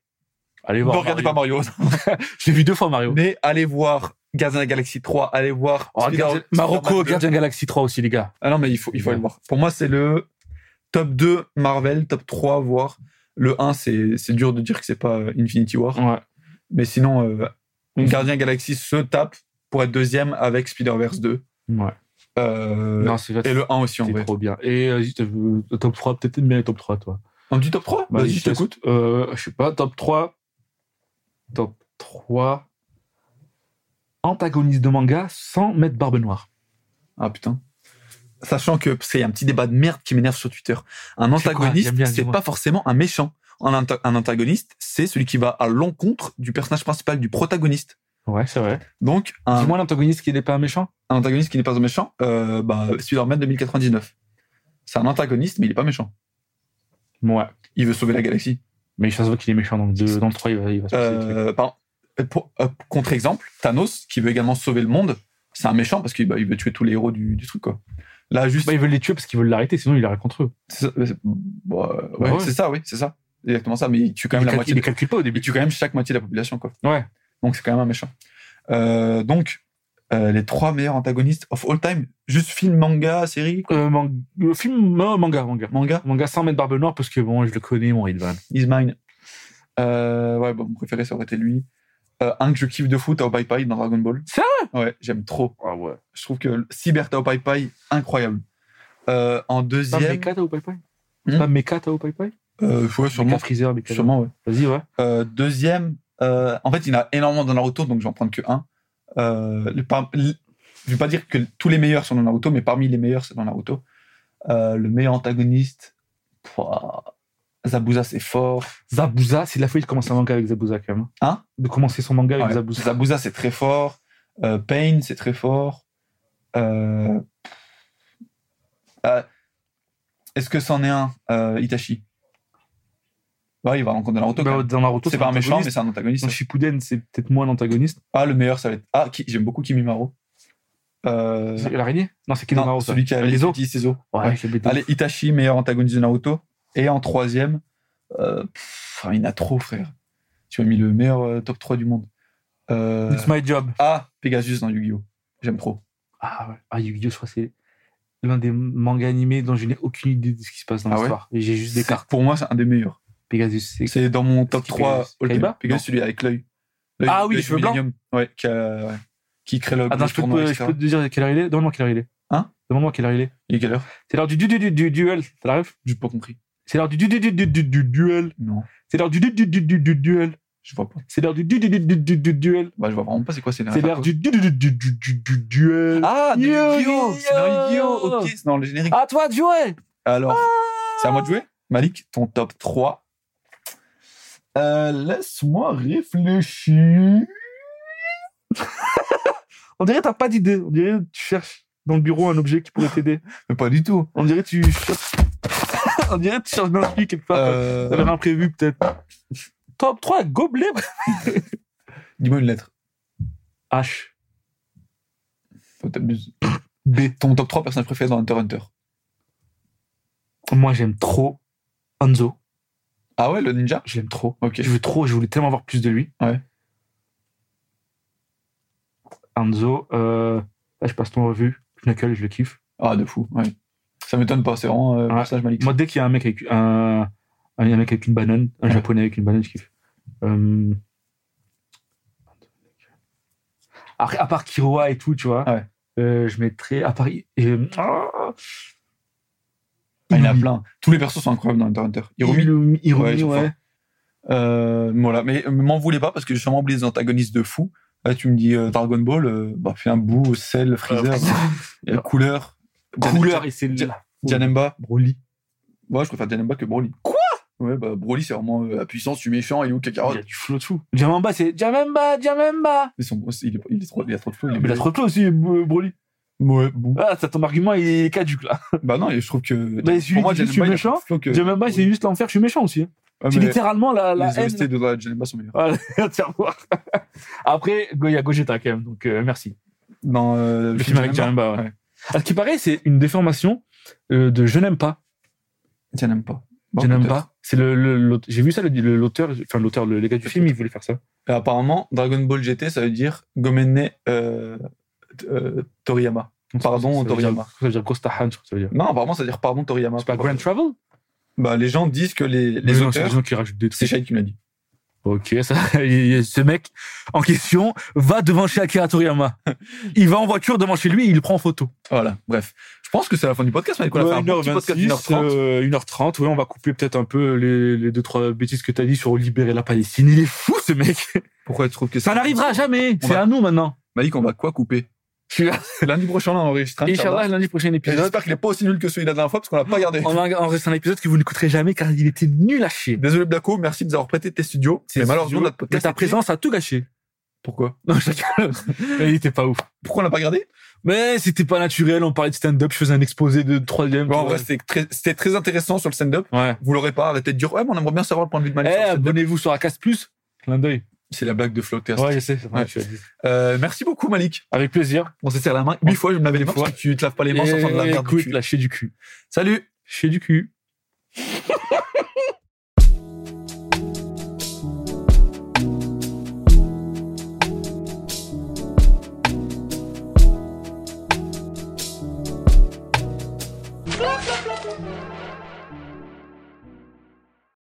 Allez
ne
voir.
regardez
Mario.
pas Mario.
Je l'ai vu deux fois, Mario.
Mais allez voir Guardians of the Galaxy 3, allez voir
Oh,
Spider-
Guardian- Marocco,
Spider-Man 2.
Guardian Galaxy 3 aussi, les gars.
Ah non, mais il faut, il faut aller le voir. Pour moi, c'est le top 2 Marvel, top 3, voire le 1, c'est c'est dur de dire que c'est pas euh, Infinity War.
Ouais.
Mais sinon, euh,
Mhm.
Guardian Galaxy se tape pour être deuxième avec Spider-Verse 2.
Ouais.
Euh,
Non, c'est vrai.
et le 1 aussi, en
C'était
vrai.
trop bien. Et euh, juste, euh, top 3, peut-être bien les top 3, toi.
Un petit top 3
Bah,
Vas-y, je
laisse-
t'écoute.
euh, Je sais pas, top 3. Top 3. Antagoniste de manga sans mettre barbe noire.
Ah putain. Sachant que, parce qu'il y a un petit débat de merde qui m'énerve sur Twitter. Un
C'est quoi
antagoniste,
J'aime bien,
c'est
dis-moi.
pas forcément un méchant. Un, anta- un antagoniste, c'est celui qui va à l'encontre du personnage principal, du protagoniste.
Ouais, c'est vrai.
Donc, un,
Dis-moi l'antagoniste qui n'est pas un méchant.
un antagoniste qui n'est pas un méchant, euh, bah, Spider-Man 2099. C'est un antagoniste, mais il est pas méchant.
Ouais.
Il veut sauver la galaxie.
Mais ça se voit qu'il est méchant dans le, deux- dans le 3, il va, il va se passer des trucs.
Euh, pardon. Euh, pour- euh, Contre-exemple, Thanos, qui veut également sauver le monde, c'est un méchant parce qu'il bah, il veut tuer tous les héros du, du truc. Quoi. Là, juste.
Bah, ils veulent les tuer parce qu'ils veulent l'arrêter, sinon il l'arrête contre eux.
C'est ça, euh, c'est- bah, euh,
Bah
ouais,
ouais.
c'est ça, oui, c'est ça. Exactement ça, Ah, mais il tue quand
Ils
même
ne
la moitié.
les
de-
calculent pas au
Il
début.
tue quand même chaque moitié de la population, quoi.
Ouais.
Donc c'est quand même un méchant. Euh, donc euh, les trois meilleurs antagonistes of all time, juste film, manga, série,
Euh, man- le film, non, manga, manga.
manga,
Manga sans mettre barbe noire parce que bon, je le connais, mon Ridvan.
is mine. Euh, ouais, bon, mon préféré ça aurait été lui. Euh, un que je kiffe de fou, Tao Pai Pai dans Dragon Ball.
Sérieux
Ouais, j'aime trop.
Ah ouais.
Je trouve que le Cyber Tao Pai Pai, incroyable. Euh, en
C'est pas
deuxième,
Mecha, Tao Pai Pai
Hmm
C'est pas Mecha, Tao Pai Pai
euh, ouais,
Mecha
sûrement,
Freezer, Mecha.
sûrement, ouais.
Vas-y, ouais.
Euh, deuxième, euh, en fait, il y en a énormément dans Naruto, donc je vais en prendre que un. Euh, le par- le- je vais pas dire que tous les meilleurs sont dans Naruto, mais parmi les meilleurs, c'est dans Naruto. Euh, le meilleur antagoniste, pouah, Zabuza, c'est fort.
Zabuza, c'est de la folie de commencer un manga avec Zabuza quand même.
Hein
De commencer son manga avec
Ouais.
Ah Zabuza.
Zabuza, c'est très fort. Euh, Pain, c'est très fort. Euh, euh, Est-ce que c'en est un, euh, Itachi Ouais, il va à l'encontre de Naruto. quand
Bah,
même.
dans Naruto,
c'est pas un méchant, mais
antagoniste.
c'est un antagoniste.
Dans Shippuden, c'est peut-être moins l'antagoniste.
Ah, le meilleur, ça va être. Ah, qui... j'aime beaucoup Kimimaro. Euh...
C'est L'araignée Non, c'est
non,
Kinemaro. ça.
celui qui a
Les os.
petits ciseaux.
Ouais,
Ouais.
c'est bête.
Allez, Itachi, meilleur antagoniste de Naruto. Et en troisième, euh, pff, il y en a trop, frère. Tu m'as mis le meilleur euh, top 3 du monde. Euh,
It's my job.
Ah, Pegasus dans Yu-Gi-Oh! J'aime trop.
Ah, ouais. ah Yu-Gi-Oh, je crois que c'est l'un des mangas animés dont je n'ai aucune idée de ce qui se passe dans
Ah ouais
l'histoire. Et J'ai juste des
C'est-
cartes.
Pour moi, c'est un des meilleurs.
Pegasus, c'est
C'est dans mon top
qui
3
Pegasus
all time.
Kaiba
Pegasus,
Non.
celui avec l'œil. L'œil-
Ah
l'œil
oui, les
du
cheveux blancs
Millennium. Ouais, qui, a- ouais. qui crée le.
Attends,
le
je peux,
tournoi,
te, je
etc.
peux te dire quelle heure il est Demande-moi quelle heure il est.
Hein
Demande-moi quelle heure il est.
Il est quelle heure
C'est l'heure du, du, du, du, du duel. T'as la ref
J'ai pas compris.
C'est l'heure du, du, du, du, du, du, du duel.
Non,
C'est l'heure du, du, du, du, du, du duel.
je vois pas.
C'est l'heure du, du, du, du, du, du, du duel.
Bah, je vois vraiment pas c'est quoi. C'est
C'est l'heure du, du, du, du, du, du, du duel.
Ah, de
Yo,
Yu-Gi-Oh! C'est dans Yu-Gi-Oh!
Yu-Gi-Oh!
Ok, c'est dans le générique.
À toi eh. de jouer
Alors,
Ah.
c'est à moi de jouer. Malik, ton top 3. Euh, Laisse-moi réfléchir.
On dirait que t'as pas d'idée. On dirait que tu cherches dans le bureau un objet qui pourrait t'aider.
Mais Euh, pas du tout.
On dirait que tu cherches. On dirait que tu cherches dans le truc quelque part.
Euh,
Ça a l'air imprévu peut-être. Top 3 gobelet
Dis-moi une lettre.
H.
Faut t'abuser. B. Ton top 3 personnage préféré dans Hunter x Hunter.
Moi j'aime trop Anzo.
Ah ouais, le ninja
Je l'aime trop.
Ok.
Je veux trop, je voulais tellement avoir plus de lui.
Ouais.
Anzo, euh, là je passe ton revue. Knuckles, je le kiffe.
Ah, de fou, ouais. Ça m'étonne pas, c'est vraiment euh,
Ouais.
personnage Malik.
Moi, dès qu'il y a un mec avec un, un mec avec une banane, un
Ouais.
japonais avec une banane, je kiffe. Euh, Après, à part Kiroa et tout, tu vois,
Ouais.
euh, je mettrais à part. et- Ah
Ah, il y en a plein. Tous les persos sont incroyables dans Hunter x Hunter. Hirumi.
Hirumi, Hirumi,
Ouais, ils sont
ouais.
forts. Euh, voilà, mais euh, m'en voulez pas parce que j'ai sûrement oublié des antagonistes de fou. Là, tu me dis euh, Dragon Ball, euh, bah, fais un bout, sel, freezer, euh, couleur.
Couleur et c'est le.
Janemba.
Broly.
Ouais, je préfère Janemba que Broly.
Quoi
Ouais, bah Broly, c'est vraiment euh, la puissance, tu es méchant, il est où,
Il y
cacarotte
a du flow de fou. Jamamba, c'est Jamamba, Jamamba.
Mais son- il, est, il, est trop, il a trop de flow.
Mais il a trop de flow aussi, euh, Broly.
Ouais, bou.
Ah, ça, ton argument, il est caduque, là.
Bah non, et je trouve que.
Mais celui qui dit je suis
il a
méchant,
plus de flow que.
Jamamba, c'est juste l'enfer, je suis méchant aussi. hein.
Euh, Ouais,
C'est
mais
littéralement la, la
les
haine.
OST de Dra- Janemba sont meilleurs.
Voilà, tiens, voir. Après, il y a Gogeta, quand même, donc euh, merci.
Dans euh,
Le film avec
Janemba,
Jamamba, ouais.
Ouais.
À ce qui paraît, c'est une déformation euh, de Je n'aime pas.
Janemba. Bon,
je n'aime
peut-être.
pas. C'est le, le- l'aute- j'ai vu ça, le- le- l'auteur, enfin l'auteur, le, les gars du film, ils voulaient faire ça.
Et Euh, apparemment, Dragon Ball GT, ça veut dire Gomenne euh, t- euh, Toriyama. Pardon,
ça veut dire-
Toriyama.
Ça veut dire Kostahan, je crois que ça veut dire.
Non, apparemment, ça veut dire pardon Toriyama.
C'est pas Grand Travel
Bah, les gens disent que les, Ah, les
Mais non, c'est des
auteurs.
gens qui rajoutent des
C'est
trucs.
Shai qui me l'a dit.
Ok, ça, ce mec en question va devant chez Akira Toriyama. Il va en voiture devant chez lui et il prend en photo.
Voilà, bref. Je pense que c'est la fin du podcast, mais on a fait un bon petit podcast d'une heure trente.
euh, 1h30, ouais, on va couper peut-être un peu les, les deux, trois bêtises que t'as dit sur libérer la Palestine. Il est fou, ce mec.
Pourquoi tu trouves que
Ça n'arrivera jamais.
On
C'est
va-
à nous maintenant.
Malik, on va quoi couper
Je suis
Lundi prochain, là, on enregistre. un, Inch'Allah.
Inch'Allah, lundi prochain
Et
épisode.
j'espère qu'il est pas aussi nul que celui de la dernière fois, parce qu'on l'a pas gardé.
On va enregistrer un épisode que vous n'écouterez jamais car il était nul à chier.
Désolé, Blaco, merci de nous avoir prêté tes studios. Mais malheureusement, notre
Mais
podcast.
ta
était-
présence a tout gâché.
Pourquoi
Non, je rigole. Mais Il était pas ouf.
Pourquoi on l'a pas gardé
Mais c'était pas naturel. On parlait de stand-up. Je faisais un exposé de troisième.
Bon, En
tu
vrai, c'était très, c'était très intéressant sur le stand-up.
vois. ouais.
Vous l'aurez pas arrêté de dire, ouais, mais on aimerait bien savoir le point de vue de
Eh,
Malik. sur le stand-up.
abonnez-vous sur Acast Plus. Clin d'œil.
C'est la blague de Flotter.
Ouais, je sais.
Ouais. Euh, merci beaucoup, Malik.
Avec plaisir.
On s'est serré la main. Huit fois, je me lavais les mains
Huit
parce que tu te laves pas les mains sans faire de la
Et
merde. du
Eh, écoute,
cul.
lâchez du cul.
Salut!
Chez du cul.